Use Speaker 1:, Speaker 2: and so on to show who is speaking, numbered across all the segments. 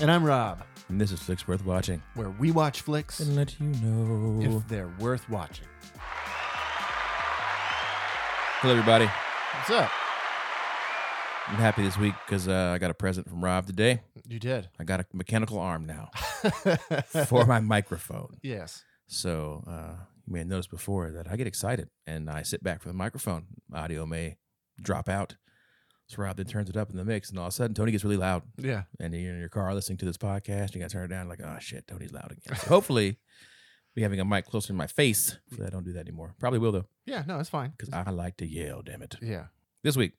Speaker 1: And I'm Rob,
Speaker 2: And this is Flicks Worth Watching.
Speaker 1: where we watch flicks
Speaker 2: And let you know.
Speaker 1: if they're worth watching.
Speaker 2: Hello, everybody.
Speaker 1: What's up?
Speaker 2: I'm happy this week because uh, I got a present from Rob today.
Speaker 1: You did.
Speaker 2: I got a mechanical arm now for my microphone.
Speaker 1: yes.
Speaker 2: So uh, you may have noticed before that I get excited and I sit back for the microphone. Audio may drop out. So Rob then turns it up in the mix, and all of a sudden Tony gets really loud.
Speaker 1: Yeah.
Speaker 2: And you're in your car listening to this podcast, you got to turn it down. Like, oh shit, Tony's loud again. So hopefully, be having a mic closer to my face. So I don't do that anymore. Probably will though.
Speaker 1: Yeah. No, it's fine.
Speaker 2: because I like to yell, damn it.
Speaker 1: Yeah.
Speaker 2: This week,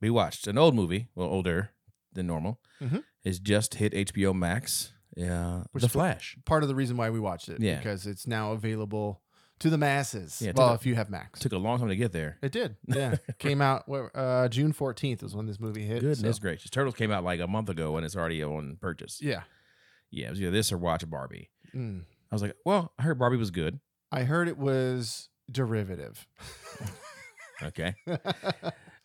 Speaker 2: we watched an old movie, well, older than normal.
Speaker 1: Mhm.
Speaker 2: It's just hit HBO Max. Yeah,
Speaker 1: Which
Speaker 2: The
Speaker 1: is-
Speaker 2: Flash.
Speaker 1: Part of the reason why we watched it.
Speaker 2: Yeah.
Speaker 1: Because it's now available to the masses.
Speaker 2: Yeah, it
Speaker 1: well,
Speaker 2: took a-
Speaker 1: if you have Max.
Speaker 2: Took a long time to get there.
Speaker 1: it did. Yeah. Came out what, uh, June 14th was when this movie hit.
Speaker 2: Goodness
Speaker 1: so-
Speaker 2: gracious. Turtles came out like a month ago and it's already on purchase. Yeah,
Speaker 1: Yeah.
Speaker 2: it was either this or watch Barbie.
Speaker 1: Mm.
Speaker 2: I was like, well, I heard Barbie was good.
Speaker 1: I heard it was derivative.
Speaker 2: Okay.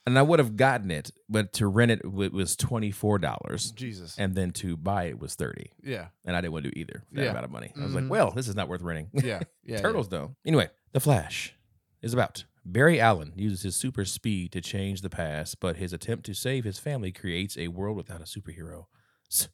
Speaker 2: and I would have gotten it, but to rent it, it was $24.
Speaker 1: Jesus.
Speaker 2: And then to buy it was 30
Speaker 1: yeah.
Speaker 2: And I didn't want to do either for that
Speaker 1: Yeah.
Speaker 2: amount of money. I was
Speaker 1: Mhm.
Speaker 2: like, well, this is not worth renting.
Speaker 1: Yeah. Yeah.
Speaker 2: Turtles, though. Anyway, The Flash is about Barry Allen uses his super speed to change the past, but his attempt to save his family creates a world without a superhero, S-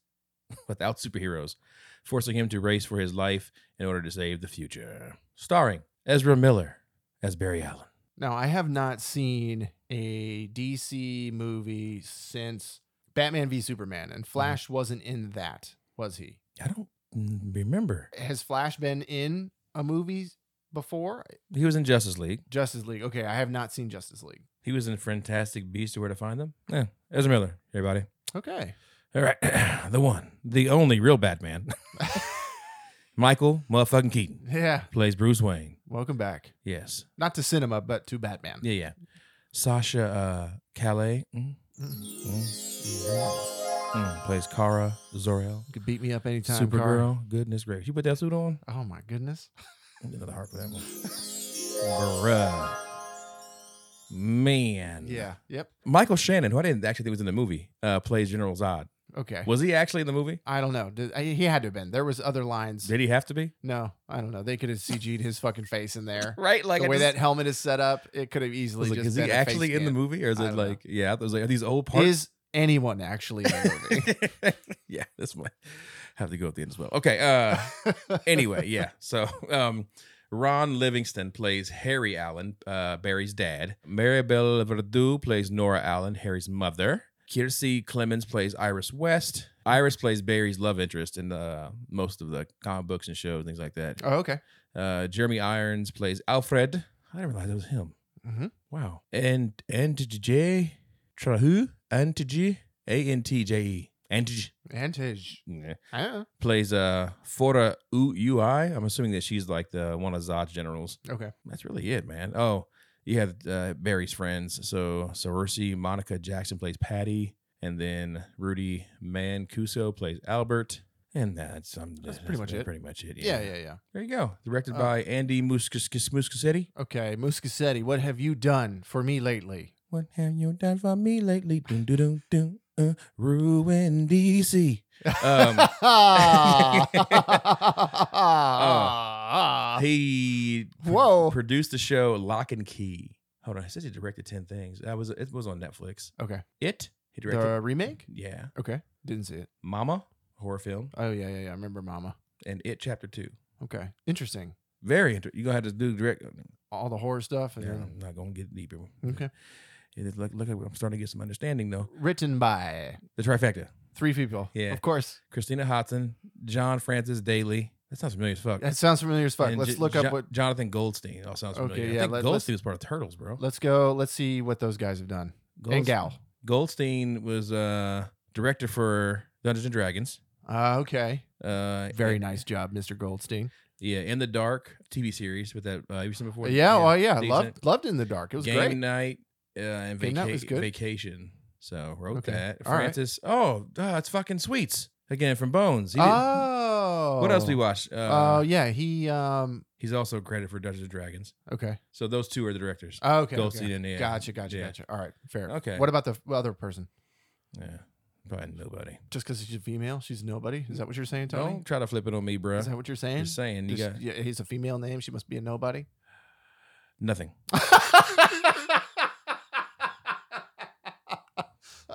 Speaker 2: without superheroes, forcing him to race for his life in order to save the future. Starring Ezra Miller as Barry Allen.
Speaker 1: Now, I have not seen a DC movie since Batman v Superman, and Flash wasn't in that, was he?
Speaker 2: I don't mm, remember.
Speaker 1: Has Flash been in a movie before?
Speaker 2: He was in Justice League.
Speaker 1: Justice League. Okay, I have not seen Justice League.
Speaker 2: He was in Fantastic Beasts or Where to Find Them. Yeah, Ezra Miller, everybody.
Speaker 1: Okay.
Speaker 2: All right, the one, the only real Batman, Michael motherfucking Keaton.
Speaker 1: Yeah.
Speaker 2: plays Bruce Wayne.
Speaker 1: Welcome back.
Speaker 2: Yes.
Speaker 1: Not to cinema, but to Batman.
Speaker 2: Yeah, yeah. Sasha uh, Calais mm,
Speaker 1: Mm.
Speaker 2: mm, plays Kara Zor-El.
Speaker 1: You could beat me up anytime. Carl.
Speaker 2: Supergirl. Goodness gracious. You put that suit on?
Speaker 1: Oh my goodness.
Speaker 2: I'm getting another heart for that one. Bruh. Man.
Speaker 1: Yeah. Yep.
Speaker 2: Michael Shannon, who I didn't actually think was in the movie, uh, plays General Zod.
Speaker 1: Okay.
Speaker 2: Was he actually in the movie?
Speaker 1: I don't know. Did- I- He had to have been. There was other lines.
Speaker 2: Did he have to be?
Speaker 1: No, I don't know. They could have CG'd his fucking face in there.
Speaker 2: Right? Like
Speaker 1: the
Speaker 2: I
Speaker 1: way
Speaker 2: just-
Speaker 1: that helmet is set up, it could have
Speaker 2: I
Speaker 1: easily
Speaker 2: was like,
Speaker 1: just
Speaker 2: is he
Speaker 1: been a face
Speaker 2: actually in the
Speaker 1: scan.
Speaker 2: movie? Or is
Speaker 1: I
Speaker 2: it
Speaker 1: don't know.
Speaker 2: like, yeah, I was like, are these old parts?
Speaker 1: Is anyone actually in the
Speaker 2: yeah, this might have to go at the end as well. Okay. Uh
Speaker 1: movie?
Speaker 2: anyway, yeah. So um Ron Livingston plays Harry Allen, uh, Barry's dad. Maribel Verdú plays Nora Allen, Harry's mother. Kiersey Clemens plays Iris West. Iris plays Barry's love interest in the, uh, most of the comic books and shows, things like that.
Speaker 1: oh, okay.
Speaker 2: Uh, Jeremy Irons plays Alfred. I didn't realize that was him.
Speaker 1: Mhm.
Speaker 2: Wow. And and J Trahu and J A N T J E and
Speaker 1: Vantage. I don't know.
Speaker 2: plays uh Fora U- Ui. I'm assuming that she's like the one of Zod's generals.
Speaker 1: Okay.
Speaker 2: That's really it, man. Oh, you have uh, Barry's friends. So Cersei Monica Jackson plays Patty, and then Rudy Mancuso plays Albert. And that's um,
Speaker 1: That's pretty much it.
Speaker 2: Pretty much it.
Speaker 1: Yeah, yeah, yeah.
Speaker 2: There you go. Directed
Speaker 1: Uh,
Speaker 2: by Andy Muscasetti.
Speaker 1: Okay, Muscasetti, what have you done for me lately?
Speaker 2: What have you done for me lately? Dun, dun, dun, dun, uh, ruin DC. Um,
Speaker 1: Ah.
Speaker 2: Ah. He
Speaker 1: Whoa.
Speaker 2: produced the show Lock and Key. Hold on, I said he directed ten things. That was it was on Netflix.
Speaker 1: okay.
Speaker 2: It he directed.
Speaker 1: The remake?
Speaker 2: yeah,
Speaker 1: Okay. Didn't see it.
Speaker 2: Mama horror film
Speaker 1: Oh, yeah, yeah, yeah. I remember Mama.
Speaker 2: and It Chapter Two.
Speaker 1: Okay. Interesting.
Speaker 2: Very interesting. You're gonna have to do direct.
Speaker 1: All the horror stuff. And
Speaker 2: Yeah,
Speaker 1: then,
Speaker 2: I'm not gonna get deeper.
Speaker 1: Okay.
Speaker 2: It is, look, look, I'm starting to get some understanding though.
Speaker 1: Written by
Speaker 2: The trifecta:
Speaker 1: three people.
Speaker 2: Yeah.
Speaker 1: Of course.
Speaker 2: Christina Hodson, John Francis Daly. That sounds familiar as fuck.
Speaker 1: That sounds familiar as fuck.
Speaker 2: And
Speaker 1: let's
Speaker 2: Jo-
Speaker 1: look
Speaker 2: Jo-
Speaker 1: up what.
Speaker 2: Jonathan Goldstein. All sounds familiar.
Speaker 1: Okay,
Speaker 2: I
Speaker 1: yeah,
Speaker 2: think
Speaker 1: let- let's-
Speaker 2: Goldstein was part of Turtles, bro.
Speaker 1: Let's go. Let's see what those guys have done.
Speaker 2: Goldstein-
Speaker 1: And gal.
Speaker 2: Goldstein was uh director for Dungeons and Dragons.
Speaker 1: Uh, okay.
Speaker 2: Uh,
Speaker 1: Very
Speaker 2: and-
Speaker 1: nice job, Mr. Goldstein.
Speaker 2: Yeah, in the dark TV series with that. Uh, have you seen before?
Speaker 1: yeah, well, yeah,
Speaker 2: decent.
Speaker 1: loved loved in the dark. It was
Speaker 2: game
Speaker 1: great.
Speaker 2: night uh, and
Speaker 1: Game Night
Speaker 2: vaca-
Speaker 1: was good.
Speaker 2: vacation. So wrote
Speaker 1: Okay,
Speaker 2: that
Speaker 1: all right.
Speaker 2: Francis. Oh, uh, it's fucking sweets again from Bones. He did-
Speaker 1: Oh,
Speaker 2: what else do we watch? Uh,
Speaker 1: Oh, yeah, he. Um,
Speaker 2: he's also credited for Dungeons and Dragons.
Speaker 1: okay,
Speaker 2: So those two are the directors.
Speaker 1: oh, okay,
Speaker 2: Goldstein
Speaker 1: okay.
Speaker 2: and yeah,
Speaker 1: Gotcha, gotcha,
Speaker 2: Yeah.
Speaker 1: gotcha. All right, fair.
Speaker 2: Okay.
Speaker 1: What about the f- other person?
Speaker 2: Yeah. Probably nobody.
Speaker 1: Just because she's a female, she's nobody. Is that what you're saying, Tony?
Speaker 2: Don't try to flip it on me, bro.
Speaker 1: Is that what you're saying?
Speaker 2: Just saying, you
Speaker 1: Just-
Speaker 2: got
Speaker 1: yeah, he's a female name. She must be a nobody.
Speaker 2: nothing.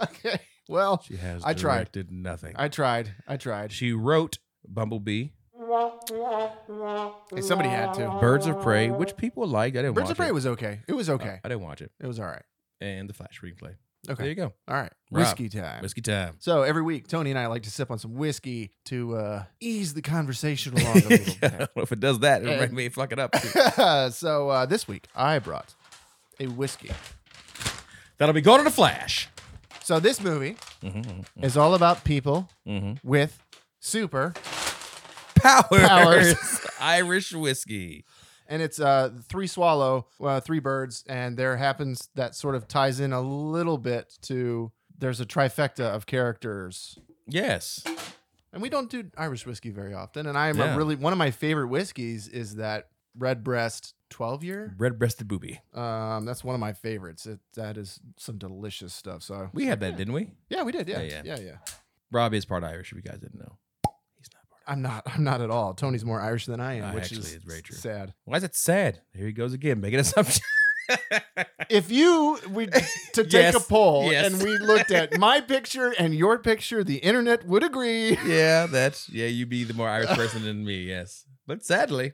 Speaker 1: okay. Well,
Speaker 2: She has
Speaker 1: I tried.
Speaker 2: directed nothing.
Speaker 1: I tried. I tried.
Speaker 2: she wrote Bumblebee,
Speaker 1: Hey, somebody had to.
Speaker 2: Birds of Prey, which people liked. I didn't
Speaker 1: Uh, Birds
Speaker 2: watch
Speaker 1: of Prey
Speaker 2: it. Oh. Uh,
Speaker 1: was okay. It was okay.
Speaker 2: I, I didn't watch it.
Speaker 1: It was all right.
Speaker 2: And the Flash screenplay.
Speaker 1: Okay.
Speaker 2: There you go.
Speaker 1: All right.
Speaker 2: Rob,
Speaker 1: Whiskey time.
Speaker 2: Whiskey time.
Speaker 1: So every week, Tony and I like to sip on some whiskey to uh, ease the conversation along a little
Speaker 2: I don't know if it does that,
Speaker 1: Yeah.
Speaker 2: it may fuck it up.
Speaker 1: bit. so uh, this week, I brought a whiskey.
Speaker 2: That'll be going to the Flash.
Speaker 1: So this movie
Speaker 2: Mhm,
Speaker 1: is all about people
Speaker 2: mhm.
Speaker 1: with super,
Speaker 2: Powers.
Speaker 1: Powers.
Speaker 2: Irish whiskey.
Speaker 1: and it's uh, three swallow, uh, three birds, and there happens that sort of ties in a little bit to there's a trifecta of characters
Speaker 2: Yes.
Speaker 1: And we don't do Irish whiskey very often. And I'm
Speaker 2: Yeah.
Speaker 1: a really one of my favorite whiskeys is that Redbreast 12 year.
Speaker 2: Red breasted booby.
Speaker 1: Um, that's one of my favorites. It, that is some delicious stuff. So
Speaker 2: We had that, didn't we?
Speaker 1: yeah, we did. Yeah,
Speaker 2: Yeah,
Speaker 1: yeah,
Speaker 2: yeah.
Speaker 1: yeah.
Speaker 2: Rob is part Irish, if you guys didn't know. He's not part Irish.
Speaker 1: I'm not. I'm not at all. Tony's more Irish than I am,
Speaker 2: Uh,
Speaker 1: which
Speaker 2: actually,
Speaker 1: is
Speaker 2: it's very true.
Speaker 1: sad.
Speaker 2: Why is it sad? Here he goes again, making assumptions.
Speaker 1: If you we to take a
Speaker 2: Yes,
Speaker 1: poll
Speaker 2: yes.
Speaker 1: and we looked at my picture and your picture, the internet would agree.
Speaker 2: yeah, that's yeah, you be the more Irish person than me, yes. But sadly,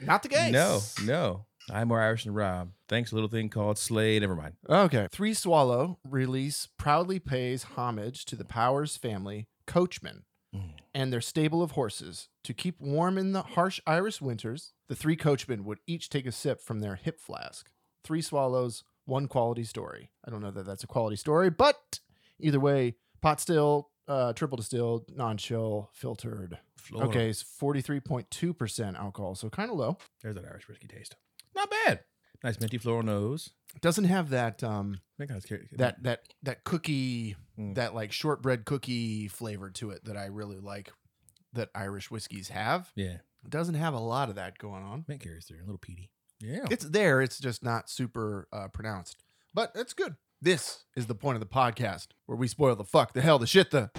Speaker 1: Not the case.
Speaker 2: no, no. I'm more Irish than Rob. Thanks, a little thing called Slay. Never mind.
Speaker 1: Okay. Three Swallow release proudly pays homage to the Powers family, Coachman,
Speaker 2: Mm.
Speaker 1: and their stable of horses. To keep warm in the harsh Irish winters, the three coachmen would each take a sip from their hip flask. Three Swallows, one quality story. I don't know that that's a quality story, but either way, pot still, uh, triple distilled, non chill, filtered.
Speaker 2: Florida.
Speaker 1: Okay, it's 43.2% alcohol, so kind of low.
Speaker 2: There's that Irish whiskey taste. Not bad. Nice minty floral nose.
Speaker 1: Doesn't have that um,
Speaker 2: I think I was curious-
Speaker 1: that that that cookie
Speaker 2: Mm.
Speaker 1: that like shortbread cookie flavor to it that I really like that Irish whiskeys have.
Speaker 2: Yeah.
Speaker 1: It doesn't have a lot of that going on.
Speaker 2: Mint carries through. A little peaty. Yeah.
Speaker 1: It's there, it's just not super uh, pronounced. But it's good. This is the point of the podcast where we spoil the fuck, the hell, the shit, the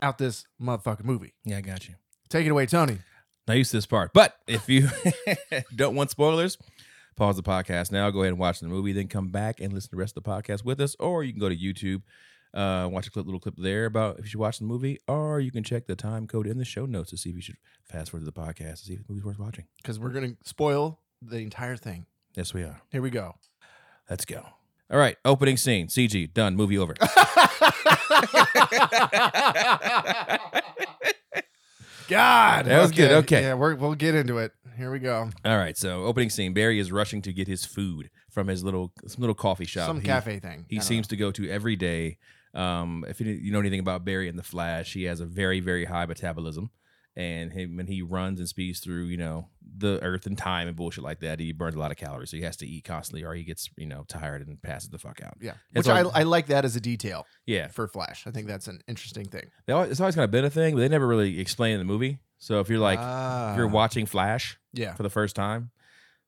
Speaker 1: out this motherfucking movie.
Speaker 2: yeah, I got you.
Speaker 1: Take it away, Tony.
Speaker 2: Not used to this part. But if you don't want spoilers, pause the podcast now. Go ahead and watch the movie, then come back and listen to the rest of the podcast with us. Or you can go to YouTube, uh, watch a clip, little clip there about if you should watch the movie, or you can check the time code in the show notes to see if you should fast forward to the podcast to see if the movie's worth watching.
Speaker 1: Because we're gonna spoil the entire thing.
Speaker 2: Yes, we are.
Speaker 1: Here we go.
Speaker 2: Let's go. All right, opening scene. CG done. Movie over.
Speaker 1: God,
Speaker 2: That was good. Okay.
Speaker 1: yeah, we're, we'll get into it. Here we go.
Speaker 2: All right, so opening scene. Barry is rushing to get his food from his little some little coffee shop.
Speaker 1: Some
Speaker 2: He-
Speaker 1: cafe thing.
Speaker 2: he
Speaker 1: I don't
Speaker 2: seems to go to every day. Um, if you, you know anything about Barry and the Flash, he has a very very high metabolism, and him when he runs and speeds through you know the Earth and time and bullshit like that, he burns a lot of calories, so he has to eat constantly, or he gets you know tired and passes the fuck out.
Speaker 1: know. yeah,
Speaker 2: It's
Speaker 1: which I,
Speaker 2: all-
Speaker 1: I like that as a detail
Speaker 2: Yeah,
Speaker 1: for Flash. I think that's an interesting thing.
Speaker 2: They al- it's always kind of been a thing, but they never really explain in the movie. So if you're like if you're
Speaker 1: Ah.
Speaker 2: watching Flash
Speaker 1: yeah,
Speaker 2: for the first time,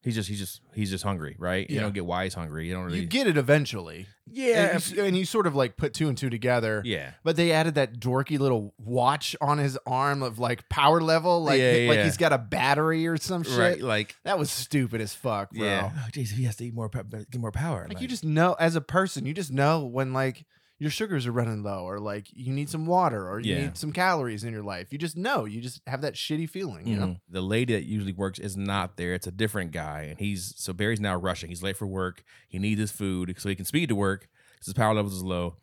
Speaker 2: he's just he's just he's just hungry, right? You
Speaker 1: Yeah.
Speaker 2: don't get why he's hungry. You don't really
Speaker 1: you get it eventually.
Speaker 2: yeah
Speaker 1: and, you, and you sort of like put two and two together.
Speaker 2: yeah.
Speaker 1: But they added that dorky little watch on his arm of like power level, like
Speaker 2: Yeah,
Speaker 1: like
Speaker 2: yeah.
Speaker 1: he's got a battery or some shit.
Speaker 2: Right, like
Speaker 1: That was stupid as fuck, bro.
Speaker 2: Yeah. Oh, jeez, he has to eat more, pe- get more power.
Speaker 1: like you just know as a person you just know when like your sugars are running low or like you need some water or you
Speaker 2: Yeah.
Speaker 1: need some calories in your life you just know you just have that shitty feeling you know
Speaker 2: Mhm. The lady that usually works is not there. It's a different guy, and he's so Barry's now rushing. He's late for work. He needs his food so he can speed to work because his power levels is low.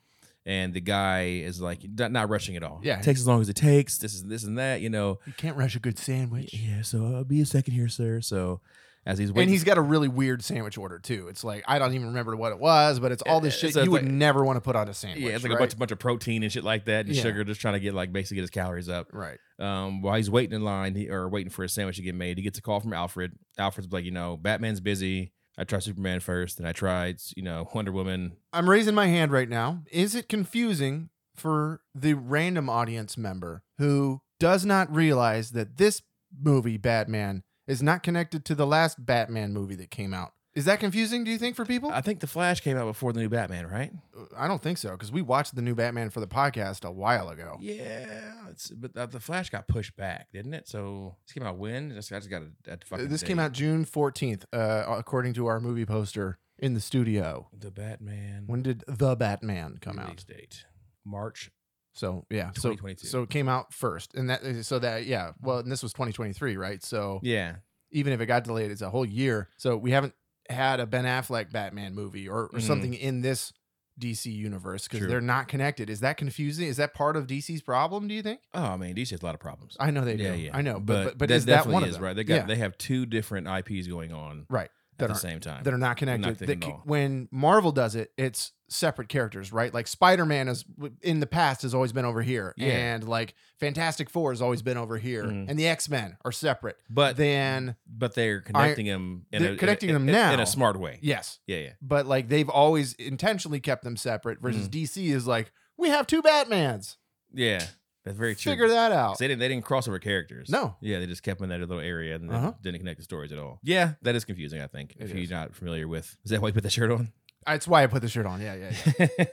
Speaker 2: And the guy is like not, not rushing at all.
Speaker 1: Yeah.
Speaker 2: it takes as long as it takes. This is this and that. You know.
Speaker 1: you can't rush a good sandwich
Speaker 2: Yeah. So I'll be a second here, sir. So as he's waiting,
Speaker 1: and he's got a really weird sandwich order too it's like i don't even remember what it was but it's all this
Speaker 2: Yeah, uh,
Speaker 1: shit
Speaker 2: so it's
Speaker 1: you would
Speaker 2: like-
Speaker 1: never want to put on a sandwich
Speaker 2: yeah, it's like
Speaker 1: right?
Speaker 2: a bunch bunch of protein and shit like that, and
Speaker 1: Yeah.
Speaker 2: sugar, just trying to get like basically get his calories up.
Speaker 1: right
Speaker 2: um, while he's waiting in line he, or waiting for his sandwich to get made, he gets a call from Alfred. Alfred's like, you know, Batman's busy. I tried Superman first, and I tried, you know, Wonder Woman.
Speaker 1: i'm raising my hand right now is it confusing for the random audience member who does not realize that this movie batman is not connected to the last batman movie that came out Is that confusing, do you think, for people?
Speaker 2: I think the Flash came out before the new Batman, right?
Speaker 1: I don't think so, because we watched the new Batman for the podcast a while ago.
Speaker 2: Yeah, it's, but the, the Flash got pushed back, didn't it? So this came out when? This- I just got a, a fucking
Speaker 1: Uh, this came
Speaker 2: date.
Speaker 1: out June 14th, uh, according to our movie poster in the studio.
Speaker 2: The Batman.
Speaker 1: When did The Batman come out?
Speaker 2: release date? March.
Speaker 1: So yeah, so
Speaker 2: 2022.
Speaker 1: so it came out first, and that so that yeah, well, and this was 2023, right? So
Speaker 2: Yeah,
Speaker 1: even if it got delayed, it's a whole year. So we haven't had a Ben Affleck Batman movie or, or
Speaker 2: Mhm.
Speaker 1: something in this DC universe because
Speaker 2: True.
Speaker 1: they're not connected. Is that confusing? Is that part of DC's problem? Do you think?
Speaker 2: Oh, I mean, DC has a lot of problems.
Speaker 1: I know they
Speaker 2: yeah,
Speaker 1: do.
Speaker 2: yeah.
Speaker 1: I know, but but, but
Speaker 2: that
Speaker 1: is that
Speaker 2: definitely
Speaker 1: one of
Speaker 2: is,
Speaker 1: them?
Speaker 2: right? They got
Speaker 1: Yeah,
Speaker 2: they have two different IPs going on
Speaker 1: right
Speaker 2: at
Speaker 1: that
Speaker 2: the
Speaker 1: aren't
Speaker 2: same time.
Speaker 1: that are not connected.
Speaker 2: Nothing
Speaker 1: that
Speaker 2: at
Speaker 1: c-
Speaker 2: all.
Speaker 1: when Marvel does it, it's separate characters, right? Like Spider Man is in the past has always been over here,
Speaker 2: Yeah.
Speaker 1: and like Fantastic Four has always been over here,
Speaker 2: Mhm.
Speaker 1: and the X Men are separate.
Speaker 2: but
Speaker 1: Then
Speaker 2: but they're connecting them. In
Speaker 1: they're
Speaker 2: a, in a-
Speaker 1: connecting
Speaker 2: in a,
Speaker 1: them
Speaker 2: in
Speaker 1: now.
Speaker 2: a smart way.
Speaker 1: yes,
Speaker 2: Yeah, yeah.
Speaker 1: but like they've always intentionally kept them separate. Versus
Speaker 2: Mhm.
Speaker 1: DC is like we have two Batmans.
Speaker 2: Yeah. That's very true.
Speaker 1: Figure that out.
Speaker 2: They didn't. They didn't cross over characters.
Speaker 1: No.
Speaker 2: Yeah, they just kept them in that little area and they
Speaker 1: Uh-huh.
Speaker 2: didn't connect the stories at all. Yeah, that is confusing. I think
Speaker 1: It
Speaker 2: if
Speaker 1: is.
Speaker 2: you're not familiar with, is that why you put that shirt on?
Speaker 1: That's why I put the shirt on. Yeah, yeah. Uh,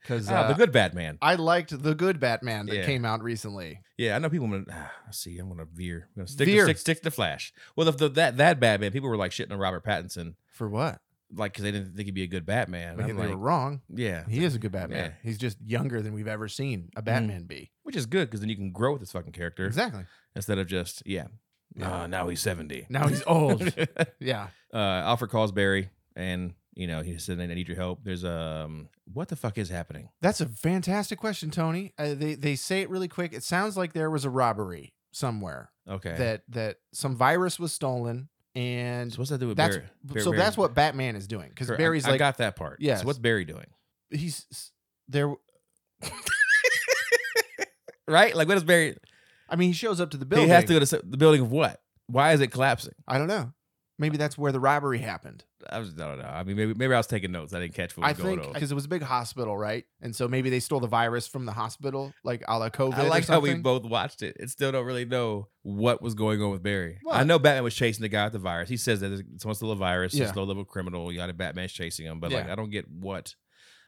Speaker 1: Because
Speaker 2: Ah, the good Batman.
Speaker 1: I liked the good Batman that
Speaker 2: Yeah.
Speaker 1: came out recently.
Speaker 2: Yeah, I know people. Wanna, ah, I see, I'm gonna veer. I'm gonna stick,
Speaker 1: Veer.
Speaker 2: To, stick, stick to the Flash. Well, the, the, that that Batman, people were like shitting on Robert Pattinson,
Speaker 1: For what?
Speaker 2: like because they didn't think he'd be a good Batman.
Speaker 1: Like,
Speaker 2: I'm
Speaker 1: they
Speaker 2: like,
Speaker 1: were wrong.
Speaker 2: yeah,
Speaker 1: He is a good Batman.
Speaker 2: Yeah. Mm-hmm.
Speaker 1: He's just younger than we've ever seen a Batman be.
Speaker 2: which is good because then you can grow with this fucking character
Speaker 1: Exactly.
Speaker 2: instead of just yeah.
Speaker 1: Yeah.
Speaker 2: Uh, now he's seventy.
Speaker 1: Now he's old. yeah.
Speaker 2: uh, Alfred calls Barry, and you know he said, "I need your help." There's um, what the fuck is happening?
Speaker 1: That's a fantastic question, Tony. Uh, they they say it really quick. It sounds like there was a robbery somewhere
Speaker 2: Okay,
Speaker 1: that that some virus was stolen and
Speaker 2: so what's that do with
Speaker 1: that's
Speaker 2: Barry? Barry-
Speaker 1: so
Speaker 2: Barry-
Speaker 1: that's what Batman is doing cuz
Speaker 2: Correct. I-
Speaker 1: Barry's
Speaker 2: I,
Speaker 1: like
Speaker 2: got that part. Yeah.
Speaker 1: Yes.
Speaker 2: So what's Barry doing?
Speaker 1: he's s- there
Speaker 2: Right? Like, what is Barry?
Speaker 1: I mean he shows up to the building.
Speaker 2: He has to go to s- the building of what? Why is it collapsing?
Speaker 1: I don't know. Maybe that's where the robbery happened.
Speaker 2: I was, I don't know. I mean, maybe maybe I was taking notes. I didn't catch what was
Speaker 1: I
Speaker 2: going
Speaker 1: think
Speaker 2: on.
Speaker 1: because it was a big hospital, right? And so maybe they stole the virus from the hospital, like a la COVID.
Speaker 2: I
Speaker 1: or
Speaker 2: like how we
Speaker 1: something.
Speaker 2: both watched it and still don't really know what was going on with Barry. I
Speaker 1: What?
Speaker 2: know Batman was chasing the guy with the virus. He says that it's someone's still a virus, it's
Speaker 1: Yeah.
Speaker 2: a low level criminal. You got a Batman's chasing him, but like
Speaker 1: Yeah.
Speaker 2: I don't get what.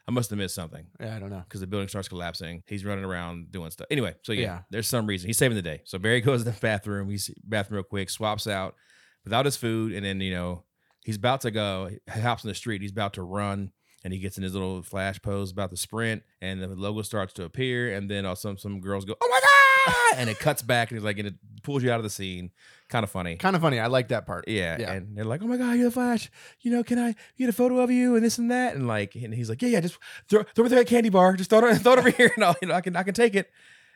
Speaker 2: I must have missed something
Speaker 1: Yeah, I don't know.
Speaker 2: because the building starts collapsing. He's running around doing stuff. Anyway, so yeah,
Speaker 1: Yeah.
Speaker 2: there's some reason he's saving the day. So Barry goes to the bathroom. He's bathroom real quick, swaps out without his food, and then you know he's about to go. He hops in the street. He's about to run, and he gets in his little flash pose, about to sprint, and the logo starts to appear, and then uh, some some girls go, "Oh my god!" and it cuts back, and he's like, and it pulls you out of the scene. Kind of funny.
Speaker 1: Kind of funny. I like that part.
Speaker 2: Yeah,
Speaker 1: Yeah.
Speaker 2: and they're like, "Oh my god, you're the Flash! You know, can I get a photo of you and this and that?" And like, and he's like, "Yeah, yeah, just throw throw it through that candy bar, just throw it throw it over here, and I'll, you know, I can I can take it."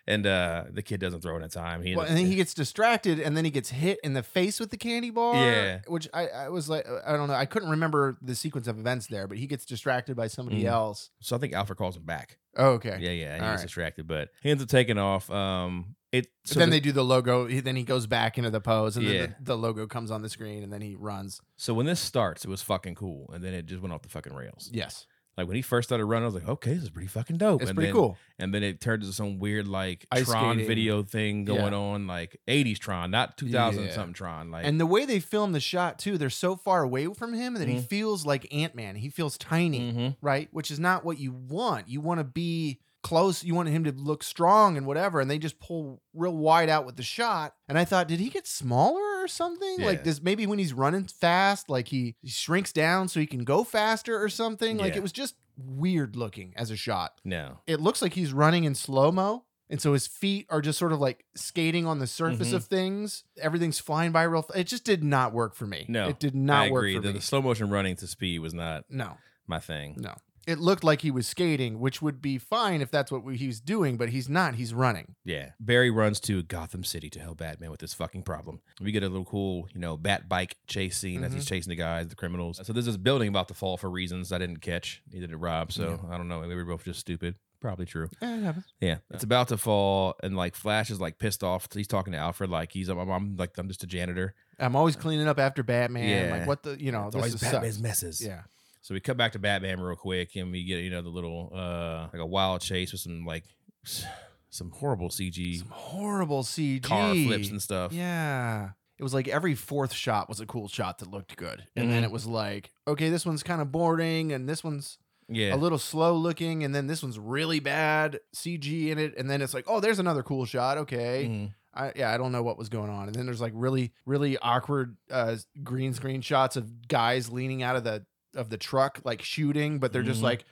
Speaker 2: And uh the kid doesn't throw it in time. He
Speaker 1: Well, and then he gets distracted, and then he gets hit in the face with the candy bar.
Speaker 2: Yeah.
Speaker 1: which I, I was like, I don't know, I couldn't remember the sequence of events there, but he gets distracted by somebody
Speaker 2: Mhm.
Speaker 1: else.
Speaker 2: so I think Alfred calls him back.
Speaker 1: Oh, okay.
Speaker 2: Yeah, yeah, and he
Speaker 1: All
Speaker 2: gets
Speaker 1: right.
Speaker 2: distracted, but he ends up taking off. Um, it so
Speaker 1: then
Speaker 2: the-
Speaker 1: they do the logo. He, then he goes back into the pose, and
Speaker 2: Yeah.
Speaker 1: then the, the logo comes on the screen, and then he runs.
Speaker 2: so when this starts, it was fucking cool, and then it just went off the fucking rails.
Speaker 1: Yes,
Speaker 2: Like when he first started running, I was like, "Okay, this is pretty fucking dope."
Speaker 1: it's
Speaker 2: and
Speaker 1: pretty
Speaker 2: then,
Speaker 1: cool.
Speaker 2: and then it turned into some weird like
Speaker 1: Ice
Speaker 2: Tron
Speaker 1: skating.
Speaker 2: video thing going
Speaker 1: Yeah.
Speaker 2: on, like '80s Tron, not 2000
Speaker 1: Yeah.
Speaker 2: something Tron. Like,
Speaker 1: And the way they film the shot too, they're so far away from him that he
Speaker 2: Mhm.
Speaker 1: feels like Ant Man. He feels tiny.
Speaker 2: Mhm.
Speaker 1: right? Which is not what you want. You want to be close. You want him to look strong and whatever. And they just pull real wide out with the shot. And I thought, did he get smaller or something?
Speaker 2: Yeah.
Speaker 1: Like this, maybe when he's running fast, like he, he shrinks down so he can go faster or something. Like
Speaker 2: Yeah.
Speaker 1: it was just weird looking as a shot.
Speaker 2: no,
Speaker 1: It looks like he's running in slow mo. And so his feet are just sort of like skating on the surface
Speaker 2: Mhm.
Speaker 1: of things. Everything's flying by real. F- it just did not work for me.
Speaker 2: No,
Speaker 1: it did not
Speaker 2: I
Speaker 1: work
Speaker 2: agree.
Speaker 1: for
Speaker 2: The,
Speaker 1: me.
Speaker 2: the slow motion running to speed was not
Speaker 1: no,
Speaker 2: my thing.
Speaker 1: no. It looked like he was skating, which would be fine if that's what we, he's doing, but he's not. He's running.
Speaker 2: Yeah, Barry runs to Gotham City to help Batman with this fucking problem. We get a little cool, you know, bat bike chase scene as
Speaker 1: Mm-hmm.
Speaker 2: he's chasing the guys, the criminals. So there's this building about to fall for reasons I didn't catch. Neither did Rob. So I don't know. Maybe we're both just stupid. Probably true. Yeah, it's about to fall, and like Flash is like pissed off. He's talking to Alfred like he's I'm, I'm like I'm just a janitor.
Speaker 1: I'm always cleaning up after Batman.
Speaker 2: Yeah.
Speaker 1: Like what the you know,
Speaker 2: It's
Speaker 1: Oh, this
Speaker 2: always
Speaker 1: is
Speaker 2: Batman's
Speaker 1: sucks.
Speaker 2: messes.
Speaker 1: Yeah.
Speaker 2: So we cut back to Batman real quick, and we get you know the little uh like a wild chase with some like s- some horrible CG
Speaker 1: Some horrible CG.
Speaker 2: car flips and stuff.
Speaker 1: yeah. it was like every fourth shot was a cool shot that looked good. And then
Speaker 2: Mhm.
Speaker 1: it was like, okay, this one's kind of boring and this one's
Speaker 2: Yeah.
Speaker 1: a little slow looking and then this one's really bad CG in it and then it's like, oh, there's another cool shot. Okay.
Speaker 2: Mhm.
Speaker 1: I, yeah, I don't know what was going on. And then there's like really, really awkward uh, green screen shots of guys leaning out of the of the truck, like shooting, but they're just
Speaker 2: Mhm.
Speaker 1: like,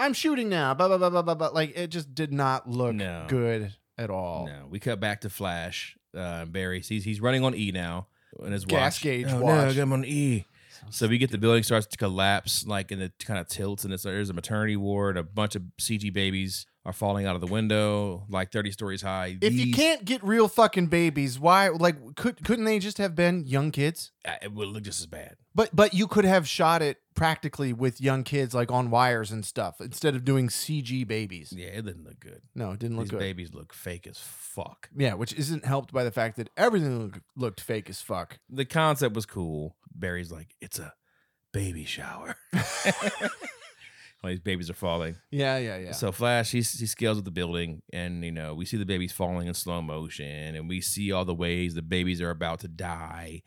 Speaker 1: I'm shooting now, blah blah blah blah blah blah. Like it just did not look
Speaker 2: No.
Speaker 1: good at all.
Speaker 2: No, we cut back to Flash. Uh, Barry sees he's running on E now, and his
Speaker 1: Gas
Speaker 2: watch.
Speaker 1: gauge
Speaker 2: oh, No, I
Speaker 1: watch.
Speaker 2: got him on E. So we get the building starts to collapse, like, and it kind of tilts, and it's, there's a maternity ward. A bunch of CG babies are falling out of the window, like 30 stories high.
Speaker 1: If you
Speaker 2: These-
Speaker 1: can't get real fucking babies, why like could couldn't they just have been young kids?
Speaker 2: Uh, it would look just as bad.
Speaker 1: But but you could have shot it practically with young kids like on wires and stuff instead of doing CG babies.
Speaker 2: Yeah, it didn't look good.
Speaker 1: No, it didn't look
Speaker 2: These
Speaker 1: good.
Speaker 2: babies look fake as fuck.
Speaker 1: Yeah, which isn't helped by the fact that everything look, looked fake as fuck.
Speaker 2: The concept was cool. Barry's like, it's a baby shower. All these babies are falling.
Speaker 1: Yeah, yeah, yeah.
Speaker 2: So Flash, he, he scales up the building, and you know we see the babies falling in slow motion, and we see all the ways the babies are about to die,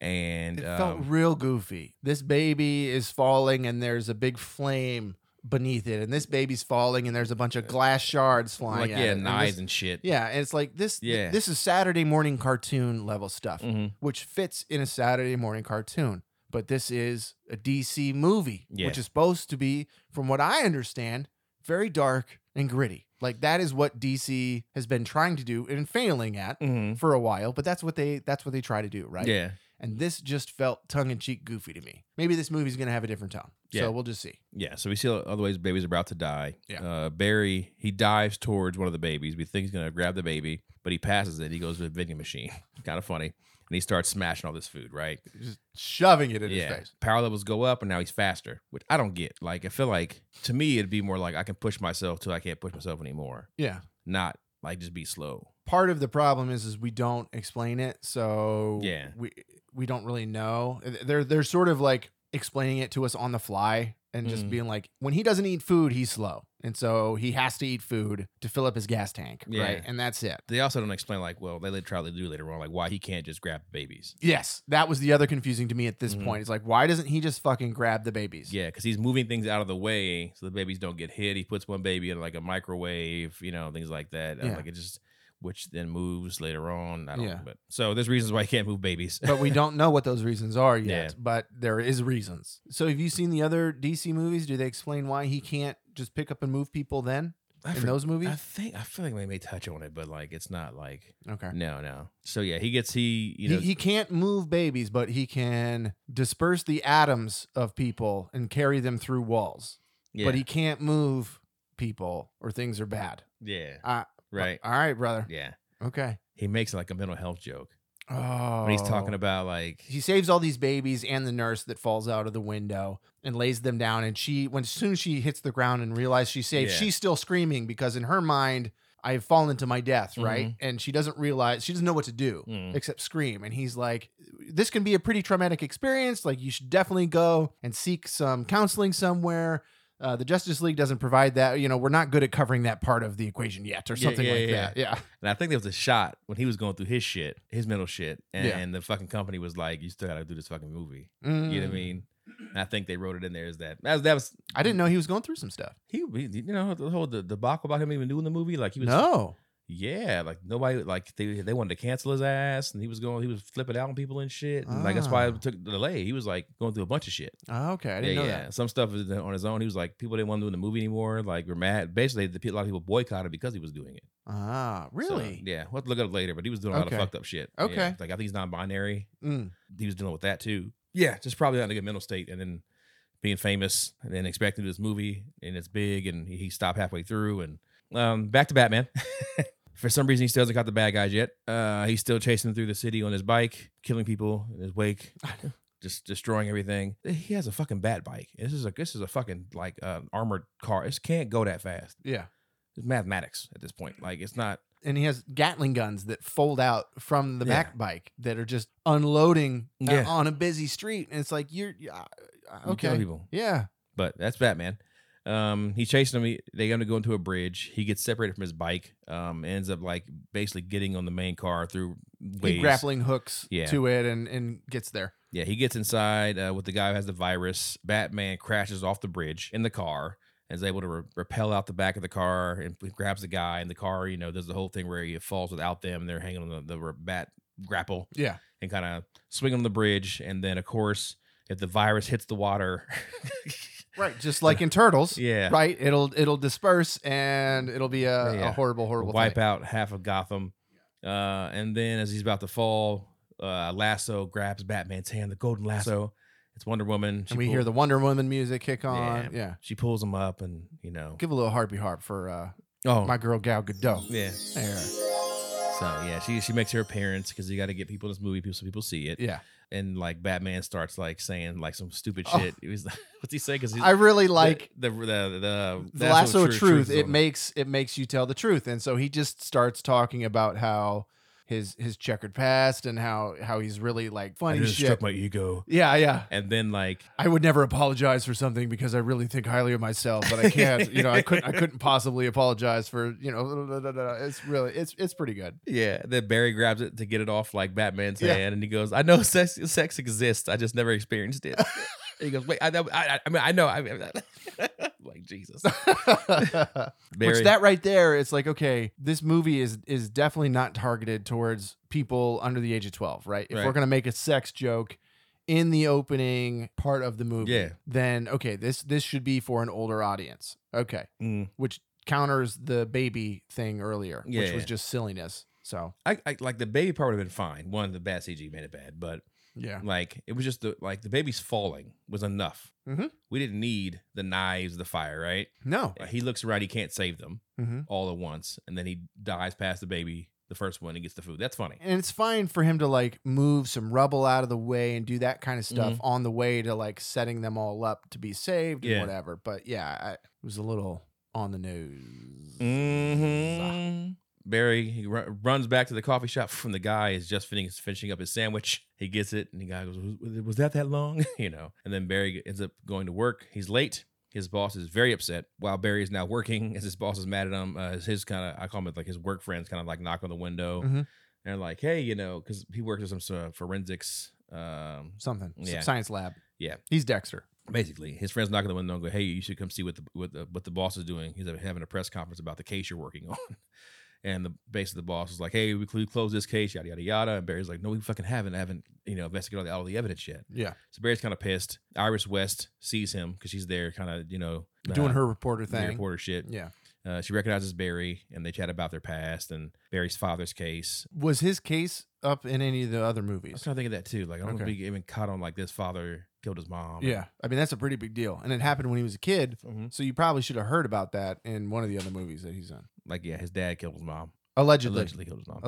Speaker 2: and
Speaker 1: it felt
Speaker 2: um,
Speaker 1: real goofy. This baby is falling and there's a big flame beneath it, and this baby's falling and there's a bunch of glass shards flying.
Speaker 2: like
Speaker 1: at
Speaker 2: yeah,
Speaker 1: it, and
Speaker 2: knives
Speaker 1: this-
Speaker 2: and shit.
Speaker 1: yeah, and it's like this.
Speaker 2: Yeah.
Speaker 1: this is Saturday morning cartoon level stuff,
Speaker 2: Mhm.
Speaker 1: which fits in a Saturday morning cartoon. But this is a DC movie,
Speaker 2: Yeah.
Speaker 1: which is supposed to be, from what I understand, very dark and gritty. Like that is what DC has been trying to do and failing at
Speaker 2: Mhm.
Speaker 1: for a while. But that's what they that's what they try to do, right?
Speaker 2: Yeah,
Speaker 1: And this just felt tongue in cheek goofy to me. Maybe this movie's gonna have a different tone.
Speaker 2: Yeah.
Speaker 1: So we'll just see.
Speaker 2: yeah. So we see all the ways the babies are about to die.
Speaker 1: Yeah.
Speaker 2: Uh, Barry he dives towards one of the babies. We think he's gonna grab the baby, but he passes it. He goes to the vending machine. kind of funny, and he starts smashing all this food. Right.
Speaker 1: Just shoving it in his face.
Speaker 2: Power levels go up and now he's faster, which I don't get. Like I feel like to me it'd be more like I can push myself till I can't push myself anymore.
Speaker 1: Yeah.
Speaker 2: Not like just be slow.
Speaker 1: Part of the problem is is we don't explain it, so
Speaker 2: Yeah.
Speaker 1: we we don't really know. They're they're sort of like explaining it to us on the fly and just
Speaker 2: Mhm.
Speaker 1: being like, when he doesn't eat food, he's slow, and so he has to eat food to fill up his gas tank,
Speaker 2: Yeah.
Speaker 1: right? And that's it.
Speaker 2: They also don't explain like, well, they try to do later on, like why he can't just grab babies.
Speaker 1: Yes, that was the other confusing to me at this
Speaker 2: Mhm.
Speaker 1: point. It's like, why doesn't he just fucking grab the babies?
Speaker 2: Yeah, because he's moving things out of the way so the babies don't get hit. He puts one baby in like a microwave, you know, things like that. I'm
Speaker 1: Yeah.
Speaker 2: Like it just which then moves later on. I don't
Speaker 1: Yeah.
Speaker 2: but so there's reasons why he can't move babies.
Speaker 1: but we don't know what those reasons are yet.
Speaker 2: Yeah.
Speaker 1: But there is reasons. So have you seen the other DC movies? Do they explain why he can't just pick up and move people then
Speaker 2: I,
Speaker 1: in
Speaker 2: for-
Speaker 1: those movies?
Speaker 2: I think I feel like they may touch on it, but like it's not like
Speaker 1: okay.
Speaker 2: no, no. So yeah, he gets he you know
Speaker 1: he, he can't move babies, but he can disperse the atoms of people and carry them through walls.
Speaker 2: yeah.
Speaker 1: But he can't move people or things are bad.
Speaker 2: Yeah.
Speaker 1: Uh,
Speaker 2: right.
Speaker 1: All right, brother.
Speaker 2: yeah.
Speaker 1: Okay.
Speaker 2: He makes like a mental health joke
Speaker 1: Oh.
Speaker 2: when he's talking about like
Speaker 1: he saves all these babies and the nurse that falls out of the window and lays them down and she when as soon as she hits the ground and realizes she's saved
Speaker 2: Yeah.
Speaker 1: she's still screaming because in her mind i have fallen to my death right
Speaker 2: Mm-hmm.
Speaker 1: and she doesn't realize she doesn't know what to do
Speaker 2: Mm.
Speaker 1: except scream and he's like this can be a pretty traumatic experience like you should definitely go and seek some counseling somewhere uh, the Justice League doesn't provide that. You know, we're not good at covering that part of the equation yet, or
Speaker 2: Yeah,
Speaker 1: something
Speaker 2: yeah,
Speaker 1: like
Speaker 2: yeah.
Speaker 1: that. Yeah.
Speaker 2: and I think there was a shot when he was going through his shit, his mental shit, and,
Speaker 1: Yeah.
Speaker 2: the fucking company was like, "You still got to do this fucking movie." You know
Speaker 1: Mm.
Speaker 2: what I mean? And I think they wrote it in there as that. That was, that was
Speaker 1: I didn't know he was going through some stuff.
Speaker 2: he, he- you know, the whole the debacle about him even doing the movie. Like he was,
Speaker 1: No.
Speaker 2: yeah, like nobody, like they they wanted to cancel his ass, and he was going, he was flipping out on people and shit, and like that's why
Speaker 1: Ah.
Speaker 2: it took the delay. He was like going through a bunch of shit.
Speaker 1: Oh, okay. I didn't
Speaker 2: yeah,
Speaker 1: know
Speaker 2: yeah.
Speaker 1: that.
Speaker 2: Some stuff is on his own. He was like, people didn't want him doing the movie anymore. Like, we're mad. Basically, the, pe- a lot of people boycotted because he was doing it.
Speaker 1: Ah,
Speaker 2: So,
Speaker 1: really?
Speaker 2: yeah. We'll have to look it up later, but he was doing a lot
Speaker 1: Okay.
Speaker 2: of fucked up shit.
Speaker 1: Okay.
Speaker 2: Yeah. Like, I think he's non binary.
Speaker 1: Mm.
Speaker 2: He was dealing with that too. Yeah. Just probably not in a good mental state. And then being famous and then expecting this movie and it's big and he- he stopped halfway through. And um, back to Batman. For some reason, he still hasn't got the bad guys yet. Uh, he's still chasing through the city on his bike, killing people in his wake just destroying everything. He has a fucking bat bike. This is a this is a fucking like uh, armored car. This can't go that fast.
Speaker 1: Yeah.
Speaker 2: It's mathematics at this point. Like it's not.
Speaker 1: And he has Gatling guns that fold out from the
Speaker 2: Yeah.
Speaker 1: back bike that are just unloading uh,
Speaker 2: Yeah.
Speaker 1: on a busy street. And it's like, you're, yeah, uh,
Speaker 2: You kill
Speaker 1: okay.
Speaker 2: people,
Speaker 1: Yeah.
Speaker 2: but that's Batman. Um, he's chasing them. He, they going to go into a bridge. He gets separated from his bike. Um, ends up like basically getting on the main car through
Speaker 1: He
Speaker 2: ways.
Speaker 1: grappling hooks
Speaker 2: Yeah.
Speaker 1: to it and and gets there.
Speaker 2: Yeah, he gets inside uh, with the guy who has the virus. Batman crashes off the bridge in the car and is able to re- repel out the back of the car and p- grabs the guy. And the car, you know, does the whole thing where he falls without them. they're hanging on the, the re- bat grapple
Speaker 1: Yeah.
Speaker 2: and kind of swinging on the bridge. And then, of course, if the virus hits the water,
Speaker 1: Right. Just like in Turtles.
Speaker 2: yeah,
Speaker 1: Right. It'll it'll disperse and it'll be a,
Speaker 2: Yeah.
Speaker 1: a horrible horrible
Speaker 2: wipe
Speaker 1: thing.
Speaker 2: out half of Gotham. Uh, and then as he's about to fall, uh, Lasso grabs Batman's hand, the golden lasso. It's Wonder Woman.
Speaker 1: And we hear the Wonder Woman music kick on. Yeah.
Speaker 2: She pulls him up and, you know.
Speaker 1: Give a little Harpy Harp for uh,
Speaker 2: Oh,
Speaker 1: my girl Gal Gadot.
Speaker 2: yeah.
Speaker 1: There.
Speaker 2: So, yeah, she, she makes her appearance because you got to get people in this movie people- so people see it.
Speaker 1: Yeah.
Speaker 2: And, like, Batman starts, like, saying, like, some stupid
Speaker 1: Oh.
Speaker 2: shit. He was, what's he saying? Because he's
Speaker 1: I really like
Speaker 2: the, the, the,
Speaker 1: the lasso of
Speaker 2: Tru-
Speaker 1: truth.
Speaker 2: is
Speaker 1: It
Speaker 2: on
Speaker 1: makes it makes you tell the truth, and so he just starts talking about how his his checkered past and how how he's really like
Speaker 2: I
Speaker 1: funny
Speaker 2: just
Speaker 1: shit.
Speaker 2: struck my ego.
Speaker 1: yeah, yeah.
Speaker 2: And then, like,
Speaker 1: I would never apologize for something because I really think highly of myself, but I can't. you know, I couldn't. I couldn't possibly apologize for. You know, da, da, da, da. it's really it's it's pretty good.
Speaker 2: Yeah, then Barry grabs it to get it off like Batman's
Speaker 1: Yeah.
Speaker 2: hand, and he goes, "I know sex sex exists. I just never experienced it." he goes, "Wait, I, I, I, I mean, I know." I mean, like Jesus, Barry.
Speaker 1: Which that right there, it's like okay, this movie is is definitely not targeted towards people under the age of twelve, right? If
Speaker 2: Right.
Speaker 1: we're gonna make a sex joke in the opening part of the movie,
Speaker 2: Yeah.
Speaker 1: then okay, this this should be for an older audience, okay,
Speaker 2: Mm.
Speaker 1: which counters the baby thing earlier, which
Speaker 2: Yeah,
Speaker 1: was
Speaker 2: yeah.
Speaker 1: just silliness. So
Speaker 2: I, I like the baby part would have been fine. One, the bad CG made it bad, but
Speaker 1: yeah,
Speaker 2: like it was just the like the baby's falling was enough.
Speaker 1: Mhm.
Speaker 2: We didn't need the knives, the fire, right?
Speaker 1: no,
Speaker 2: He looks around, he can't save them
Speaker 1: hmm
Speaker 2: all at once, and then he dies past the baby, the first one, and gets the food. That's funny.
Speaker 1: and it's fine for him to like move some rubble out of the way and do that kind of stuff on the way to like setting them all up to be saved and
Speaker 2: Mm-hmm. Yeah.
Speaker 1: whatever. But yeah, I, it was a little on the nose.
Speaker 2: hmm Barry he ru- runs back to the coffee shop from the guy is just finishing, finishing up his sandwich. He gets it, and the guy goes, "Was, was that that long?" you know. And then Barry ends up going to work. He's late. His boss is very upset. While Barry is now working, as his boss is mad at him, uh, his kind of I call him like his work friends kind of like knock on the window.
Speaker 1: Mhm.
Speaker 2: They're like, "Hey, you know," because he works with some uh, forensics. Um,
Speaker 1: Something. Some
Speaker 2: Yeah.
Speaker 1: Science lab.
Speaker 2: Yeah.
Speaker 1: He's Dexter.
Speaker 2: basically, his friends knock on the window and go, "Hey, you should come see what the what the, what the boss is doing. He's having a press conference about the case you're working on." And the base of the boss is like, "Hey, we cl- closed this case, yada yada yada." And Barry's like, "No, we fucking haven't, haven't you know investigated all the, all the evidence yet."
Speaker 1: Yeah.
Speaker 2: So Barry's kind of pissed. Iris West sees him because she's there, kind of you know
Speaker 1: Doing
Speaker 2: uh,
Speaker 1: her reporter
Speaker 2: the
Speaker 1: thing.
Speaker 2: reporter shit.
Speaker 1: Yeah.
Speaker 2: Uh, she recognizes Barry, and they chat about their past and Barry's father's case.
Speaker 1: Was his case up in any of the other
Speaker 2: I was
Speaker 1: movies?
Speaker 2: trying to think of that too. Like, I don't know if
Speaker 1: Okay.
Speaker 2: we get even caught on like this father killed his mom.
Speaker 1: Yeah. I mean, that's a pretty big deal. And it happened when he was a kid.
Speaker 2: Mhm.
Speaker 1: So you probably should have heard about that in one of the other movies that he's in.
Speaker 2: Like, yeah, his dad killed his mom.
Speaker 1: Allegedly.
Speaker 2: Allegedly
Speaker 1: Allegedly,
Speaker 2: killed his mom.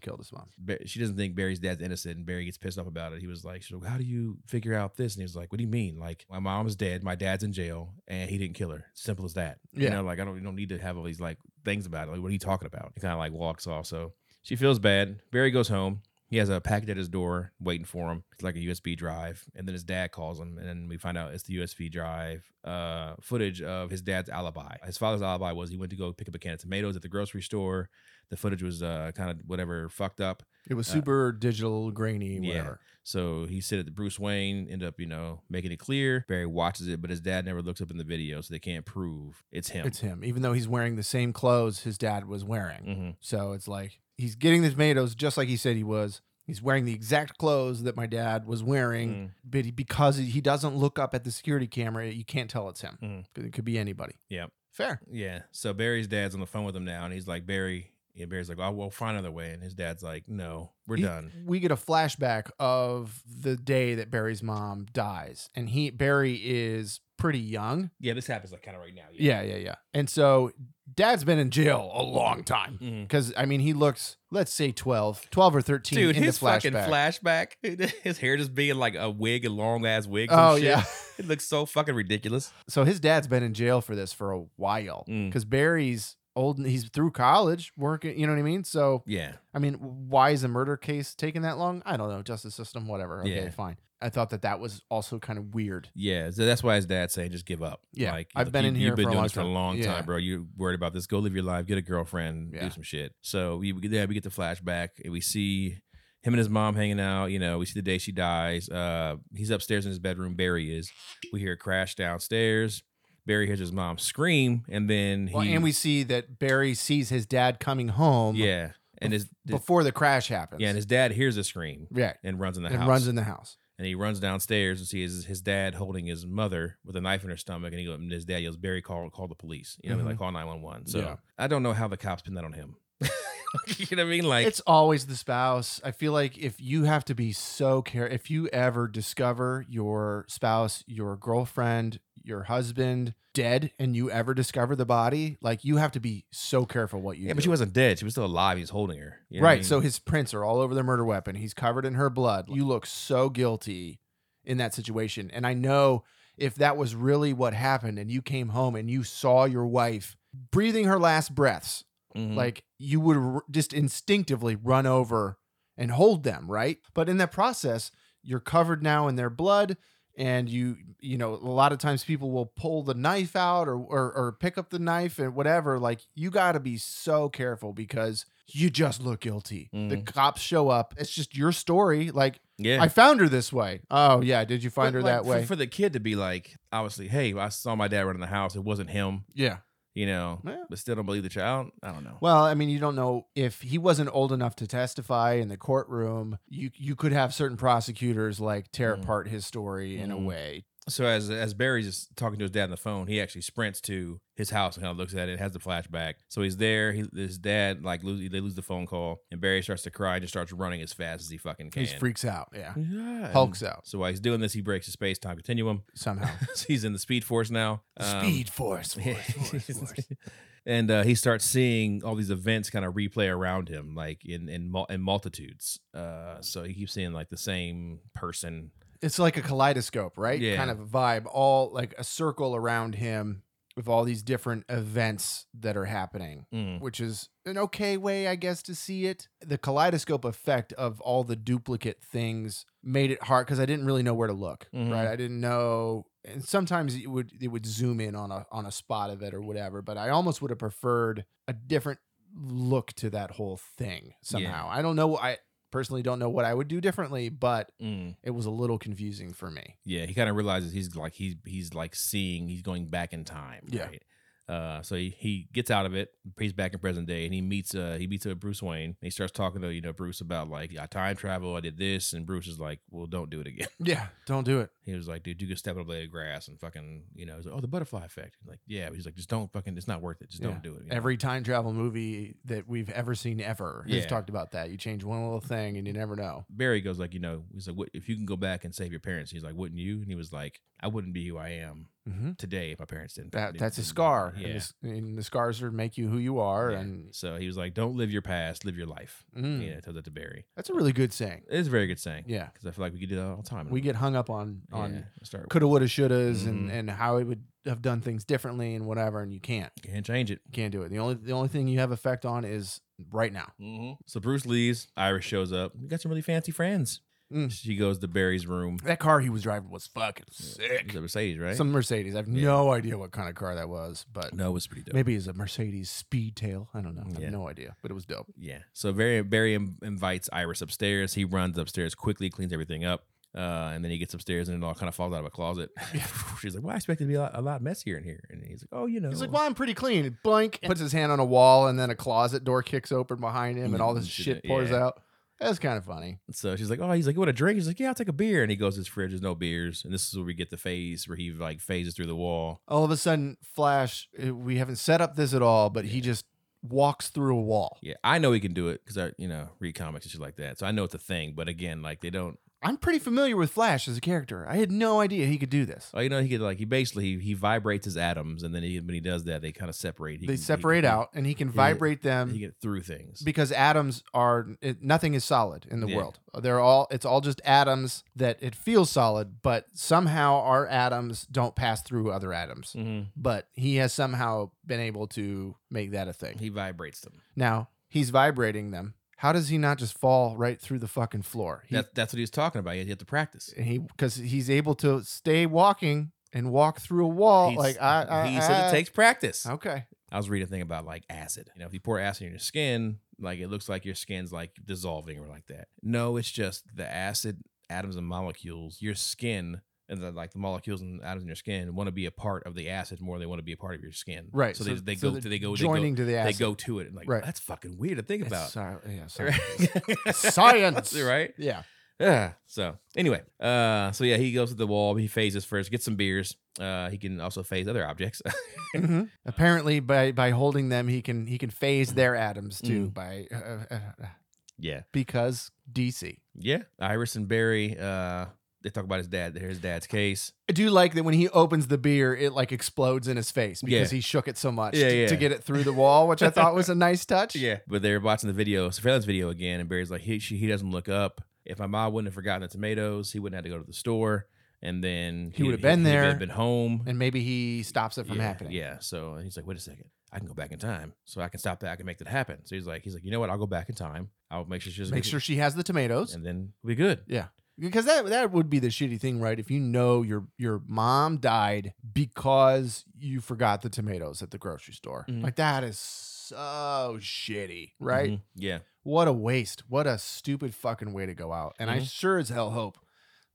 Speaker 1: killed his mom.
Speaker 2: Ba- she doesn't think Barry's dad's innocent, and Barry gets pissed off about it. He was like, "So how do you figure out this?" And he was like, "What do you mean? Like my mom's dead, my dad's in jail, and he didn't kill her. Simple as that. You
Speaker 1: Yeah.
Speaker 2: know, like I don't, you don't need to have all these like things about it. Like what are you talking about?" He kind of like walks off. So she feels bad. Barry goes home. He has a package at his door waiting for him. It's like a USB drive, and then his dad calls him, and then we find out it's the USB drive uh, footage of his dad's alibi. His father's alibi was he went to go pick up a can of tomatoes at the grocery store. The footage was uh, kind of whatever fucked up.
Speaker 1: It was
Speaker 2: Uh,
Speaker 1: super digital, grainy,
Speaker 2: yeah.
Speaker 1: whatever.
Speaker 2: So he said that Bruce Wayne ended up, you know, making it clear. Barry watches it, but his dad never looks up in the video, so they can't prove it's him.
Speaker 1: It's him, even though he's wearing the same clothes his dad was wearing.
Speaker 2: hmm
Speaker 1: So it's like he's getting the tomatoes just like he said he was. He's wearing the exact clothes that my dad was wearing,
Speaker 2: Mm.
Speaker 1: but he, because he doesn't look up at the security camera, you can't tell it's him.
Speaker 2: Mm.
Speaker 1: It could be anybody.
Speaker 2: Yep.
Speaker 1: Fair.
Speaker 2: Yeah. So Barry's dad's on the phone with him now, and he's like, Barry, and Barry's like, oh, we'll find another way. And his dad's like, no, we're
Speaker 1: He-
Speaker 2: done.
Speaker 1: We get a flashback of the day that Barry's mom dies, and he Barry is pretty young.
Speaker 2: Yeah, this happens like kind of right now.
Speaker 1: Yeah, yeah, yeah. And so dad's been in jail a long time.
Speaker 2: Mhm.
Speaker 1: Because I mean, he looks, let's say 12, 12 or 13
Speaker 2: Dude,
Speaker 1: in
Speaker 2: his
Speaker 1: the flashback.
Speaker 2: fucking flashback, his hair just being like a wig, a long ass wig. some
Speaker 1: oh
Speaker 2: shit.
Speaker 1: yeah.
Speaker 2: It looks so fucking ridiculous.
Speaker 1: So his dad's been in jail for this for a while
Speaker 2: Mm.
Speaker 1: because Barry's old. and He's through college working. You know what I mean? So
Speaker 2: Yeah.
Speaker 1: I mean, why is a murder case taking that long? I don't know. Justice system, whatever. Okay,
Speaker 2: Yeah.
Speaker 1: fine. I thought that that was also kind of weird.
Speaker 2: Yeah, so that's why his dad's saying just give up.
Speaker 1: Yeah,
Speaker 2: like
Speaker 1: I've
Speaker 2: look,
Speaker 1: been
Speaker 2: you,
Speaker 1: in
Speaker 2: You've
Speaker 1: here
Speaker 2: been
Speaker 1: for a
Speaker 2: doing
Speaker 1: long
Speaker 2: this for a
Speaker 1: time.
Speaker 2: long
Speaker 1: Yeah.
Speaker 2: time, bro. You're worried about this. Go live your life. Get a girlfriend.
Speaker 1: Yeah.
Speaker 2: Do some shit. So we yeah, we get the flashback and we see him and his mom hanging out. You know, we see the day she dies. Uh, he's upstairs in his bedroom. Barry is. We hear a crash downstairs. Barry hears his mom scream, and then he
Speaker 1: Well, and we see that Barry sees his dad coming home
Speaker 2: yeah, and his
Speaker 1: before the crash happens.
Speaker 2: yeah, and his dad hears a scream
Speaker 1: yeah,
Speaker 2: and runs in the
Speaker 1: and
Speaker 2: house.
Speaker 1: runs in the house.
Speaker 2: and he runs downstairs and sees his, his dad holding his mother with a knife in her stomach, and he goes, and his dad yells, "Barry, call call the police!" You know,
Speaker 1: Mhm.
Speaker 2: like call nine one one. So
Speaker 1: Yeah.
Speaker 2: I don't know how the cops pin that on him. you know what I mean? Like
Speaker 1: it's always the spouse. I feel like if you have to be so care, if you ever discover your spouse, your girlfriend, your husband dead, and you ever discover the body, like you have to be so careful what you.
Speaker 2: Yeah, but she
Speaker 1: do.
Speaker 2: wasn't dead. She was still alive. He was holding her. You know what I
Speaker 1: right.
Speaker 2: mean?
Speaker 1: So his prints are all over the murder weapon. He's covered in her blood. You look so guilty in that situation. And I know if that was really what happened and you came home and you saw your wife breathing her last breaths,
Speaker 2: Mhm.
Speaker 1: like you would r- just instinctively run over and hold them, right? But in that process, you're covered now in their blood and you you know a lot of times people will pull the knife out or or, or pick up the knife and whatever like you got to be so careful because you just look guilty the
Speaker 2: Mhm.
Speaker 1: cops show up it's just your story like
Speaker 2: yeah.
Speaker 1: i found her this way oh yeah did you
Speaker 2: But,
Speaker 1: find her
Speaker 2: like,
Speaker 1: that
Speaker 2: for-
Speaker 1: way
Speaker 2: For, the kid to be like, obviously, hey, I saw my dad running the house. It wasn't him.
Speaker 1: yeah
Speaker 2: You know,
Speaker 1: Yeah.
Speaker 2: but still don't believe the child. I don't know.
Speaker 1: Well, I mean, you don't know if he wasn't old enough to testify in the courtroom. You you could have certain prosecutors like tear
Speaker 2: Mm.
Speaker 1: apart his story in a
Speaker 2: Mm.
Speaker 1: way.
Speaker 2: so as as Barry's just talking to his dad on the phone, he actually sprints to his house and kind of looks at it. Has the flashback. So he's there. He, his dad like lose, they lose the phone call, and Barry starts to cry and just starts running as fast as he fucking can.
Speaker 1: He freaks out, yeah,
Speaker 2: Yeah.
Speaker 1: hulks out
Speaker 2: So while he's doing this, he breaks the space time continuum.
Speaker 1: somehow.
Speaker 2: so he's in the Speed Force now. Um,
Speaker 1: Speed force,
Speaker 2: Yeah.
Speaker 1: force, force, force.
Speaker 2: and uh, he starts seeing all these events kind of replay around him, like in in, mul- in multitudes. Uh, so he keeps seeing like the same person.
Speaker 1: It's like a kaleidoscope, right?
Speaker 2: Yeah.
Speaker 1: Kind of vibe, all like a circle around him with all these different events that are happening.
Speaker 2: Mm.
Speaker 1: Which is an okay way, I guess, to see it. The kaleidoscope effect of all the duplicate things made it hard because I didn't really know where to look.
Speaker 2: Mhm.
Speaker 1: Right, I didn't know, and sometimes it would it would zoom in on a on a spot of it or whatever. But I almost would have preferred a different look to that whole thing somehow. I don't know. I personally don't know what I would do differently, but
Speaker 2: Mm.
Speaker 1: it was a little confusing for me.
Speaker 2: Yeah, he kind of realizes he's like he's he's like seeing he's going back in time.
Speaker 1: Yeah.
Speaker 2: Right? Uh, so he, he gets out of it. He's back in present day, and he meets uh he meets uh, Bruce Wayne. And he starts talking to you know Bruce about like I time travel. I did this, and Bruce is like, well, don't do it again.
Speaker 1: Yeah, don't do it.
Speaker 2: He was like, dude, you could step on a blade of grass and fucking, you know, he's like, oh, the butterfly effect. He's like, yeah. But he's like, just don't fucking, it's not worth it. Just
Speaker 1: Yeah.
Speaker 2: don't do it. you know?
Speaker 1: Every time travel movie that we've ever seen ever has
Speaker 2: Yeah.
Speaker 1: talked about that. You change one little thing and you never know.
Speaker 2: Barry goes like, you know, he's like, what, if you can go back and save your parents, he's like, wouldn't you? And he was like, I wouldn't be who I am
Speaker 1: Mm-hmm.
Speaker 2: today if my parents didn't.
Speaker 1: That
Speaker 2: didn't-
Speaker 1: that's a
Speaker 2: didn't-
Speaker 1: scar.
Speaker 2: Yeah.
Speaker 1: And, the, and the scars are make you who you are.
Speaker 2: Yeah.
Speaker 1: And
Speaker 2: so he was like, don't live your past, live your life.
Speaker 1: mm,
Speaker 2: Yeah, tells that to Barry.
Speaker 1: that's a really good saying.
Speaker 2: It's a very good saying.
Speaker 1: Yeah.
Speaker 2: Because I feel like we could do that all the time.
Speaker 1: We get hung up on on
Speaker 2: Yeah, start.
Speaker 1: coulda, woulda, shouldas, and
Speaker 2: Mhm.
Speaker 1: Mm.
Speaker 2: uh, "Oh,
Speaker 1: Oh. Mm-hmm.
Speaker 2: "Oh," Oh, I was reading a thing about like acid. You
Speaker 1: eh, Mm-hmm.
Speaker 2: know, if you pour acid on your skin, like it looks like your skin's like dissolving or like that. No, it's just the acid atoms and molecules. Your skin and the, like the molecules and atoms in your skin want to be a part of the acid more than they want to be a part of your skin.
Speaker 1: Right.
Speaker 2: So, they, they, go,
Speaker 1: they're
Speaker 2: they go they go
Speaker 1: joining to the
Speaker 2: they
Speaker 1: acid.
Speaker 2: go to it and like
Speaker 1: Right.
Speaker 2: that's fucking weird to think
Speaker 1: It's
Speaker 2: about.
Speaker 1: sci- yeah, science.
Speaker 2: Right?
Speaker 1: Science.
Speaker 2: right?
Speaker 1: yeah.
Speaker 2: Yeah. So anyway, uh, so yeah, he goes to the wall. He phases first, gets some beers. Uh, he can also phase other objects.
Speaker 1: Mhm. Apparently, by by holding them, he can he can phase their atoms too.
Speaker 2: Mm.
Speaker 1: By uh, uh, uh,
Speaker 2: yeah,
Speaker 1: because DC.
Speaker 2: yeah. Iris and Barry. Uh, they talk about his dad. His dad's case.
Speaker 1: I do like that when he opens the beer, it like explodes in his face because
Speaker 2: Yeah.
Speaker 1: he shook it so much
Speaker 2: Yeah,
Speaker 1: to,
Speaker 2: yeah.
Speaker 1: to get it through the wall, which I thought was a nice touch.
Speaker 2: But they're watching the video, surveillance video again, and Barry's like, he she, he doesn't look up. If my mom wouldn't have forgotten the tomatoes, he wouldn't have to go to the store, and then
Speaker 1: He would've been
Speaker 2: he'd
Speaker 1: there.
Speaker 2: been home,
Speaker 1: And maybe he stops it from
Speaker 2: yeah,
Speaker 1: happening.
Speaker 2: Yeah. So and he's like, wait a second. I can go back in time. So I can stop that. I can make that happen. So he's like, he's like, you know what? I'll go back in time. I'll make sure she doesn't
Speaker 1: Make
Speaker 2: get-
Speaker 1: sure she has the tomatoes.
Speaker 2: and then we'll be good.
Speaker 1: Because that that would be the shitty thing, right? If you know your your mom died because you forgot the tomatoes at the grocery store.
Speaker 2: Mhm.
Speaker 1: Like that is so shitty, right?
Speaker 2: Mhm. Yeah.
Speaker 1: What a waste. What a stupid fucking way to go out. And I
Speaker 2: Mhm.
Speaker 1: sure as hell hope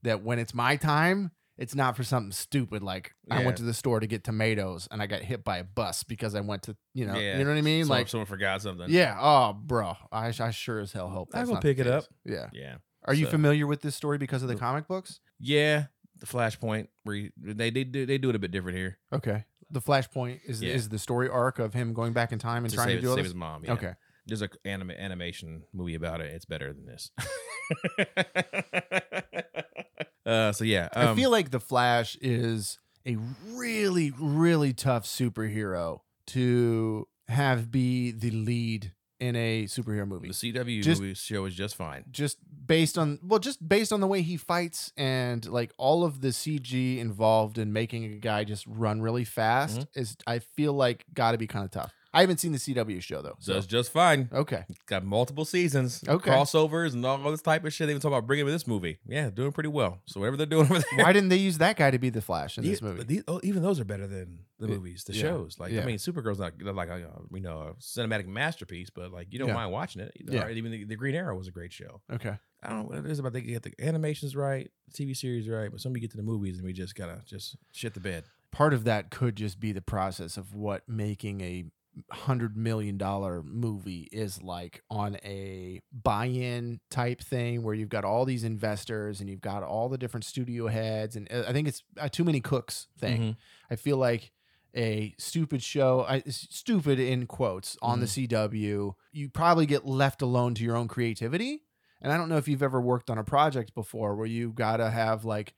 Speaker 1: that when it's my time, it's not for something stupid like I
Speaker 2: Yeah.
Speaker 1: went to the store to get tomatoes and I got hit by a bus because I went to, you know,
Speaker 2: Yeah.
Speaker 1: you know what I mean?
Speaker 2: Someone-
Speaker 1: like,
Speaker 2: someone forgot something.
Speaker 1: yeah, oh, bro. I, I sure as hell hope
Speaker 2: I
Speaker 1: that's
Speaker 2: will
Speaker 1: not the
Speaker 2: pick it
Speaker 1: case.
Speaker 2: up.
Speaker 1: Yeah.
Speaker 2: Yeah.
Speaker 1: Are you
Speaker 2: So-
Speaker 1: familiar with this story because of the
Speaker 2: Nope.
Speaker 1: comic books?
Speaker 2: Yeah. The flashpoint where you- they they do they do it a bit different here
Speaker 1: Okay. The Flashpoint is
Speaker 2: Yeah.
Speaker 1: is the story arc of him going back in time and
Speaker 2: to
Speaker 1: trying
Speaker 2: save,
Speaker 1: to do all
Speaker 2: save
Speaker 1: this.
Speaker 2: his mom. yeah.
Speaker 1: Okay.
Speaker 2: There's a anima- animation movie about it. It's better than this. uh, so yeah,
Speaker 1: I
Speaker 2: um,
Speaker 1: feel like the Flash is a really really tough superhero to have be the lead in a superhero movie.
Speaker 2: the CW
Speaker 1: just-
Speaker 2: movie show is just fine.
Speaker 1: Just based on well just based on the way he fights and like all of the CG involved in making a guy just run really fast
Speaker 2: Mm-hmm.
Speaker 1: is I feel like got to be kind of tough. I haven't seen the CW show though.
Speaker 2: So
Speaker 1: So
Speaker 2: it's just fine.
Speaker 1: okay.
Speaker 2: Got multiple seasons,
Speaker 1: Okay.
Speaker 2: crossovers, and all this type of shit. They even talk about bringing in this movie. Yeah, doing pretty well. So whatever they're doing over there,
Speaker 1: Why didn't they use that guy to be the Flash in this
Speaker 2: Yeah,
Speaker 1: movie?
Speaker 2: but these- oh, even those are better than the
Speaker 1: Yeah.
Speaker 2: movies, the
Speaker 1: Yeah.
Speaker 2: shows. Like
Speaker 1: Yeah.
Speaker 2: I mean, Supergirl's not not like a, uh, you know a cinematic masterpiece, but like you don't
Speaker 1: Yeah.
Speaker 2: mind watching it.
Speaker 1: Yeah.
Speaker 2: Or Even the, the Green Arrow was a great show.
Speaker 1: Okay.
Speaker 2: I don't know what it is about. They get the animations right, the TV series right, but somebody get to the movies and we just gotta just shit the bed.
Speaker 1: part of that could just be the process of what making a hundred million dollar movie is like on a buy-in type thing where you've got all these investors and you've got all the different studio heads and uh, i think it's a too many cooks
Speaker 2: Mm-hmm.
Speaker 1: thing i feel like a stupid show I, s- stupid in quotes on the cw you probably get left alone to your own creativity and i don't know if you've ever worked on a project before where you gotta have like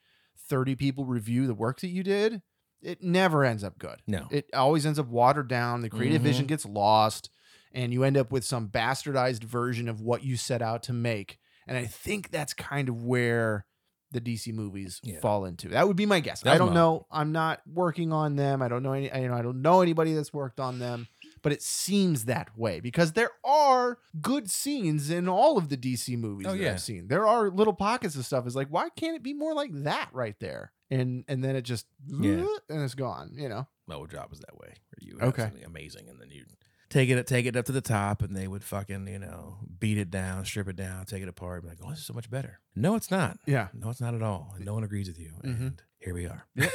Speaker 1: 30 people review the work that you did it never ends up good
Speaker 2: No.
Speaker 1: it always ends up watered down the creative
Speaker 2: Mhm.
Speaker 1: vision gets lost and you end up with some bastardized version of what you set out to make and i think that's kind of where the dc movies
Speaker 2: Yeah.
Speaker 1: fall into that would be my guess
Speaker 2: That's
Speaker 1: i don't
Speaker 2: mine.
Speaker 1: know i'm not working on them i don't know any I, you know i don't know anybody that's worked on them but it seems that way because there are good scenes in all of the DC movies
Speaker 2: Oh,
Speaker 1: that
Speaker 2: yeah.
Speaker 1: I've seen. There are little pockets of stuff. Is like, why can't it be more like that right there? And and then it just
Speaker 2: Yeah.
Speaker 1: and it's gone. You know.
Speaker 2: Melwood Job was that way. Where you would have
Speaker 1: Okay.
Speaker 2: something amazing and then you take it take it up to the top and they would fucking you know beat it down, strip it down, take it apart, and be like, oh, this is so much better. No, it's not.
Speaker 1: Yeah.
Speaker 2: No, it's not at all. And no one agrees with you.
Speaker 1: Mhm.
Speaker 2: And here we are.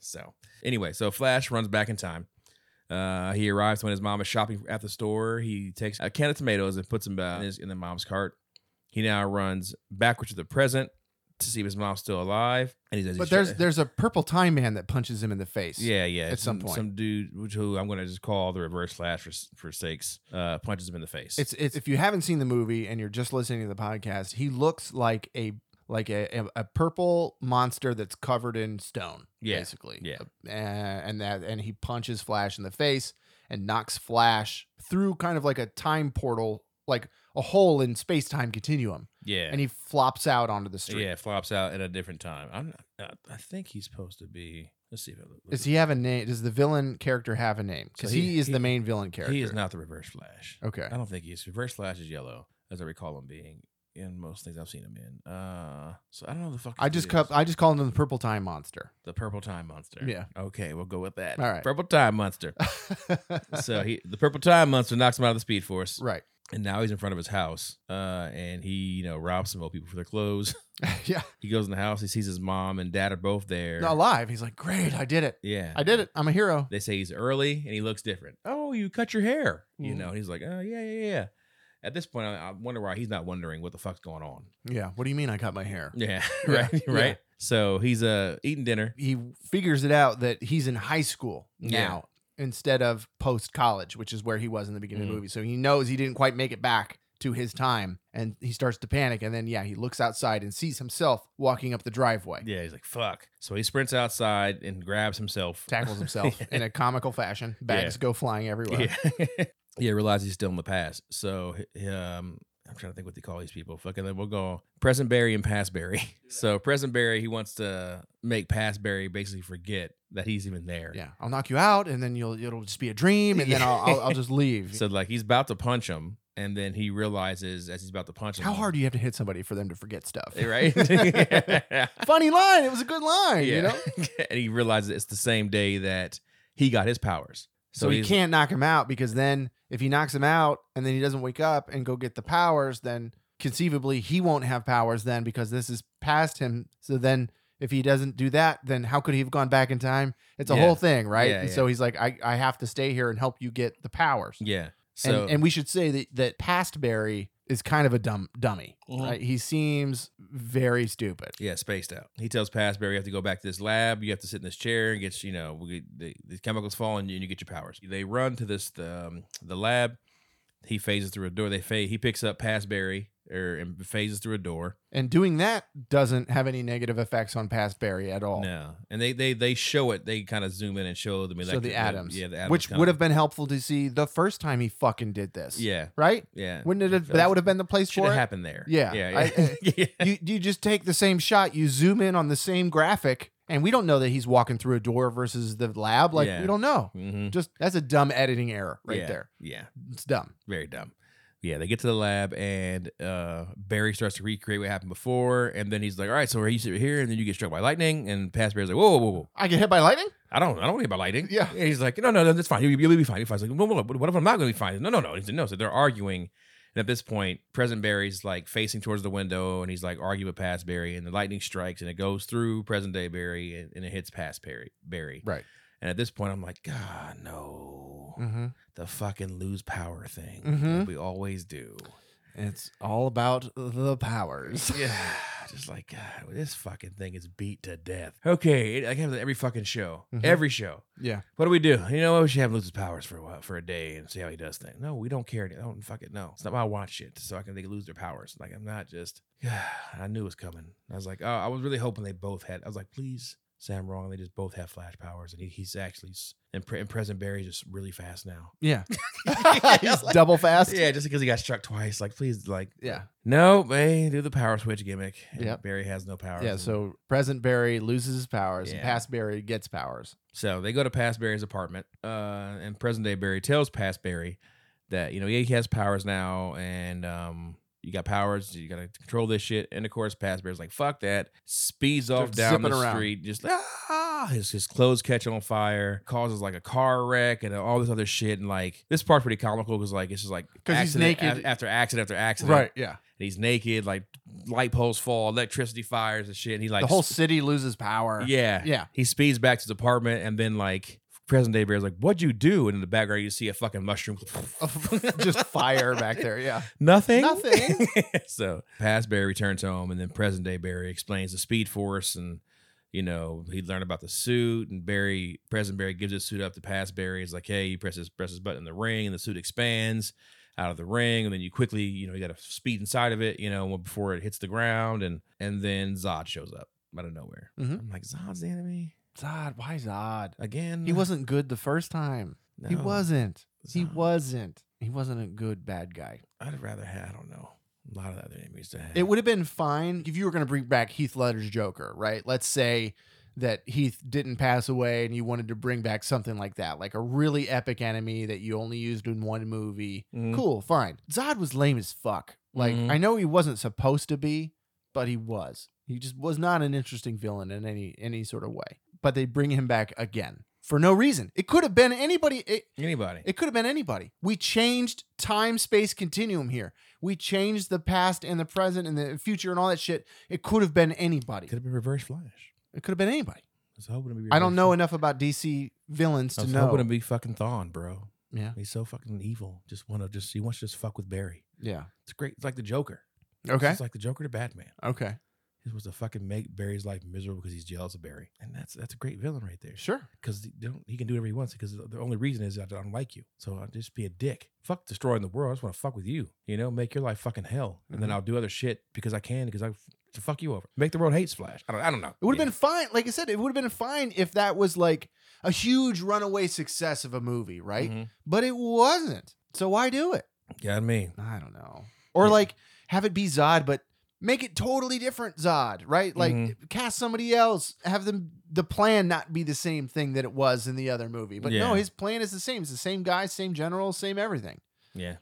Speaker 2: so, anyway, so Flash runs back in time. Uh, he arrives when his mom is shopping at the store. He takes a can of tomatoes and puts them uh, in, his, in the mom's cart. He now runs backwards to the present to see if his mom's still alive. And he says,
Speaker 1: But there's there's a purple time man that punches him in the face.
Speaker 2: yeah, yeah.
Speaker 1: at some point.
Speaker 2: some dude which who I'm gonna just call the reverse Flash for s- for sakes uh, punches him in the face.
Speaker 1: It's it's if you haven't seen the movie and you're just listening to the podcast, he looks like a like a, a, a purple monster that's covered in stone,
Speaker 2: Yeah.
Speaker 1: basically.
Speaker 2: Yeah.
Speaker 1: Uh, and that and he punches Flash in the face and knocks Flash through kind of like a time portal, like a hole in space time continuum,
Speaker 2: yeah,
Speaker 1: and he flops out onto the street.
Speaker 2: yeah flops out at a different time. I'm not, I think he's supposed to be. Let's see if it
Speaker 1: Does he have a name? Does the villain character have a name? Because
Speaker 2: So
Speaker 1: he,
Speaker 2: he-
Speaker 1: is
Speaker 2: he-
Speaker 1: the main villain character.
Speaker 2: He is not the reverse Flash.
Speaker 1: Okay.
Speaker 2: I don't think he is. Reverse Flash is yellow, as I recall him being. in most things I've seen him in. Uh, so I don't know the fuck.
Speaker 1: I just
Speaker 2: cup
Speaker 1: cup, I just call him the purple time monster.
Speaker 2: the purple time monster.
Speaker 1: Yeah.
Speaker 2: Okay, we'll go with that.
Speaker 1: All right.
Speaker 2: Purple time monster. so he the purple time monster knocks him out of the speed force,
Speaker 1: right.
Speaker 2: and now he's in front of his house. Uh, and he you know robs some old people for their clothes.
Speaker 1: yeah.
Speaker 2: He goes in the house. He sees his mom and dad are both there.
Speaker 1: Not alive. He's like, great, I did it.
Speaker 2: yeah,
Speaker 1: I did it. I'm a hero.
Speaker 2: They say he's early and he looks different. Oh, you cut your hair. You
Speaker 1: Mhm.
Speaker 2: know, he's like, oh, yeah, yeah, yeah. At this point, I, I wonder why he's not wondering what the fuck's going on.
Speaker 1: Yeah. What do you mean I cut my hair?
Speaker 2: Yeah,
Speaker 1: Yeah,
Speaker 2: right,
Speaker 1: yeah.
Speaker 2: right. So he's uh, eating dinner.
Speaker 1: He figures it out that he's in high school
Speaker 2: Yeah.
Speaker 1: now instead of post college, which is where he was in the beginning
Speaker 2: Mhm.
Speaker 1: of the movie. So he knows he didn't quite make it back to his time and he starts to panic. And then, yeah, he looks outside and sees himself walking up the driveway,
Speaker 2: Yeah, he's like, fuck. So he sprints outside and grabs himself.
Speaker 1: tackles himself in a comical fashion. Bags go flying everywhere.
Speaker 2: Yeah. yeah, realizes he's still in the past. So he- um, I'm trying to think what they call these people. Fucking, then we'll go Present Barry and Past Barry. So Present Barry, he wants to make Past Barry basically forget that he's even there.
Speaker 1: Yeah, I'll knock you out, and then you'll it'll just be a dream, and then I'll I'll, I'll just leave.
Speaker 2: So like he's about to punch him, and then he realizes as he's about to punch him, eh,
Speaker 1: How hard do you have to hit somebody for them to forget stuff?
Speaker 2: right? yeah.
Speaker 1: Funny line. It was a good line. You know.
Speaker 2: and he realizes it's the same day that he got his powers,
Speaker 1: So, he
Speaker 2: he's-
Speaker 1: can't knock him out because then if he knocks him out and then he doesn't wake up and go get the powers, then conceivably he won't have powers then because this is past him. So then if he doesn't do that, then how could he have gone back in time? It's a
Speaker 2: Yeah.
Speaker 1: whole thing, right?
Speaker 2: Yeah,
Speaker 1: and
Speaker 2: yeah.
Speaker 1: so he's like, I, I have to stay here and help you get the powers.
Speaker 2: Yeah. So
Speaker 1: and, and we should say that that past Barry is kind of a dumb dummy.
Speaker 2: Mhm.
Speaker 1: Right? He seems very stupid.
Speaker 2: yeah, spaced out. He tells Past Barry, "You have to go back to this lab. You have to sit in this chair and get you know we, the, the chemicals fall and you, and you get your powers." They run to this the, um, the lab. He phases through a door. They phase. He picks up Past Barry or and phases through a door.
Speaker 1: And doing that doesn't have any negative effects on past Barry at all.
Speaker 2: No, and they they they show it. They kind of zoom in and show them.
Speaker 1: So the atoms,
Speaker 2: yeah, the atoms,
Speaker 1: which
Speaker 2: kinda-
Speaker 1: would have been helpful to see the first time he fucking did this.
Speaker 2: yeah,
Speaker 1: Right?
Speaker 2: yeah.
Speaker 1: Wouldn't it have that would have been the place
Speaker 2: should
Speaker 1: for
Speaker 2: have
Speaker 1: it?
Speaker 2: happened there?
Speaker 1: Yeah,
Speaker 2: yeah,
Speaker 1: I-
Speaker 2: yeah. Yeah.
Speaker 1: You you just take the same shot, you zoom in on the same graphic, and we don't know that he's walking through a door versus the lab. Like
Speaker 2: Yeah.
Speaker 1: we don't know.
Speaker 2: Mhm.
Speaker 1: Just that's a dumb editing error right
Speaker 2: Yeah.
Speaker 1: there.
Speaker 2: yeah,
Speaker 1: It's dumb.
Speaker 2: very dumb. Yeah, they get to the lab and uh, Barry starts to recreate what happened before, and then he's like, "All right, so you sit here, and then you get struck by lightning." And past Barry's like, "Whoa, whoa, whoa, whoa.
Speaker 1: I get hit by lightning?
Speaker 2: I don't, I don't want to hear about lightning."
Speaker 1: Yeah.
Speaker 2: and he's like, "No, no, no, that's fine. You'll, you'll be fine. You'll be fine." He's like, "Well, what, what if I'm not going to be fine?" No, no, no. He said, "No." So they're arguing, and at this point, Present Barry's like facing towards the window, and he's like arguing with Past Barry, and the lightning strikes, and it goes through Present Day Barry, and, and it hits Past Barry. Barry.
Speaker 1: Right.
Speaker 2: And at this point, I'm like, God, no.
Speaker 1: Mm-hmm.
Speaker 2: The fucking lose power thing.
Speaker 1: Mhm.
Speaker 2: that We always do.
Speaker 1: It's all about the powers.
Speaker 2: Yeah. Just like, God, this fucking thing is beat to death. Okay. It, I have every fucking show.
Speaker 1: Mhm.
Speaker 2: Every show.
Speaker 1: Yeah.
Speaker 2: What do we do? You know what? We should have him lose his powers for a while, for a day and see how he does things. No, we don't care. I don't fuck it. No, it's not why I watch it. So I can they can lose their powers. Like I'm not just. I knew it was coming. I was like, oh, I was really hoping they both had. I was like, please say I'm wrong. They just both have flash powers, and he, he's actually s- and, pre, and President Barry's just really fast now.
Speaker 1: Yeah.
Speaker 2: Yeah,
Speaker 1: He's
Speaker 2: like-
Speaker 1: double fast.
Speaker 2: Yeah, just because he got struck twice. Like, please, like,
Speaker 1: Yeah.
Speaker 2: no, they do the power switch gimmick. and
Speaker 1: Yep.
Speaker 2: Barry has no powers.
Speaker 1: Yeah,
Speaker 2: and-
Speaker 1: so present Barry loses his powers, and
Speaker 2: Yeah.
Speaker 1: past Barry gets powers.
Speaker 2: So they go to Past Barry's apartment, uh, and present day Barry tells Past Barry that you know yeah, he has powers now, and um, you got powers, you gotta control this shit. And of course, Past Barry's like, "Fuck that!" Speeds off
Speaker 1: Starts
Speaker 2: down
Speaker 1: zipping
Speaker 2: the
Speaker 1: around.
Speaker 2: street, just ah, his his clothes catch on fire, causes like a car wreck and all this other shit. And like this part's pretty comical because like it's just like
Speaker 1: 'Cause he's
Speaker 2: accident
Speaker 1: naked.
Speaker 2: a- after accident after accident,
Speaker 1: yeah.
Speaker 2: And he's naked, like light poles fall, electricity fires and shit. And he like
Speaker 1: the whole city loses power.
Speaker 2: yeah.
Speaker 1: Yeah.
Speaker 2: He speeds back to his apartment and then like present day bear's like, What'd you do? And in the background you see a fucking mushroom.
Speaker 1: Just fire back there. Yeah.
Speaker 2: Nothing.
Speaker 1: Nothing.
Speaker 2: so past Barry returns home and then present day Barry explains the speed force and you know, he learned about the suit and Barry present Barry gives his suit up to past Barry. He's like, Hey, you press this press this button in the ring and the suit expands out of the ring and then you quickly, you know, you gotta speed inside of it, you know, before it hits the ground and and then Zod shows up out of nowhere.
Speaker 1: Mhm.
Speaker 2: I'm like, Zod's the enemy?
Speaker 1: Zod, why Zod?
Speaker 2: Again.
Speaker 1: He wasn't good the first time. He
Speaker 2: No.
Speaker 1: wasn't. He
Speaker 2: Zod.
Speaker 1: wasn't. He wasn't a good bad guy.
Speaker 2: I'd rather have. I don't know. A lot of other enemies to have.
Speaker 1: It would have been fine if you were going to bring back Heath Ledger's Joker, right? Let's say that Heath didn't pass away and you wanted to bring back something like that, like a really epic enemy that you only used in one movie.
Speaker 2: Mhm.
Speaker 1: Cool, fine. Zod was lame as fuck. Like
Speaker 2: Mhm.
Speaker 1: I know he wasn't supposed to be, but he was. He just was not an interesting villain in any any sort of way. But they bring him back again for no reason. It could have been anybody. It,
Speaker 2: Anybody.
Speaker 1: it could have been anybody. We changed time space continuum here. We changed the past and the present and the future and all that shit. It could have been anybody.
Speaker 2: Could have been Reverse Flash.
Speaker 1: It could have been anybody.
Speaker 2: I was hoping to be.
Speaker 1: I don't
Speaker 2: Reverse
Speaker 1: know
Speaker 2: Flash.
Speaker 1: enough about DC villains
Speaker 2: I
Speaker 1: to
Speaker 2: was
Speaker 1: know.
Speaker 2: hoping to be fucking Thawne, bro.
Speaker 1: yeah,
Speaker 2: He's so fucking evil. Just want to just he wants to just fuck with Barry.
Speaker 1: yeah.
Speaker 2: It's great. It's like the Joker.
Speaker 1: Okay,
Speaker 2: It's like the Joker to Batman.
Speaker 1: okay,
Speaker 2: He was to fucking make Barry's life miserable because he's jealous of Barry, and that's that's a great villain right there.
Speaker 1: sure.
Speaker 2: Because he can do whatever he wants. Because the only reason is I don't like you. So I'll just be a dick. Fuck destroying the world. I just want to fuck with you. You know, make your life fucking hell, and then
Speaker 1: Mhm.
Speaker 2: I'll do other shit because I can because I to fuck you over. Make the world hate Flash. I don't. I don't know.
Speaker 1: It would have
Speaker 2: Yeah.
Speaker 1: been fine. Like I said, it would have been fine if that was like a huge runaway success of a movie, right?
Speaker 2: Mhm.
Speaker 1: But it wasn't. So why do it?
Speaker 2: Yeah, I mean,
Speaker 1: I don't know. Or
Speaker 2: Yeah.
Speaker 1: like have it be Zod, but make it totally different Zod, right? Like
Speaker 2: Mm-hmm.
Speaker 1: cast somebody else, have them the plan not be the same thing that it was in the other movie. But no,
Speaker 2: Yeah.
Speaker 1: his plan is the same. It's the same guy, same general, same everything.
Speaker 2: Yeah.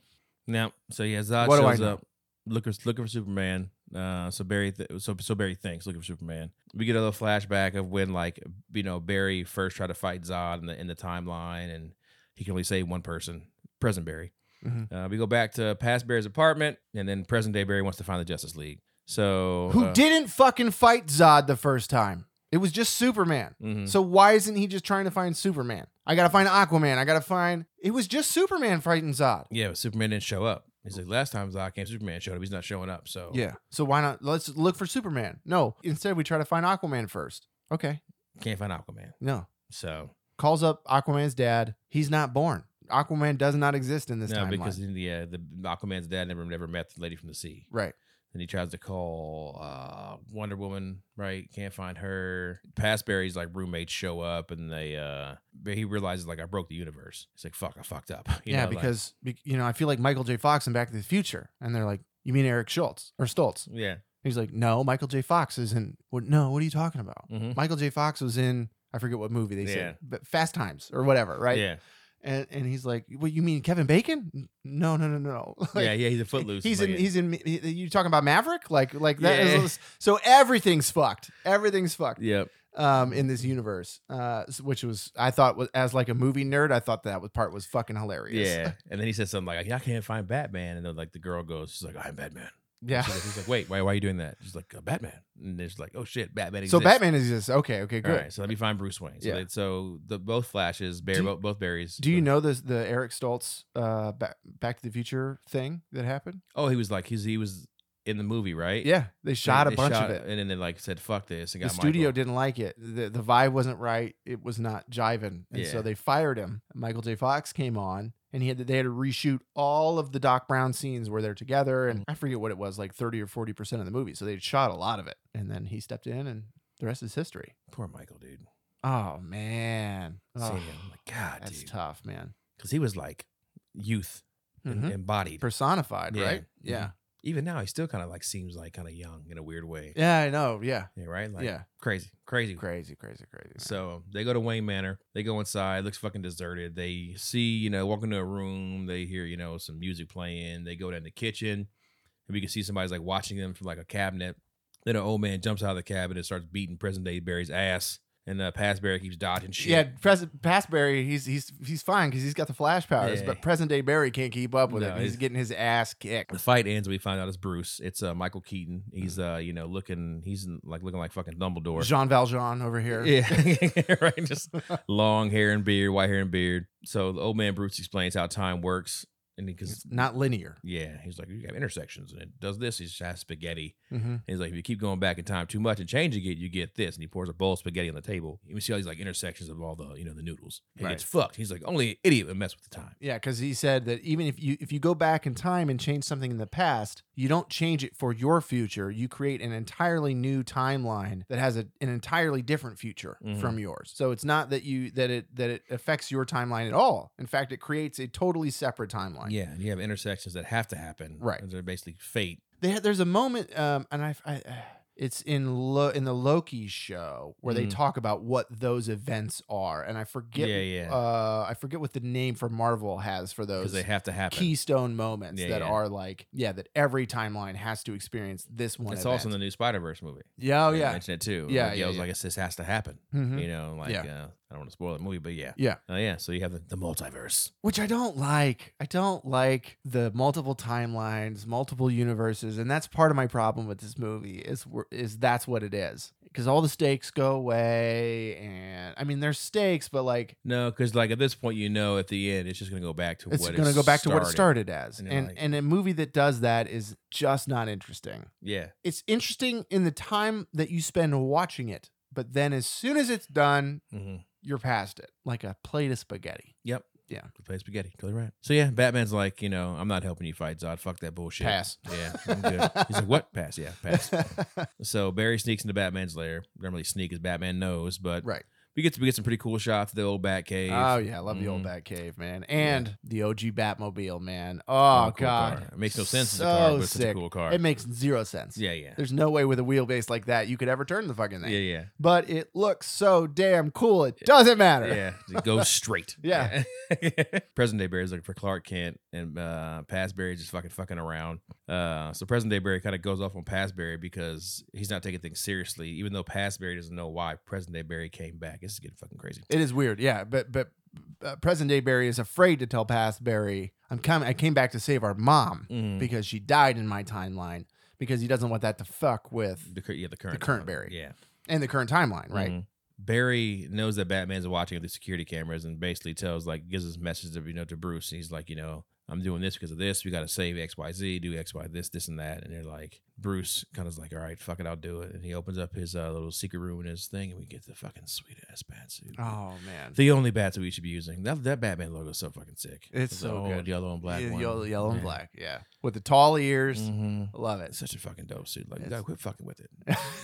Speaker 2: Now, so yeah, Zod
Speaker 1: What do I
Speaker 2: shows
Speaker 1: know?
Speaker 2: up looking looking for Superman. Uh, so Barry, th- so so Barry thinks looking for Superman. We get a little flashback of when like you know Barry first tried to fight Zod in the in the timeline, and he can only save one person, present Barry.
Speaker 1: Mhm.
Speaker 2: Uh, we go back to past Barry's apartment, and then present day Barry wants to find the Justice League. So
Speaker 1: Who
Speaker 2: uh,
Speaker 1: didn't fucking fight Zod the first time? It was just Superman.
Speaker 2: mhm.
Speaker 1: So why isn't he just trying to find Superman? I gotta find Aquaman. I gotta find. It was just Superman fighting Zod.
Speaker 2: yeah, but Superman didn't show up. He's like last time Zod came, Superman showed up. He's not showing up. So
Speaker 1: Yeah. So why not? Let's look for Superman. No. Instead, we try to find Aquaman first. Okay.
Speaker 2: can't find Aquaman.
Speaker 1: No.
Speaker 2: So
Speaker 1: Calls up Aquaman's dad. He's not born. Aquaman does not exist in this
Speaker 2: no,
Speaker 1: timeline.
Speaker 2: because in the uh, the Aquaman's dad never never met the lady from the sea.
Speaker 1: right.
Speaker 2: Then he tries to call uh, Wonder Woman, right? Can't find her. Past Barry's like roommates show up, and they uh, but he realizes like I broke the universe. He's like, "Fuck, I fucked up." You
Speaker 1: yeah.
Speaker 2: know, like-
Speaker 1: because be- you know, I feel like Michael J. Fox in Back to the Future, and they're like, "You mean Eric Schultz or Stoltz?"
Speaker 2: yeah,
Speaker 1: He's like, "No, Michael J. Fox is in. What, no, what are you talking about?
Speaker 2: hmm
Speaker 1: Michael J. Fox was in. I forget what movie they
Speaker 2: Yeah.
Speaker 1: said, but Fast Times or whatever, right?
Speaker 2: yeah,
Speaker 1: and and he's like, "What you mean, Kevin Bacon? N- No, no, no, no. Like,
Speaker 2: yeah, yeah. He's a footloose.
Speaker 1: He's
Speaker 2: like
Speaker 1: in.
Speaker 2: it.
Speaker 1: He's in. he- You talking about Maverick? Like, like that is
Speaker 2: Yeah.
Speaker 1: so everything's fucked. Everything's fucked.
Speaker 2: Yep.
Speaker 1: Um, in this universe, uh, s- which was I thought was as like a movie nerd, I thought that was part was fucking hilarious.
Speaker 2: Yeah, and then he says something like, "I can't find Batman," and then like the girl goes, "She's like, I'm Batman."
Speaker 1: yeah.
Speaker 2: She's like, he's like, "Wait, why? Why are you doing that?" She's like, "Uh, "Batman," and there's like, "Oh shit, Batman."
Speaker 1: So
Speaker 2: exists."
Speaker 1: Batman is just okay. Okay,
Speaker 2: All
Speaker 1: good.
Speaker 2: right, so let me find Bruce Wayne. So,
Speaker 1: Yeah.
Speaker 2: they, so the both flashes, Barry,
Speaker 1: Do you-
Speaker 2: both, both berries.
Speaker 1: Do you know this the Eric Stoltz uh back, back to the Future thing that happened?
Speaker 2: Oh, he was like he's he was in the movie, right?
Speaker 1: Yeah, they
Speaker 2: They-
Speaker 1: shot a
Speaker 2: they
Speaker 1: bunch
Speaker 2: shot-
Speaker 1: of it.
Speaker 2: and then they like said, "Fuck this." And
Speaker 1: the
Speaker 2: got
Speaker 1: studio
Speaker 2: Michael.
Speaker 1: didn't like it. The, the vibe wasn't right. It was not jiving, and
Speaker 2: Yeah.
Speaker 1: so they fired him. Michael J. Fox came on, and he had to, they had to reshoot all of the Doc Brown scenes where they're together,
Speaker 2: Mm.
Speaker 1: and I forget what it was, like thirty or forty percent of the movie. So they shot a lot of it, and then he stepped in, and the rest is history.
Speaker 2: Poor Michael, dude.
Speaker 1: Oh man,
Speaker 2: Seeing
Speaker 1: Ugh.
Speaker 2: him, I'm like God,
Speaker 1: that's
Speaker 2: dude,
Speaker 1: tough, man.
Speaker 2: because he was like youth and
Speaker 1: Mhm.
Speaker 2: embodied.
Speaker 1: Personified,
Speaker 2: Yeah.
Speaker 1: right?
Speaker 2: Mhm.
Speaker 1: Yeah,
Speaker 2: Even now, he still kind of like seems like kind of young in a weird way.
Speaker 1: yeah, I know. Yeah,
Speaker 2: Yeah, right. Like,
Speaker 1: yeah,
Speaker 2: crazy, crazy.
Speaker 1: crazy, crazy, crazy. man.
Speaker 2: So they go to Wayne Manor. They go inside. Looks fucking deserted. They see, you know, walk into a room. They hear, you know, some music playing. They go down the kitchen, and we can see somebody's like watching them from like a cabinet. Then an old man jumps out of the cabinet and starts beating present day Barry's ass. And uh, past Barry keeps dodging shit.
Speaker 1: Yeah, present past Barry, he's he's he's fine because he's got the flash powers,
Speaker 2: Yeah.
Speaker 1: but present day Barry can't keep up with
Speaker 2: No,
Speaker 1: it. He's
Speaker 2: he's-
Speaker 1: getting his ass kicked.
Speaker 2: The fight ends. We find out it's Bruce. It's uh, Michael Keaton. He's uh, you know, looking. He's like looking like fucking Dumbledore.
Speaker 1: Mm. Jean Valjean over here.
Speaker 2: Yeah, right. Just long hair and beard, white hair and beard. So the old man Bruce explains how time works, and because
Speaker 1: It's not linear.
Speaker 2: Yeah, he's like, you have intersections, and it does this. He just has spaghetti.
Speaker 1: Mm-hmm.
Speaker 2: And he's like, if you keep going back in time too much and changing it, you get this. And he pours a bowl of spaghetti on the table. You can see all these like intersections of all the you know the noodles. It
Speaker 1: Right.
Speaker 2: gets fucked. He's like, only an idiot would mess with the time.
Speaker 1: Yeah, because he said that even if you if you go back in time and change something in the past, you don't change it for your future. You create an entirely new timeline that has a, an entirely different future
Speaker 2: Mhm.
Speaker 1: from yours. So it's not that you that it that it affects your timeline at all. In fact, it creates a totally separate timeline.
Speaker 2: Yeah, and you have intersections that have to happen.
Speaker 1: Right.
Speaker 2: and they're basically fate.
Speaker 1: they had, there's a moment um and I, I It's in Lo- in the Loki show where they
Speaker 2: Mhm.
Speaker 1: talk about what those events are, and I forget.
Speaker 2: yeah, yeah.
Speaker 1: Uh, I forget what the name for Marvel has for
Speaker 2: Because
Speaker 1: those
Speaker 2: they have to happen.
Speaker 1: keystone moments
Speaker 2: Yeah,
Speaker 1: that
Speaker 2: yeah.
Speaker 1: are like, yeah, that every timeline has to experience this one.
Speaker 2: it's also in the new Spider Verse movie.
Speaker 1: yeah, oh
Speaker 2: They
Speaker 1: yeah,
Speaker 2: mentioned it too.
Speaker 1: Yeah,
Speaker 2: like,
Speaker 1: yeah,
Speaker 2: I was
Speaker 1: yeah.
Speaker 2: like, it's- this has to happen.
Speaker 1: Mhm.
Speaker 2: You know, like
Speaker 1: Yeah.
Speaker 2: uh, I don't want to spoil the movie, but yeah,
Speaker 1: Yeah.
Speaker 2: oh yeah. So you have the, the multiverse.
Speaker 1: which I don't like. I don't like the multiple timelines, multiple universes, and that's part of my problem with this movie is we're- is that's what it is because all the stakes go away, and I mean there's stakes, but like
Speaker 2: No, because like at this point, you know, at the end, it's just gonna go back to
Speaker 1: it's
Speaker 2: what
Speaker 1: going to
Speaker 2: it
Speaker 1: go back to what it started as,
Speaker 2: And
Speaker 1: and
Speaker 2: you're
Speaker 1: and,
Speaker 2: like-
Speaker 1: a movie that does that is just not interesting.
Speaker 2: Yeah,
Speaker 1: It's interesting in the time that you spend watching it, but then as soon as it's done,
Speaker 2: mm-hmm.
Speaker 1: you're past it like a plate of spaghetti.
Speaker 2: play spaghetti. Totally right. So yeah, Batman's like, you know, I'm not helping you fight Zod. Fuck that bullshit.
Speaker 1: Pass.
Speaker 2: Yeah, I'm good. He's like, what? Pass. Yeah, pass. So Barry sneaks into Batman's lair. Doesn't really sneak as Batman knows, but
Speaker 1: right.
Speaker 2: we get to we get some pretty cool shots of the old Batcave.
Speaker 1: Oh yeah, I love the old
Speaker 2: Mhm.
Speaker 1: Batcave, man, and the OG Batmobile, man.
Speaker 2: Oh,
Speaker 1: Oh,
Speaker 2: cool
Speaker 1: god,
Speaker 2: car. it makes no sense as a
Speaker 1: so
Speaker 2: car, but it's such a
Speaker 1: sick.
Speaker 2: cool car.
Speaker 1: It makes zero sense.
Speaker 2: yeah, yeah,
Speaker 1: There's no way with a wheelbase like that you could ever turn the fucking
Speaker 2: yeah,
Speaker 1: thing.
Speaker 2: yeah,
Speaker 1: But it looks so damn cool. It doesn't matter.
Speaker 2: yeah. It goes straight.
Speaker 1: Yeah.
Speaker 2: Yeah. present day Barry's looking for Clark Kent, and uh, past Barry's just fucking fucking around. Uh, so present day Barry kind of goes off on past Barry because he's not taking things seriously, even though past Barry doesn't know why present day Barry came back. This is getting fucking crazy.
Speaker 1: It is weird. Yeah, but but uh, present day Barry is afraid to tell past Barry, I'm coming. I came back to save our mom
Speaker 2: Mm.
Speaker 1: because she died in my timeline because he doesn't want that to fuck with
Speaker 2: the, cur- yeah, the current
Speaker 1: current
Speaker 2: one.
Speaker 1: Barry.
Speaker 2: Yeah.
Speaker 1: and the current timeline, right?
Speaker 2: Mhm. Barry knows that Batman's watching the security cameras and basically tells like gives his message of you know to Bruce and he's like you know I'm doing this because of this we got to save X Y Z do X Y this this and that and they're like Bruce kind of like all right fuck it I'll do it and he opens up his uh, little secret room in his thing and we get the fucking sweet ass Batsuit
Speaker 1: Oh man,
Speaker 2: the only Batsuit we should be using that that Batman logo is so fucking sick
Speaker 1: It's
Speaker 2: the
Speaker 1: so
Speaker 2: old
Speaker 1: good.
Speaker 2: yellow and black
Speaker 1: Ye-
Speaker 2: one.
Speaker 1: yellow, yellow and
Speaker 2: Yeah.
Speaker 1: black. Yeah, with the tall ears.
Speaker 2: Mhm.
Speaker 1: Love it.
Speaker 2: It's such a fucking dope suit. Like, you
Speaker 1: It's-
Speaker 2: gotta quit fucking with it.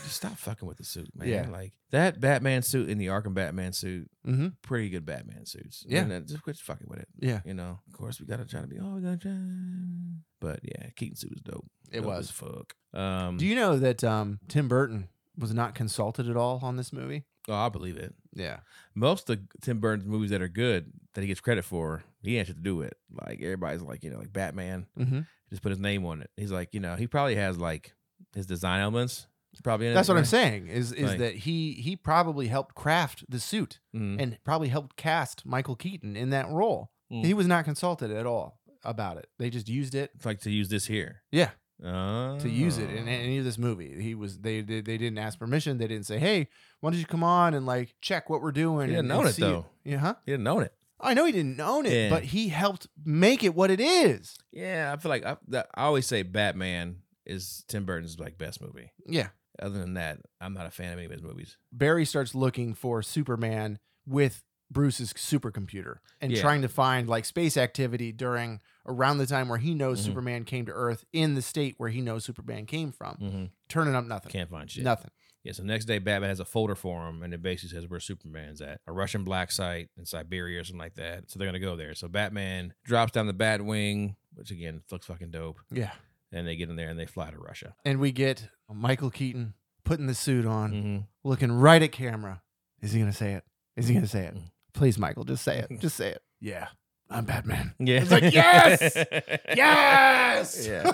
Speaker 2: Just stop fucking with the suit, man.
Speaker 1: Yeah.
Speaker 2: Like that Batman suit and the Arkham Batman suit
Speaker 1: mm-hmm.
Speaker 2: pretty good Batman suits.
Speaker 1: Yeah.
Speaker 2: And, uh, just quit fucking with it.
Speaker 1: Yeah,
Speaker 2: You know, of course we gotta try to be. Oh, we gotta try. But yeah, Keaton suit was dope.
Speaker 1: it
Speaker 2: Dope as
Speaker 1: was.
Speaker 2: fuck. Um,
Speaker 1: Do you know that um, Tim Burton was not consulted at all on this movie?
Speaker 2: oh, I believe it.
Speaker 1: Yeah,
Speaker 2: Most of Tim Burton's movies that are good that he gets credit for, he ain't shit to do with. Like everybody's like, you know, like Batman,
Speaker 1: hmm
Speaker 2: just put his name on it. He's like, you know, he probably has like his design elements. Probably in it,
Speaker 1: that's what
Speaker 2: you
Speaker 1: I'm
Speaker 2: know?
Speaker 1: saying. Is is
Speaker 2: Right.
Speaker 1: that he he probably helped craft the suit
Speaker 2: Mhm.
Speaker 1: and probably helped cast Michael Keaton in that role. He was not consulted at all about it. They just used it
Speaker 2: It's like to use this here.
Speaker 1: Yeah.
Speaker 2: Oh.
Speaker 1: to use it in any of this movie. He was they they, they didn't ask permission. They didn't say, "Hey, why don't you come on and like check what we're doing?"
Speaker 2: He didn't
Speaker 1: and, and
Speaker 2: own it
Speaker 1: see
Speaker 2: though.
Speaker 1: Yeah, huh?
Speaker 2: He didn't own it.
Speaker 1: I know he didn't own it,
Speaker 2: Yeah.
Speaker 1: but he helped make it what it is.
Speaker 2: Yeah, I feel like I, that, I always say Batman is Tim Burton's like best movie.
Speaker 1: Yeah.
Speaker 2: Other than that, I'm not a fan of any of his movies.
Speaker 1: Barry starts looking for Superman with Bruce's supercomputer and
Speaker 2: Yeah.
Speaker 1: trying to find like space activity during around the time where he knows
Speaker 2: Mhm.
Speaker 1: Superman came to Earth in the state where he knows Superman came from.
Speaker 2: Mm-hmm.
Speaker 1: Turning up nothing.
Speaker 2: Can't find shit.
Speaker 1: nothing.
Speaker 2: Yeah. So next day, Batman has a folder for him, and it basically says where Superman's at, a Russian black site in Siberia or something like that. So they're gonna go there. So Batman drops down the Batwing, which again looks fucking dope,
Speaker 1: Yeah.
Speaker 2: and they get in there and they fly to Russia.
Speaker 1: And we get Michael Keaton putting the suit on,
Speaker 2: Mm-hmm.
Speaker 1: looking right at camera. Is he gonna say it? Is he gonna say it?
Speaker 2: Mm.
Speaker 1: Please, Michael, just say it. Just say it. Mm-hmm. Yeah. I'm Batman.
Speaker 2: Yeah.
Speaker 1: It's like, yes! Yes.
Speaker 2: Yeah.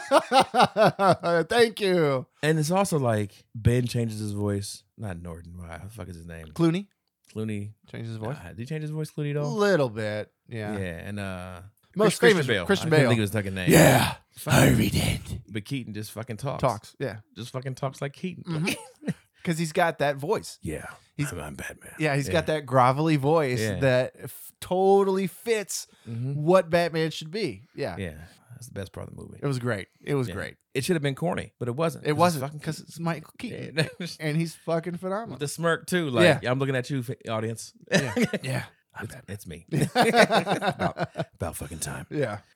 Speaker 1: Thank you.
Speaker 2: And it's also like Ben changes his voice. Not Norton. Wow, the fuck is his name?
Speaker 1: Clooney
Speaker 2: Clooney.
Speaker 1: changes his voice.
Speaker 2: Uh, did he change his voice, Clooney? At
Speaker 1: A
Speaker 2: all?
Speaker 1: little bit. Yeah.
Speaker 2: Yeah. and uh,
Speaker 1: Most
Speaker 2: Chris-
Speaker 1: famous Christian
Speaker 2: I couldn't
Speaker 1: Bale.
Speaker 2: think of his fucking name.
Speaker 1: Yeah.
Speaker 2: Fuck.
Speaker 1: Dent.
Speaker 2: But Keaton just fucking talks.
Speaker 1: Talks. Yeah.
Speaker 2: Just fucking talks like Keaton.
Speaker 1: Mhm. Because he's got that voice.
Speaker 2: Yeah.
Speaker 1: He's-
Speaker 2: I'm, I'm Batman.
Speaker 1: Yeah. he's got that grovelly voice
Speaker 2: Yeah.
Speaker 1: that f- totally fits
Speaker 2: hmm
Speaker 1: what Batman should be. Yeah.
Speaker 2: Yeah. That's the best part of the movie.
Speaker 1: It was great. It was
Speaker 2: Yeah.
Speaker 1: great.
Speaker 2: It should have been corny, but it wasn't.
Speaker 1: It
Speaker 2: was
Speaker 1: wasn't
Speaker 2: fucking
Speaker 1: because it's Michael
Speaker 2: Yeah,
Speaker 1: Keaton.
Speaker 2: no, just-
Speaker 1: And he's fucking
Speaker 2: With
Speaker 1: phenomenal.
Speaker 2: the smirk too. Like I'm looking at you, fa- audience.
Speaker 1: Yeah. Yeah. I'm
Speaker 2: It's,
Speaker 1: Batman.
Speaker 2: it's me. about,
Speaker 1: yeah.
Speaker 2: about fucking time.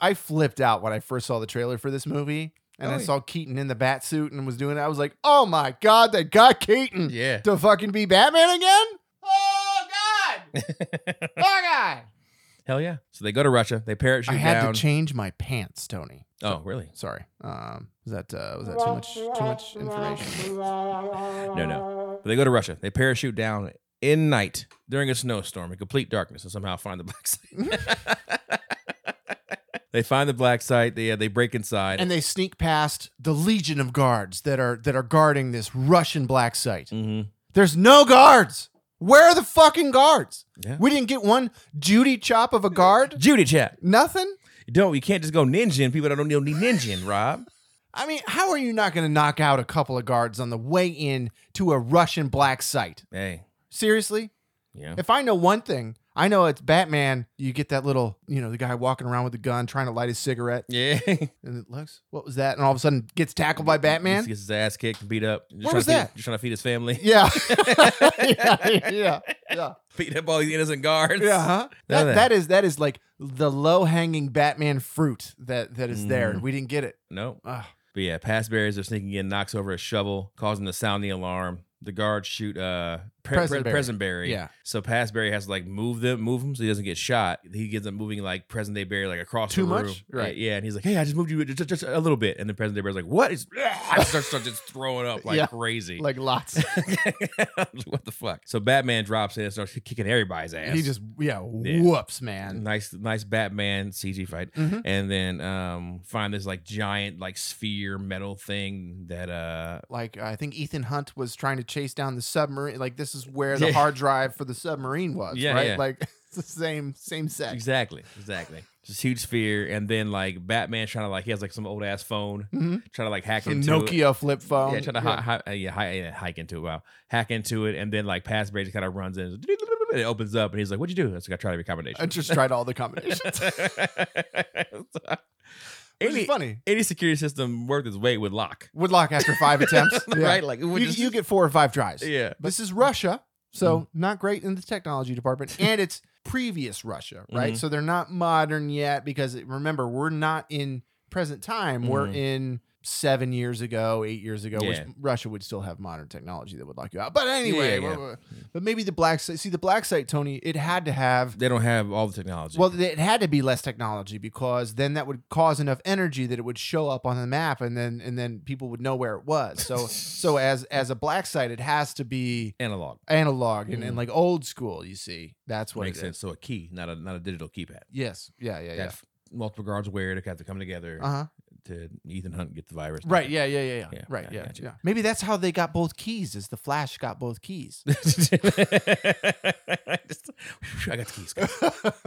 Speaker 1: I flipped out when I first saw the trailer for this movie and
Speaker 2: Oh,
Speaker 1: I
Speaker 2: yeah.
Speaker 1: saw Keaton in the bat suit and was doing it. I was like, oh my God, they got Keaton
Speaker 2: Yeah.
Speaker 1: to fucking be Batman again? Oh God. Oh God.
Speaker 2: Hell yeah. So they go to Russia. They parachute
Speaker 1: I had
Speaker 2: down.
Speaker 1: to change my pants, Tony.
Speaker 2: oh, really?
Speaker 1: Sorry. Um, was that uh, was that too much too much information?
Speaker 2: No, no.
Speaker 1: Uh,
Speaker 2: But they go to Russia. They parachute down in night during a snowstorm in complete darkness and somehow find the black site. they find the black site. They, uh, they break inside.
Speaker 1: And they sneak past the legion of guards that are that are guarding this Russian black site.
Speaker 2: hmm
Speaker 1: There's no guards. Where are the fucking guards?
Speaker 2: Yeah.
Speaker 1: We didn't get one Judy chop of a guard.
Speaker 2: Judy chat.
Speaker 1: Nothing.
Speaker 2: Don't you can't just go ninjin. People that don't need ninjin, Rob.
Speaker 1: I mean, how are you not going to knock out a couple of guards on the way in to a Russian black site?
Speaker 2: Hey,
Speaker 1: Seriously?
Speaker 2: yeah.
Speaker 1: If I know one thing, I know it's Batman. You get that little, you know, the guy walking around with a gun trying to light his cigarette,
Speaker 2: Yeah.
Speaker 1: and it looks, what was that? And all of a sudden gets tackled by
Speaker 2: He
Speaker 1: Batman.
Speaker 2: gets his ass kicked and beat up. Just
Speaker 1: Where
Speaker 2: trying
Speaker 1: was
Speaker 2: to feed-
Speaker 1: that?
Speaker 2: Just trying to feed his family.
Speaker 1: Yeah. yeah, yeah, yeah,
Speaker 2: beat up all the innocent guards.
Speaker 1: yeah. huh?
Speaker 2: None of
Speaker 1: That,
Speaker 2: that.
Speaker 1: that is that is like the low hanging Batman fruit that that is there,
Speaker 2: Mm.
Speaker 1: and we didn't get it.
Speaker 2: No.
Speaker 1: Ugh.
Speaker 2: But yeah, past barriers are sneaking in, knocks over a shovel, causing the sound the alarm. The guards shoot uh pre-
Speaker 1: Prestonberry.
Speaker 2: pre- Prestonberry.
Speaker 1: Yeah.
Speaker 2: So Passberry has to like move them, move him so he doesn't get shot. He gets up moving like present day Barry like across
Speaker 1: Too
Speaker 2: the
Speaker 1: much?
Speaker 2: room.
Speaker 1: Right.
Speaker 2: Yeah, and he's like, "Hey, I just moved you just, just a little bit," and then present day Barry's like, "What is?" I start starts just throwing up like
Speaker 1: Yeah.
Speaker 2: crazy.
Speaker 1: Like lots.
Speaker 2: what the fuck? So Batman drops in and starts kicking everybody's ass.
Speaker 1: He just yeah,
Speaker 2: Yeah.
Speaker 1: whoops, man.
Speaker 2: nice, nice Batman CG fight
Speaker 1: Mhm.
Speaker 2: and then um find this like giant like sphere metal thing that uh
Speaker 1: Like I think Ethan Hunt was trying to chase down the submarine. Like this is where the
Speaker 2: Yeah.
Speaker 1: hard drive for the submarine was,
Speaker 2: Yeah,
Speaker 1: right?
Speaker 2: yeah.
Speaker 1: Like it's the same same set.
Speaker 2: exactly exactly just huge sphere and then like batman trying to like he has like some old ass phone
Speaker 1: Mhm.
Speaker 2: trying to like hack
Speaker 1: A
Speaker 2: into it.
Speaker 1: Nokia flip phone.
Speaker 2: yeah trying to hi- hi- uh, yeah, hi- yeah, hike into it wow hack into it and then like Passberry just kind of runs in and it opens up and he's like what'd you do that's like I tried every combination
Speaker 1: I just tried all the combinations. Which is
Speaker 2: any,
Speaker 1: funny.
Speaker 2: any security system worth its weight with lock
Speaker 1: Woodlock after five attempts. Yeah.
Speaker 2: right like it would
Speaker 1: You,
Speaker 2: just-
Speaker 1: you get four or five tries.
Speaker 2: yeah
Speaker 1: This is Russia, so
Speaker 2: Mm.
Speaker 1: not great in the technology department, and it's previous Russia, right?
Speaker 2: Mhm.
Speaker 1: So they're not modern yet because remember we're not in present time. We're
Speaker 2: Mhm.
Speaker 1: in seven years ago, eight years ago,
Speaker 2: Yeah.
Speaker 1: which Russia would still have modern technology that would lock you out. But anyway,
Speaker 2: Yeah, yeah.
Speaker 1: we're- but maybe the black site. See, the black site, Tony, it had to have.
Speaker 2: they don't have all the technology
Speaker 1: Well, it had to be less technology because then that would cause enough energy that it would show up on the map, and then and then people would know where it was. So, so as as a black site, it has to be
Speaker 2: analog
Speaker 1: analog and,
Speaker 2: Mm.
Speaker 1: and like old school. You see, that's what
Speaker 2: makes
Speaker 1: it is.
Speaker 2: sense. So a key, not a not a digital keypad.
Speaker 1: Yes. Yeah. Yeah.
Speaker 2: Yeah,
Speaker 1: Yeah.
Speaker 2: multiple guards wear it. Have to come together
Speaker 1: Uh huh.
Speaker 2: to Ethan Hunt get the virus.
Speaker 1: Right. Yeah. Yeah. Yeah. Yeah.
Speaker 2: Yeah,
Speaker 1: Right.
Speaker 2: I
Speaker 1: Yeah.
Speaker 2: gotcha.
Speaker 1: Yeah. Maybe that's how they got both keys. Is the Flash got both keys?
Speaker 2: Just- I got the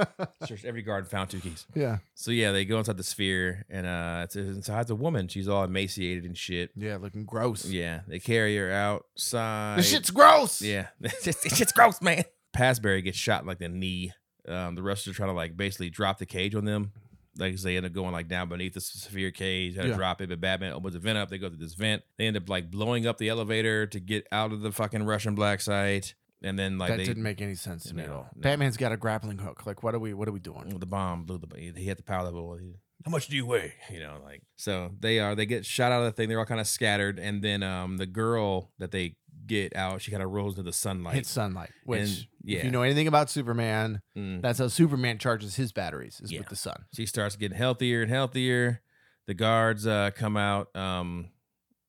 Speaker 2: keys. Searched every guard and found two keys.
Speaker 1: yeah.
Speaker 2: So yeah, they go inside the sphere and uh, it's inside the woman. She's all emaciated and shit.
Speaker 1: Yeah. Looking gross.
Speaker 2: Yeah, they carry her outside.
Speaker 1: This shit's gross.
Speaker 2: Yeah, it's just, it's just gross, man. Passberry gets shot in, like the knee. Um, the rest are trying to like basically drop the cage on them. Like 'cause they end up going like down beneath the s- severe cage, had to
Speaker 1: Yeah.
Speaker 2: drop it. But Batman opens the vent up. They go through this vent. They end up like blowing up the elevator to get out of the fucking Russian black site. And then like
Speaker 1: that
Speaker 2: they
Speaker 1: didn't make any sense to me at
Speaker 2: No,
Speaker 1: all.
Speaker 2: no. Mm,
Speaker 1: Batman's got a grappling hook. Like, what are we? What are we doing?
Speaker 2: the bomb blew the he hit the power level. How much do you weigh? You know, like so they are they get shot out of the thing. They're all kind of scattered. And then um the girl that they get out, she kind of rolls into the sunlight.
Speaker 1: Hit sunlight. Which,
Speaker 2: And- yeah.
Speaker 1: if you know anything about Superman,
Speaker 2: Mm.
Speaker 1: that's how Superman charges his batteries is
Speaker 2: Yeah.
Speaker 1: with the sun.
Speaker 2: she starts getting healthier and healthier. The guards uh, come out, um,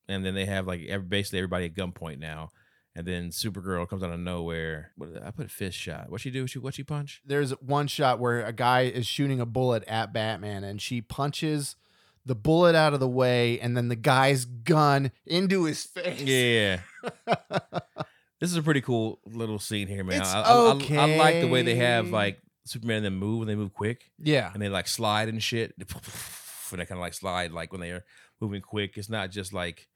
Speaker 2: and then they have like every, basically everybody at gunpoint now. And then Supergirl comes out of nowhere. What did I I put? Fist shot. What she do? She what she punch?
Speaker 1: there's one shot where a guy is shooting a bullet at Batman and she punches the bullet out of the way and then the guy's gun into his face.
Speaker 2: Yeah. this is a pretty cool little scene here, man.
Speaker 1: It's
Speaker 2: I, I- I, I like the way they have
Speaker 1: okay.
Speaker 2: like Superman and them move and they move quick
Speaker 1: Yeah.
Speaker 2: and they like slide and shit. And they kind of like slide like when they are moving quick. It's not just like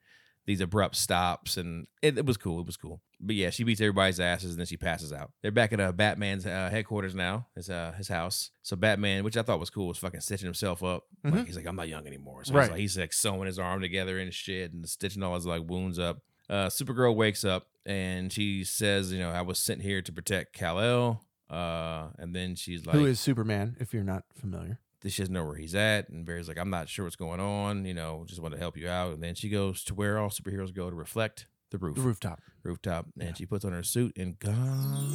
Speaker 2: these abrupt stops. And it, it was cool. It was cool. But yeah, she beats everybody's asses and then she passes out. They're back at uh, Batman's uh, headquarters now, his uh, his house. So Batman, which I thought was cool, was fucking stitching himself up.
Speaker 1: Mhm.
Speaker 2: Like he's like, I'm not young anymore. So
Speaker 1: Right.
Speaker 2: he's, like, he's like sewing his arm together and shit and stitching all his like wounds up. Uh, Supergirl wakes up and she says, you know, I was sent here to protect Kal El. Uh, and then she's like,
Speaker 1: Who is Superman, if you're not familiar?
Speaker 2: that she doesn't know where he's at. And Barry's like, I'm not sure what's going on. You know, just want to help you out. And then she goes to where all superheroes go to reflect the roof,
Speaker 1: The rooftop.
Speaker 2: rooftop.
Speaker 1: Yeah.
Speaker 2: And she puts on her suit and gone.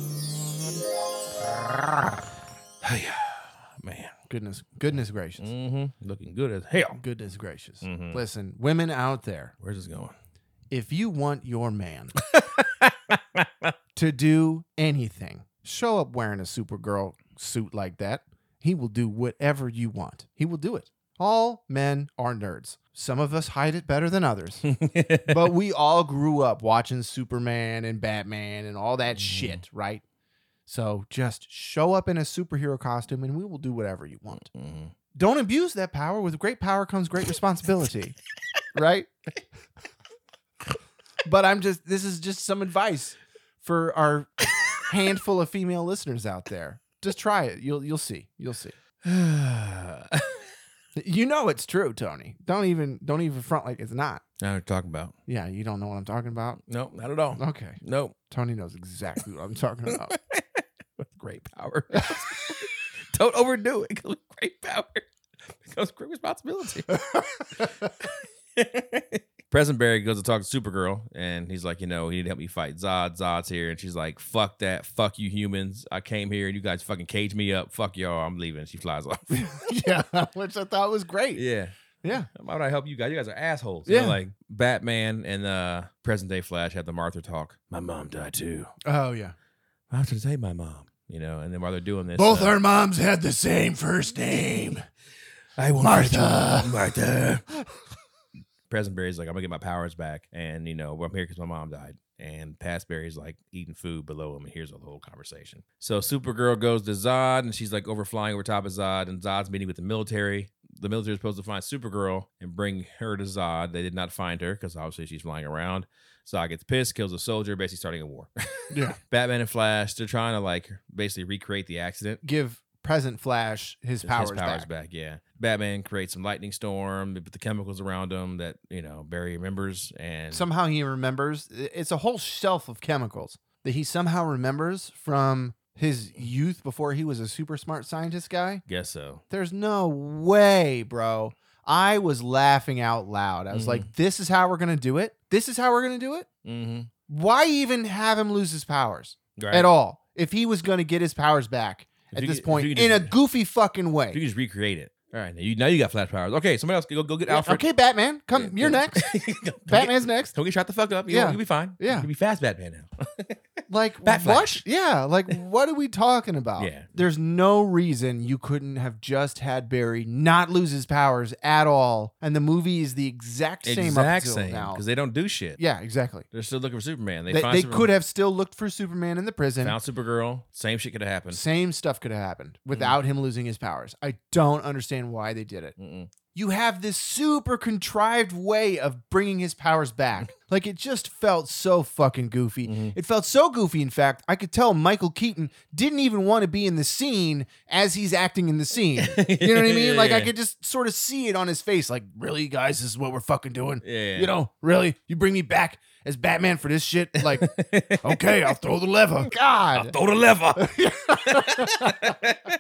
Speaker 1: Goodness, goodness gracious,
Speaker 2: hmm Looking good as hell.
Speaker 1: goodness gracious.
Speaker 2: Mhm.
Speaker 1: Listen, women out there,
Speaker 2: Where's this going?
Speaker 1: if you want your man to do anything, show up wearing a Supergirl suit like that. He will do whatever you want. He will do it. All men are nerds. Some of us hide it better than others.
Speaker 2: but
Speaker 1: but we all grew up watching Superman and Batman and all that
Speaker 2: Mhm.
Speaker 1: shit, right? So just show up in a superhero costume and we will do whatever you want. Don't abuse that power. With great power comes great responsibility, right? but I'm just, this is just some advice for our handful of female listeners out there. Just try it. You'll you'll see. You'll see. You know it's true, Tony. Don't even don't even front like it's not.
Speaker 2: now we're talking about.
Speaker 1: Yeah, you don't know what I'm talking about.
Speaker 2: No, not at all.
Speaker 1: Okay.
Speaker 2: No.
Speaker 1: Tony knows exactly what I'm talking about.
Speaker 2: With great power. Don't overdo it. 'cause With great power comes great responsibility. President Barry goes to talk to Supergirl, and he's like, you know, he need to help me fight Zod. Zod's here, and she's like, fuck that, fuck you humans. I came here, and you guys fucking cage me up. Fuck y'all, I'm leaving. She flies off.
Speaker 1: yeah, which I thought was great.
Speaker 2: yeah,
Speaker 1: Yeah.
Speaker 2: why would I help you guys? You guys are assholes. You know,
Speaker 1: Yeah.
Speaker 2: like Batman and uh, present day Flash had the Martha talk. My mom died too.
Speaker 1: Oh yeah.
Speaker 2: I have to save my mom. You know, and then while they're doing this,
Speaker 1: Both
Speaker 2: uh,
Speaker 1: our moms had the same first name.
Speaker 2: I won't
Speaker 1: Martha.
Speaker 2: forget you, Martha. Present Barry's like, I'm gonna get my powers back, and you know, well, I'm here because my mom died. And past Barry's like eating food below him, and here's the whole conversation. So Supergirl goes to Zod, and she's like overflying over top of Zod, and Zod's meeting with the military. The military is supposed to find Supergirl and bring her to Zod. They did not find her because obviously she's flying around. Zod gets pissed, kills a soldier, basically starting a war.
Speaker 1: Yeah.
Speaker 2: Batman and Flash, they're trying to like basically recreate the accident
Speaker 1: Give present Flash his powers, back.
Speaker 2: yeah. Batman creates some lightning storm, they put the chemicals around him that, you know, Barry remembers and
Speaker 1: Somehow he remembers. I- It's a whole shelf of chemicals that he somehow remembers from his youth before he was a super smart scientist guy.
Speaker 2: guess so.
Speaker 1: There's no way, bro. I was laughing out loud. I was
Speaker 2: Mhm.
Speaker 1: like, this is how we're going to do it. This is how we're going to do it.
Speaker 2: Mm-hmm.
Speaker 1: Why even have him lose his powers?
Speaker 2: Right.
Speaker 1: at all if he was going to get his powers back
Speaker 2: If
Speaker 1: at
Speaker 2: you
Speaker 1: this
Speaker 2: could- if
Speaker 1: point
Speaker 2: you could
Speaker 1: in a
Speaker 2: just-
Speaker 1: goofy fucking
Speaker 2: if you
Speaker 1: way.
Speaker 2: could just recreate it. All right. Now you, now you got flash powers. Okay, somebody else go go get
Speaker 1: Yeah,
Speaker 2: Alfred.
Speaker 1: Okay, Batman, come.
Speaker 2: Yeah,
Speaker 1: you're
Speaker 2: yeah.
Speaker 1: next.
Speaker 2: Go- go get-
Speaker 1: Batman's next.
Speaker 2: Don't get shot the fuck up. You
Speaker 1: Yeah.
Speaker 2: You'll be fine.
Speaker 1: Yeah.
Speaker 2: You'll be fast Batman now.
Speaker 1: Like
Speaker 2: Bat
Speaker 1: what?
Speaker 2: Flash.
Speaker 1: Yeah, like what are we talking about?
Speaker 2: Yeah.
Speaker 1: There's no reason you couldn't have just had Barry not lose his powers at all, and the movie is the exact same up
Speaker 2: exact
Speaker 1: until
Speaker 2: same.
Speaker 1: now.
Speaker 2: Because they don't do shit.
Speaker 1: Yeah, exactly.
Speaker 2: They're still looking for Superman. They,
Speaker 1: They,
Speaker 2: find
Speaker 1: they
Speaker 2: Superman,
Speaker 1: could have still looked for Superman in the prison.
Speaker 2: found Mm-hmm. Supergirl. Same shit could have happened.
Speaker 1: Same stuff could have happened without him losing his powers. I don't understand why they did it.
Speaker 2: Mm-mm.
Speaker 1: you have this super contrived way of bringing his powers back. like it just felt so fucking goofy.
Speaker 2: Mhm.
Speaker 1: It felt so goofy, in fact, I could tell Michael Keaton didn't even want to be in the scene as he's acting in the scene. You know what I mean? Like I could just sort of see it on his face. Like, really, guys, this is what we're fucking doing.
Speaker 2: Yeah.
Speaker 1: You know, really? You bring me back as Batman for this shit? Like, okay, I'll throw the lever.
Speaker 2: I'll
Speaker 1: God.
Speaker 2: throw the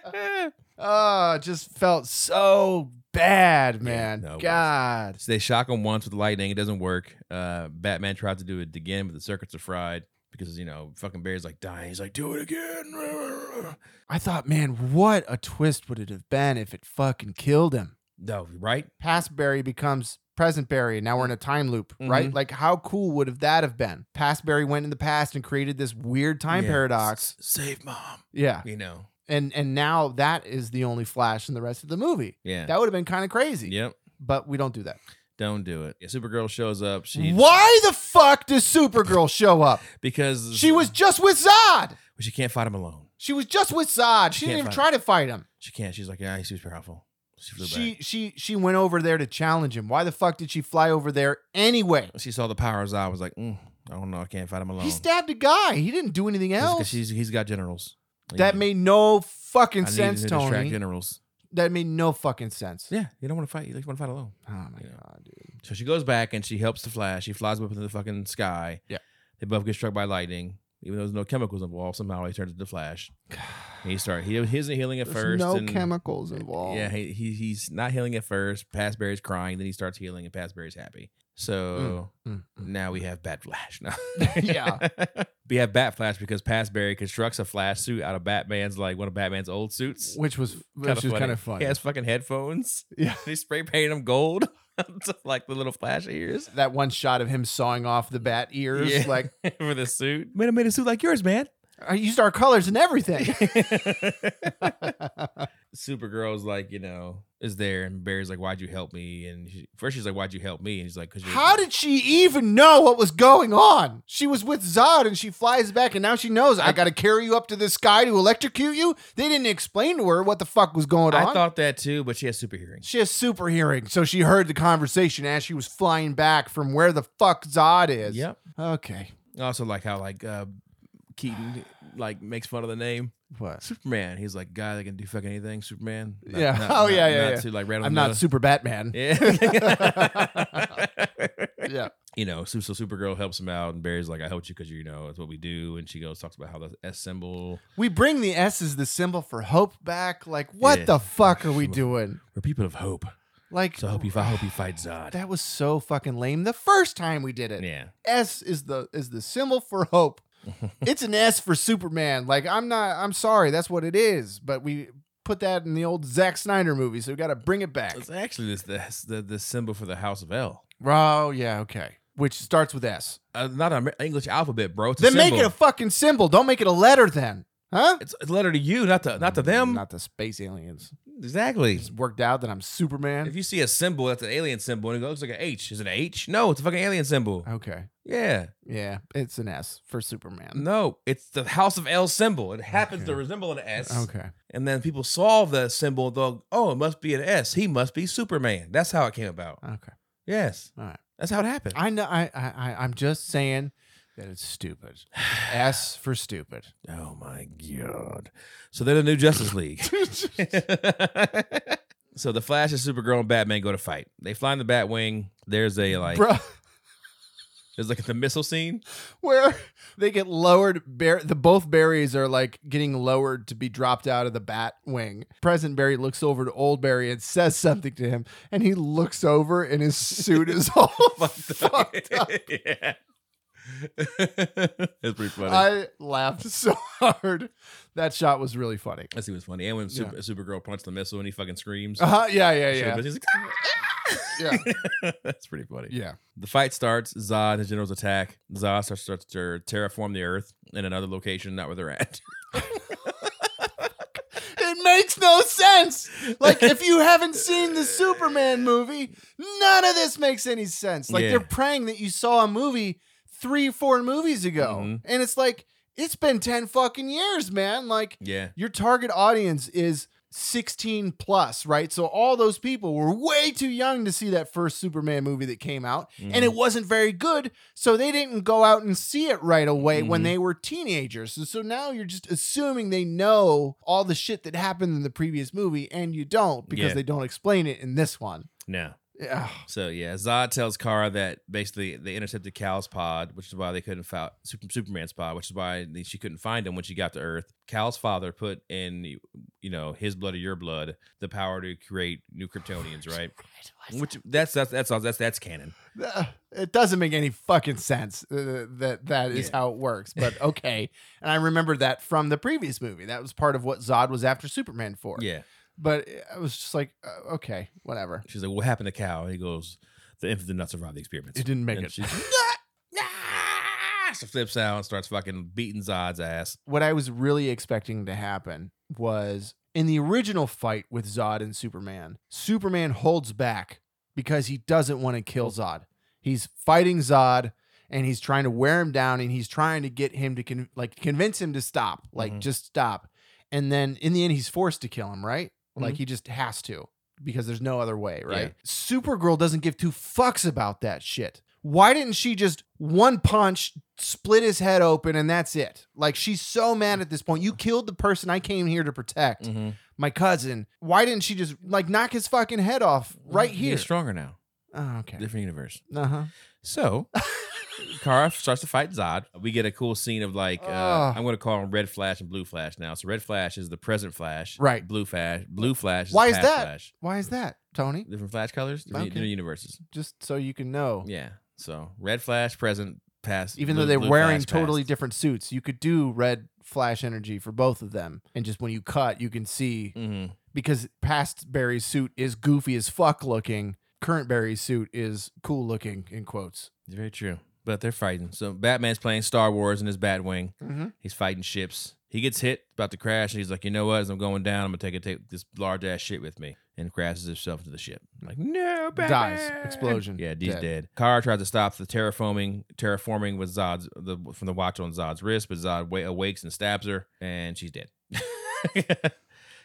Speaker 2: lever.
Speaker 1: Oh, it just felt so bad, man.
Speaker 2: no, it was.
Speaker 1: God.
Speaker 2: So they shock him once with lightning. It doesn't work. Uh, Batman tries to do it again, but the circuits are fried because, you know, fucking Barry's like dying. He's like, do it again.
Speaker 1: I thought, man, what a twist would it have been if it fucking killed him?
Speaker 2: No, right?
Speaker 1: Past Barry becomes present Barry, and now we're in a time loop,
Speaker 2: Mm-hmm.
Speaker 1: right? Like, how cool would have that have been? Past Barry went in the past and created this weird time
Speaker 2: Yeah.
Speaker 1: paradox.
Speaker 2: S- save mom.
Speaker 1: Yeah,
Speaker 2: You know?
Speaker 1: and and now that is the only Flash in the rest of the movie.
Speaker 2: Yeah.
Speaker 1: That would have been kind of crazy.
Speaker 2: yep.
Speaker 1: but we don't do that.
Speaker 2: Don't do it. Yeah, Supergirl shows up. She
Speaker 1: Why the fuck does Supergirl show up?
Speaker 2: Because
Speaker 1: She was just with Zod.
Speaker 2: She can't fight him alone.
Speaker 1: She was just with Zod. She
Speaker 2: Can't
Speaker 1: didn't even
Speaker 2: fight
Speaker 1: try to fight him.
Speaker 2: She can't. She's like, yeah, he's super powerful. She flew
Speaker 1: She she she went over there to challenge him. Why the fuck did she fly over there anyway?
Speaker 2: back. She saw the powers. I was like, mm, I don't know. I can't fight him alone.
Speaker 1: He stabbed a guy. He didn't do anything
Speaker 2: It's 'cause
Speaker 1: else.
Speaker 2: he's- he's got generals. I
Speaker 1: That
Speaker 2: need-
Speaker 1: made no
Speaker 2: I
Speaker 1: fucking
Speaker 2: needed
Speaker 1: sense,
Speaker 2: to distract
Speaker 1: Tony.
Speaker 2: generals.
Speaker 1: That made no fucking sense.
Speaker 2: Yeah, you don't want to fight. You like want to fight alone.
Speaker 1: Oh my
Speaker 2: Yeah.
Speaker 1: god, dude.
Speaker 2: So she goes back and she helps the Flash. She flies up into the fucking sky.
Speaker 1: Yeah.
Speaker 2: They both get struck by lightning. Even though there's no chemicals involved, somehow he turns into Flash. And he start he he isn't healing at
Speaker 1: There's
Speaker 2: first.
Speaker 1: no
Speaker 2: and-
Speaker 1: chemicals involved.
Speaker 2: Yeah, he, he he's not healing at first. Past Barry's crying, then he starts healing, and Past Barry's happy. So
Speaker 1: Mm, mm.
Speaker 2: now we have Bat Flash. No.
Speaker 1: Yeah.
Speaker 2: we have Bat Flash because Passberry constructs a Flash suit out of Batman's like one of Batman's old suits.
Speaker 1: Which was which
Speaker 2: Kinda
Speaker 1: was kind of fun.
Speaker 2: He has fucking headphones.
Speaker 1: Yeah.
Speaker 2: They spray painted them gold, to, like the little Flash ears
Speaker 1: That one shot of him sawing off the bat ears,
Speaker 2: Yeah.
Speaker 1: like
Speaker 2: for the suit. Man, I made a suit like yours, man.
Speaker 1: I used our colors and everything.
Speaker 2: Supergirl's like, you know, is there, and Barry's like, "Why'd you help me?" And she, first she's like, "Why'd you help me?" And he's like, "Cause you're-
Speaker 1: How did she even know what was going on? She was with Zod and she flies back, and now she knows I got to carry you up to the sky to electrocute you. They didn't explain to her what the fuck was going on.
Speaker 2: I thought that too, but she has super hearing.
Speaker 1: she has super hearing, so she heard the conversation as she was flying back from where the fuck Zod is.
Speaker 2: Yep.
Speaker 1: Okay.
Speaker 2: I also like how like uh, Keaton like makes fun of the name
Speaker 1: What?
Speaker 2: Superman. He's like guy that can do fucking anything. Superman.
Speaker 1: Yeah. Oh, yeah, yeah,
Speaker 2: not
Speaker 1: yeah.
Speaker 2: Too, like right on
Speaker 1: I'm
Speaker 2: the
Speaker 1: not Super Batman.
Speaker 2: Yeah.
Speaker 1: Yeah.
Speaker 2: you know, so, so Supergirl helps him out, and Barry's like, "I helped you because you know it's what we do." And she goes talks about how the S symbol
Speaker 1: We bring the S as the symbol for hope back. Like, what
Speaker 2: Yeah.
Speaker 1: the fuck are we doing?
Speaker 2: we're people of hope.
Speaker 1: Like,
Speaker 2: So I hope you, I hope you fight Zod.
Speaker 1: that was so fucking lame the first time we did it.
Speaker 2: Yeah.
Speaker 1: S is the is the symbol for hope. it's an S for Superman. Like I'm not I'm sorry, that's what it is, but we put that in the old Zack Snyder movie, so we got to bring it back.
Speaker 2: It's actually this the, the the symbol for the House of L.
Speaker 1: Oh, yeah, okay. Which starts with S.
Speaker 2: Uh, not an English alphabet, bro. It's a
Speaker 1: then make it
Speaker 2: symbol.
Speaker 1: a fucking symbol. Don't make it a letter then. Huh?
Speaker 2: it's a letter to you, not to not to them.
Speaker 1: Not the space aliens.
Speaker 2: exactly.
Speaker 1: It's worked out that I'm
Speaker 2: If
Speaker 1: Superman.
Speaker 2: you see a symbol, that's an alien symbol, and it looks like an H. Is it an H? No, it's a fucking alien symbol.
Speaker 1: Okay.
Speaker 2: Yeah.
Speaker 1: Yeah, it's an S for Superman.
Speaker 2: No, it's the House of L symbol. It happens to
Speaker 1: Okay.
Speaker 2: resemble an S.
Speaker 1: Okay.
Speaker 2: And then people solve that symbol, they'll, oh, it must be an S. He must be Superman. That's how it came about.
Speaker 1: Okay.
Speaker 2: Yes.
Speaker 1: All right.
Speaker 2: That's how it happened.
Speaker 1: I know I I I- I'm just saying that it's stupid. S for stupid.
Speaker 2: oh my God. So they're the new Justice League. so the Flash and Supergirl and Batman go to fight. They fly in the Batwing. There's a like
Speaker 1: Bro,
Speaker 2: there's like the missile scene.
Speaker 1: where they get lowered, bar- the both berries are like getting lowered to be dropped out of the bat wing. Present Barry looks over to old Barry and says something to him, and he looks over and his suit is all fucked up.
Speaker 2: yeah. it's pretty funny.
Speaker 1: I laughed so hard. That shot was really funny.
Speaker 2: That scene was funny. And when Super, Supergirl punched the missile and he fucking screams.
Speaker 1: Uh-huh, yeah, yeah,
Speaker 2: She-
Speaker 1: yeah,
Speaker 2: but he's like,
Speaker 1: yeah,
Speaker 2: That's pretty funny.
Speaker 1: yeah.
Speaker 2: The fight starts. Zod and his generals attack. Zod starts, starts to terraform the Earth in another location, not where they're at.
Speaker 1: It makes no sense. Like if you haven't seen the Superman movie, none of this makes any sense. Like
Speaker 2: Yeah.
Speaker 1: they're praying that you saw a movie three, four movies ago,
Speaker 2: Mhm.
Speaker 1: and it's like it's been ten fucking years, man. Like
Speaker 2: yeah.
Speaker 1: your target audience is. 16 plus, right? So all those people were way too young to see that first Superman movie that came out
Speaker 2: Mm-hmm.
Speaker 1: and it wasn't very good. So they didn't go out and see it right away when
Speaker 2: Mhm.
Speaker 1: they were teenagers. So, so now you're just assuming they know all the shit that happened in the previous movie, and you don't because
Speaker 2: Yeah.
Speaker 1: they don't explain it in this one.
Speaker 2: no.
Speaker 1: Yeah.
Speaker 2: So yeah, Zod tells Kara that basically they intercepted Cal's pod, which is why they couldn't find Super, Superman's pod, which is why they- she couldn't find him when she got to Earth. Cal's father put in, you know, his blood or your blood, the power to create new Kryptonians, right? Which that's that's that's that's that's canon.
Speaker 1: Uh, It doesn't make any fucking sense uh, that that is
Speaker 2: Yeah.
Speaker 1: how it works, but okay. and I remember that from the previous movie. That was part of what Zod was after Superman for.
Speaker 2: Yeah.
Speaker 1: But I was just like, uh, okay, whatever.
Speaker 2: She's like, "What happened to Cal?" And he goes, "The infant did not survive the experiments."
Speaker 1: It didn't make
Speaker 2: And
Speaker 1: it.
Speaker 2: She, she flips out and starts fucking beating Zod's ass.
Speaker 1: what I was really expecting to happen was in the original fight with Zod and Superman, Superman holds back because he doesn't want to kill Zod. He's fighting Zod and he's trying to wear him down and he's trying to get him to con- like convince him to stop, like
Speaker 2: Mhm.
Speaker 1: just stop. And then in the end he's forced to kill him, right? Like
Speaker 2: Mhm.
Speaker 1: he just has to because there's no other way, right?
Speaker 2: Yeah.
Speaker 1: Supergirl doesn't give two fucks about that shit. Why didn't she just one punch, split his head open, and that's it? Like she's so mad at this point. You killed the person I came here to protect, my cousin. Why didn't she just like knock his fucking head off right here?
Speaker 2: He's stronger now.
Speaker 1: Oh, okay.
Speaker 2: Different universe.
Speaker 1: Uh huh.
Speaker 2: So, Kara starts to fight Zod. We get a cool scene of like, uh,
Speaker 1: Ugh.
Speaker 2: I'm going to call him Red Flash and Blue Flash now. So Red Flash is the present Flash,
Speaker 1: Right.
Speaker 2: Blue Flash, Blue Flash. Is
Speaker 1: Why
Speaker 2: the
Speaker 1: is
Speaker 2: past
Speaker 1: that?
Speaker 2: Flash.
Speaker 1: Why is that? Tony,
Speaker 2: Different Flash colors, different,
Speaker 1: Okay.
Speaker 2: different universes.
Speaker 1: just so you can know.
Speaker 2: Yeah. So Red Flash, present, past.
Speaker 1: Even
Speaker 2: blue-
Speaker 1: though they're
Speaker 2: blue
Speaker 1: wearing
Speaker 2: Flash,
Speaker 1: totally
Speaker 2: past.
Speaker 1: different suits, you could do red flash energy for both of them. And just when you cut, you can see
Speaker 2: Mhm.
Speaker 1: because past Barry's suit is goofy as fuck looking, current Barry's suit is cool looking in quotes.
Speaker 2: It's very true. But they're fighting. So Batman's playing Star Wars in his Batwing.
Speaker 1: Mm-hmm.
Speaker 2: He's fighting ships. He gets hit, about to crash, and he's like, "You know what? As I'm going down, I'm gonna take a, take this large ass shit with me." And crashes himself into the ship. I'm like, no, Batman!
Speaker 1: Dies. Explosion.
Speaker 2: Yeah, D's
Speaker 1: Dead.
Speaker 2: dead. Kara tries to stop the terraforming, terraforming with Zod's the from the watch on Zod's wrist, but Zod wa- awakes and stabs her, and she's dead.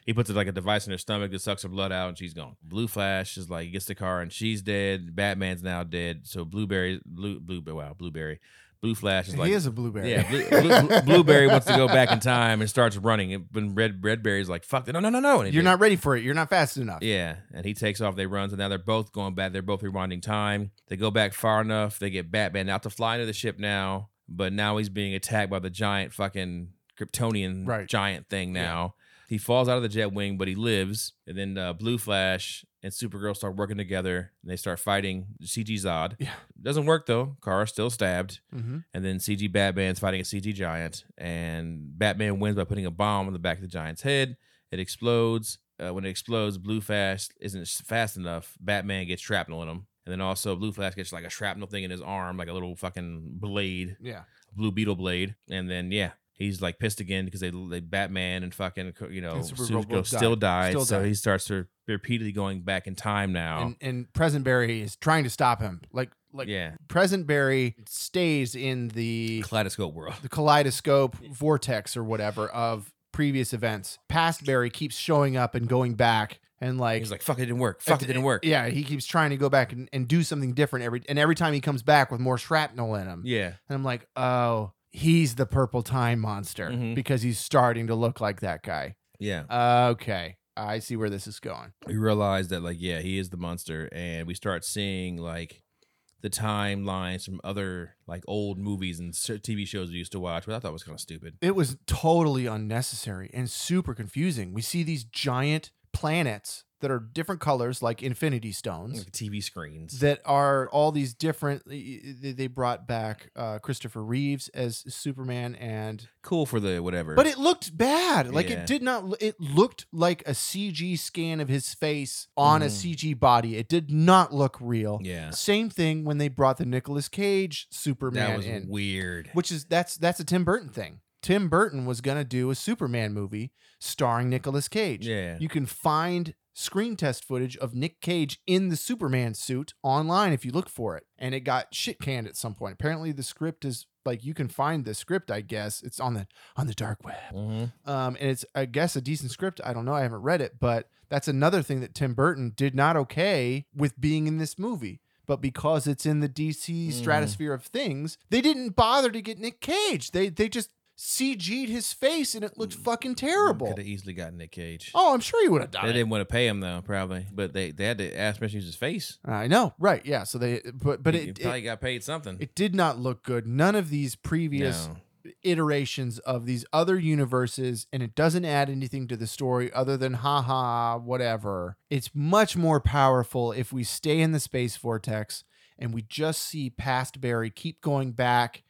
Speaker 2: he puts it like a device in her stomach that sucks her blood out, and she's gone. Blue Flash is like, he gets the car, and she's dead. Batman's now dead. So Blueberry, blue, blue, wow, Blueberry, Blue Flash is like,
Speaker 1: he is a blueberry.
Speaker 2: yeah, Blue, Blue- Blue- Blueberry wants to go back in time and starts running. And when Red Redberry's like, "Fuck that! No, no, no, no!" And he
Speaker 1: You're
Speaker 2: did.
Speaker 1: not ready for it. You're not fast enough.
Speaker 2: Yeah, and he takes off. They run. So now they're both going back. They're both rewinding time. They go back far enough. They get Batman out to fly into the ship now, but now he's being attacked by the giant fucking Kryptonian
Speaker 1: Right.
Speaker 2: giant thing. Now he falls out of the jet wing, but he lives. And then uh, Blue Flash and Supergirl start working together. And they start fighting CG Zod.
Speaker 1: Yeah.
Speaker 2: Doesn't work though. Kara's still stabbed.
Speaker 1: Mhm.
Speaker 2: And then CG Batman's fighting a CG giant, and Batman wins by putting a bomb on the back of the giant's head. It explodes. Uh, when it explodes, Blue Flash isn't s- fast enough. Batman gets shrapnel in him. And then also, Blue Flash gets like a shrapnel thing in his arm, like a little fucking blade,
Speaker 1: Yeah.
Speaker 2: Blue Beetle blade. And then, yeah, he's like pissed again because they, they Batman and fucking, you know,
Speaker 1: And Supergirl
Speaker 2: Supergirl
Speaker 1: both
Speaker 2: still died.
Speaker 1: Still
Speaker 2: so
Speaker 1: died.
Speaker 2: he starts to repeatedly going back in time now.
Speaker 1: And, and Present Barry is trying to stop him. Like, like
Speaker 2: yeah.
Speaker 1: Present Barry stays in the
Speaker 2: Kaleidoscope world.
Speaker 1: the kaleidoscope vortex or whatever of previous events. Past Barry keeps showing up and going back and like
Speaker 2: He's like, fuck, it didn't work. Fuck, it didn't work.
Speaker 1: Yeah, he keeps trying to go back and, and do something different every and every time he comes back with more shrapnel in him.
Speaker 2: Yeah.
Speaker 1: And I'm like, oh, he's the purple time monster
Speaker 2: Mhm.
Speaker 1: because he's starting to look like that guy.
Speaker 2: Yeah.
Speaker 1: Okay. I see where this is going.
Speaker 2: we realize that like yeah he is the monster and we start seeing like the timelines from other like old movies and cer- tv shows we used to watch which i thought was kind of stupid
Speaker 1: It was totally unnecessary and super confusing. We see these giant planets that are different colors like infinity stones.
Speaker 2: like tv screens
Speaker 1: that are all these different. They they brought back uh, Christopher Reeves as Superman, and
Speaker 2: cool for the whatever
Speaker 1: but it looked bad. Like
Speaker 2: Yeah.
Speaker 1: it did not. l- It looked like a CG scan of his face on a
Speaker 2: Mhm.
Speaker 1: CG body. It did not look real.
Speaker 2: yeah
Speaker 1: Same thing when they brought the Nicolas Cage Superman
Speaker 2: that was
Speaker 1: in,
Speaker 2: weird
Speaker 1: which is that's that's a Tim Burton thing. Tim Burton was gonna do a Superman movie starring Nicolas Cage.
Speaker 2: yeah
Speaker 1: You can find screen test footage of Nick Cage in the Superman suit online if you look for it. And it got shit canned at some point. Apparently the script is like you can find the script, I guess. It's on the on the dark web.
Speaker 2: Mhm.
Speaker 1: Um and it's I guess a decent script. I don't know. I haven't read it, but that's another thing that Tim Burton did not okay with being in this movie. But because it's in the DC
Speaker 2: Mm.
Speaker 1: stratosphere of things, they didn't bother to get Nick Cage. They they just CG'd his face and it looked
Speaker 2: Mm.
Speaker 1: fucking terrible.
Speaker 2: could have easily gotten nick cage
Speaker 1: Oh, I'm sure he would have done
Speaker 2: they
Speaker 1: it.
Speaker 2: didn't want to pay him though probably but they they had to ask permission to use his face
Speaker 1: I know, right? Yeah. So they, but but
Speaker 2: He- he
Speaker 1: it
Speaker 2: probably
Speaker 1: it,
Speaker 2: got paid something Mm-hmm.
Speaker 1: it did not look good. None of these previous
Speaker 2: No.
Speaker 1: iterations of these other universes, and it doesn't add anything to the story other than haha, whatever. It's much more powerful if we stay in the space vortex and we just see past Barry keep going back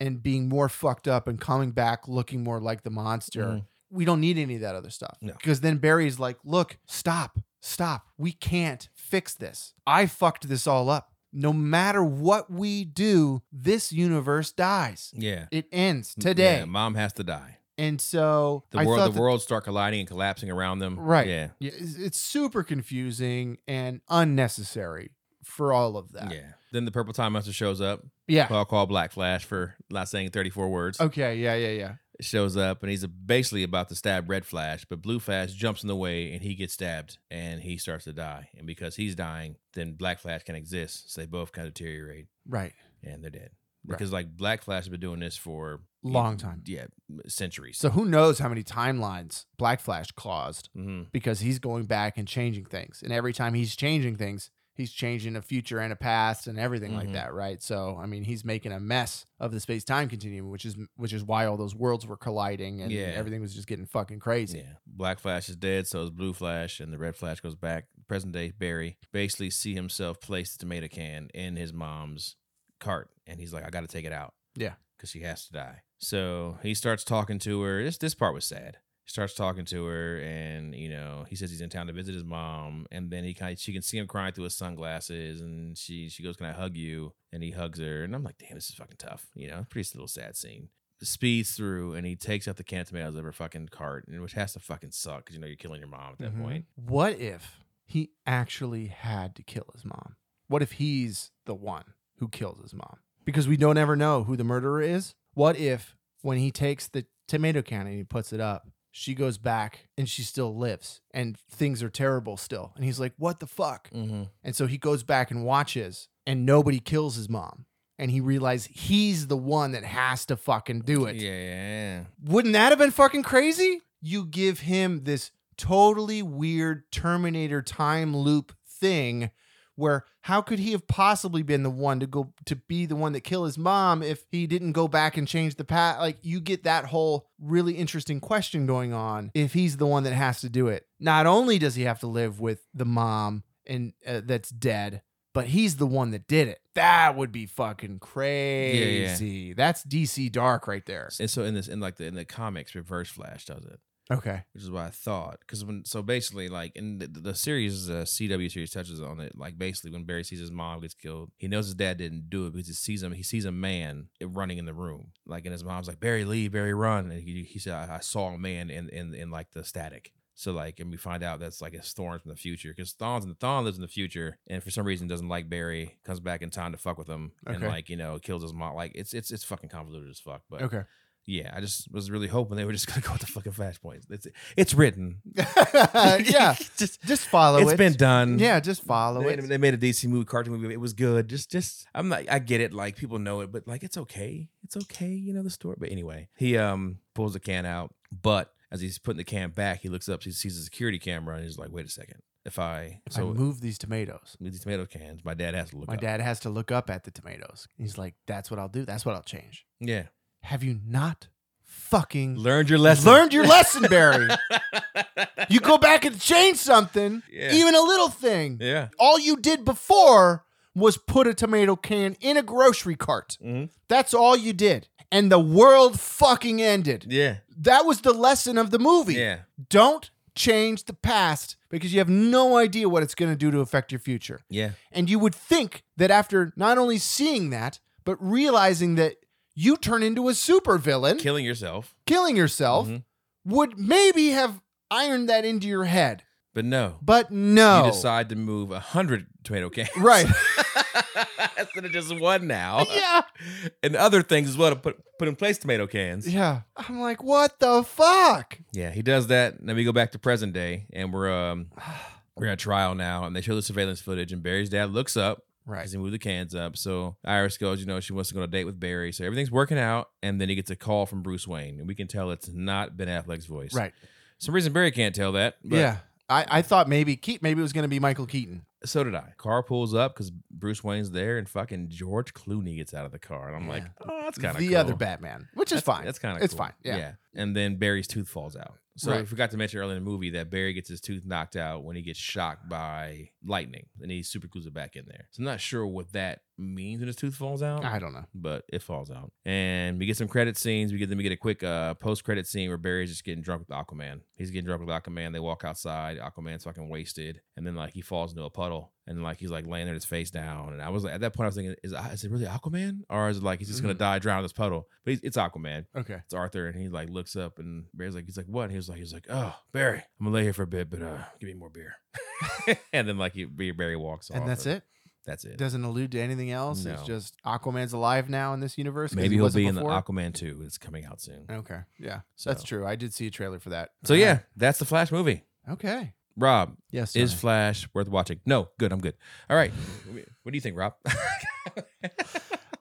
Speaker 1: and being more fucked up and coming back looking more like the monster
Speaker 2: Mhm.
Speaker 1: we don't need any of that other stuff.
Speaker 2: No.
Speaker 1: Because then Barry's like, look, stop, stop. We can't fix this. I fucked this all up. No matter what we do, this universe dies.
Speaker 2: yeah
Speaker 1: It ends today.
Speaker 2: Yeah, mom has to die
Speaker 1: And so
Speaker 2: the
Speaker 1: I thought
Speaker 2: world the
Speaker 1: that-
Speaker 2: worlds start colliding and collapsing around them
Speaker 1: Right.
Speaker 2: yeah
Speaker 1: Yeah, it's it's super confusing and unnecessary for all of that.
Speaker 2: yeah then the purple time monster shows up
Speaker 1: Yeah.
Speaker 2: I'll call Black Flash for not saying 34 words.
Speaker 1: okay. Yeah. Yeah. Yeah.
Speaker 2: Shows up and he's basically about to stab Red Flash, but Blue Flash jumps in the way and he gets stabbed and he starts to die. And because he's dying, then Black Flash can exist. So they both kind of deteriorate
Speaker 1: Right.
Speaker 2: and they're dead.
Speaker 1: Right.
Speaker 2: Because like Black Flash has been doing this for
Speaker 1: Long time.
Speaker 2: yeah, centuries.
Speaker 1: So who knows how many timelines Black Flash caused
Speaker 2: hmm
Speaker 1: because he's going back and changing things. And every time he's changing things, he's changing a future and a past and everything
Speaker 2: Mhm.
Speaker 1: like that, right? So, I mean, he's making a mess of the space time continuum, which is which is why all those worlds were colliding and
Speaker 2: Yeah.
Speaker 1: everything was just getting fucking crazy.
Speaker 2: Yeah. Black Flash is dead, so is Blue Flash, and the Red Flash goes back. Present day Barry basically see himself place the tomato can in his mom's cart, and he's like, "I got to take it out."
Speaker 1: Yeah.
Speaker 2: because she has to die. So he starts talking to her. This this part was sad. He starts talking to her, and you know he says he's in town to visit his mom, and then he kind of, she can see him crying through his sunglasses, and she she goes, "Can I hug you?" And he hugs her, and I'm like, "Damn, this is fucking tough." You know, pretty little sad scene speeds through and he takes out the can of tomatoes out of her fucking cart, and which has to fucking suck because you know you're killing your mom at that
Speaker 1: Mhm.
Speaker 2: point.
Speaker 1: What if he actually had to kill his mom? What if he's the one who kills his mom? Because we don't ever know who the murderer is. What if when he takes the tomato can and he puts it up, she goes back and she still lives and things are terrible still. And he's like, what the fuck?
Speaker 2: Mm-hmm.
Speaker 1: And so he goes back and watches and nobody kills his mom. And he realizes he's the one that has to fucking do it.
Speaker 2: Yeah,
Speaker 1: Wouldn't that have been fucking crazy? You give him this totally weird Terminator time loop thing where how could he have possibly been the one to go to be the one that kill his mom if he didn't go back and change the path like you get that whole really interesting question going on if he's the one that has to do it not only does he have to live with the mom and uh, that's dead but he's the one that did it that would be fucking crazy that's dc dark right there
Speaker 2: and so in this in like the in the comics, Reverse Flash does it.
Speaker 1: okay
Speaker 2: which is what I thought. Because when so basically, like in the, the series, uh, CW series touches on it. Like basically, when Barry sees his mom gets killed, he knows his dad didn't do it because he sees him. He sees a man running in the room. Like and his mom's like, "Barry, leave! Barry, run!" And he, he said, I, "I saw a man in in in like the static." So like, and we find out that's like it's Thorn from the future because Thorn's and Thorn lives in the future, and for some reason doesn't like Barry, comes back in time to fuck with him, and
Speaker 1: Okay.
Speaker 2: like you know kills his mom. Like it's it's it's fucking convoluted as fuck. But
Speaker 1: okay
Speaker 2: yeah, I just was really hoping they were just gonna go with the fucking flashpoints. It's it's written.
Speaker 1: Uh, yeah,
Speaker 2: just
Speaker 1: just follow
Speaker 2: it's
Speaker 1: it.
Speaker 2: been done.
Speaker 1: Yeah, just follow
Speaker 2: They,
Speaker 1: it.
Speaker 2: they made a DC movie, cartoon movie. It was good. Just, just I'm not. I get it. Like people know it, but like it's okay. It's okay. You know the story. But anyway, he um pulls the can out, but as he's putting the can back, he looks up. He sees the security camera, and he's like, "Wait a second. If I
Speaker 1: If I
Speaker 2: so
Speaker 1: move these tomatoes,
Speaker 2: with these tomato cans, my dad has to look.
Speaker 1: my
Speaker 2: up.
Speaker 1: dad has to look up at the tomatoes. He's like, "That's what I'll do. That's what I'll change."
Speaker 2: Yeah,
Speaker 1: Have you not fucking
Speaker 2: learned your lesson.
Speaker 1: learned your lesson, Barry? you go back and change something,
Speaker 2: Yeah.
Speaker 1: even a little thing.
Speaker 2: yeah.
Speaker 1: All you did before was put a tomato can in a grocery cart.
Speaker 2: Mhm.
Speaker 1: That's all you did, and the world fucking ended.
Speaker 2: Yeah.
Speaker 1: That was the lesson of the movie.
Speaker 2: Yeah.
Speaker 1: Don't change the past because you have no idea what it's going to do to affect your future.
Speaker 2: Yeah.
Speaker 1: And you would think that after not only seeing that, but realizing that you turn into a supervillain,
Speaker 2: Killing yourself.
Speaker 1: killing yourself,
Speaker 2: Mhm.
Speaker 1: would maybe have ironed that into your head.
Speaker 2: But no.
Speaker 1: But no.
Speaker 2: you decide to move a hundred tomato cans.
Speaker 1: Right.
Speaker 2: Instead of just one now.
Speaker 1: yeah.
Speaker 2: And other things as well to put put in place tomato cans.
Speaker 1: Yeah. I'm like, what the fuck?
Speaker 2: Yeah, he does that. And then we go back to present day and we're um we're at trial now and they show the surveillance footage and Barry's dad looks up
Speaker 1: Right.
Speaker 2: because he moved the cans up. So Iris goes, you know, she wants to go on a date with Barry. So everything's working out, and then he gets a call from Bruce Wayne. And we can tell it's not Ben Affleck's voice.
Speaker 1: Right.
Speaker 2: Some reason Barry can't tell that. But
Speaker 1: yeah. I, I thought maybe Keat maybe it was going to be Michael Keaton.
Speaker 2: So did I. Car pulls up because Bruce Wayne's there, and fucking George Clooney gets out of the car, and I'm like,
Speaker 1: Yeah.
Speaker 2: oh, that's kind of
Speaker 1: the
Speaker 2: cool.
Speaker 1: other Batman, which is
Speaker 2: That's
Speaker 1: fine.
Speaker 2: That's kind of
Speaker 1: It's fine, yeah.
Speaker 2: And then Barry's tooth falls out. So I
Speaker 1: Right.
Speaker 2: forgot to mention earlier in the movie that Barry gets his tooth knocked out when he gets shocked by lightning, and he super glues it back in there. So I'm not sure what that means when his tooth falls out.
Speaker 1: I don't know.
Speaker 2: but it falls out, and we get some credit scenes. We get then we get a quick uh, post credit scene where Barry's just getting drunk with Aquaman. He's getting drunk with Aquaman. They walk outside. Aquaman's fucking wasted, and then like he falls into a puddle, and like he's like laying there, with his face down. And I was like, at that point, I was thinking, is is it really Aquaman, or is it like he's just gonna
Speaker 1: Mhm.
Speaker 2: die drown in this puddle? But he's, it's Aquaman.
Speaker 1: Okay.
Speaker 2: It's Arthur, and he like looks up, and Barry's like, he's like, what? And he was like, he was like, oh, Barry, I'm gonna lay here for a bit, but uh, give me more beer. and then like he, Barry walks off,
Speaker 1: And that's it.
Speaker 2: That's it.
Speaker 1: doesn't allude to anything else. It's
Speaker 2: No.
Speaker 1: just Aquaman's alive now in this universe. 'cause
Speaker 2: Maybe
Speaker 1: he
Speaker 2: he'll
Speaker 1: wasn't
Speaker 2: be in the
Speaker 1: before.
Speaker 2: Aquaman 2. It's coming out soon.
Speaker 1: Okay, yeah,
Speaker 2: So.
Speaker 1: that's true. I did see a trailer for that.
Speaker 2: So
Speaker 1: All
Speaker 2: yeah,
Speaker 1: right.
Speaker 2: that's the Flash movie.
Speaker 1: okay,
Speaker 2: Rob,
Speaker 1: yes,
Speaker 2: is
Speaker 1: sorry.
Speaker 2: Flash worth watching? No, good. I'm good. All right. What do you think, Rob?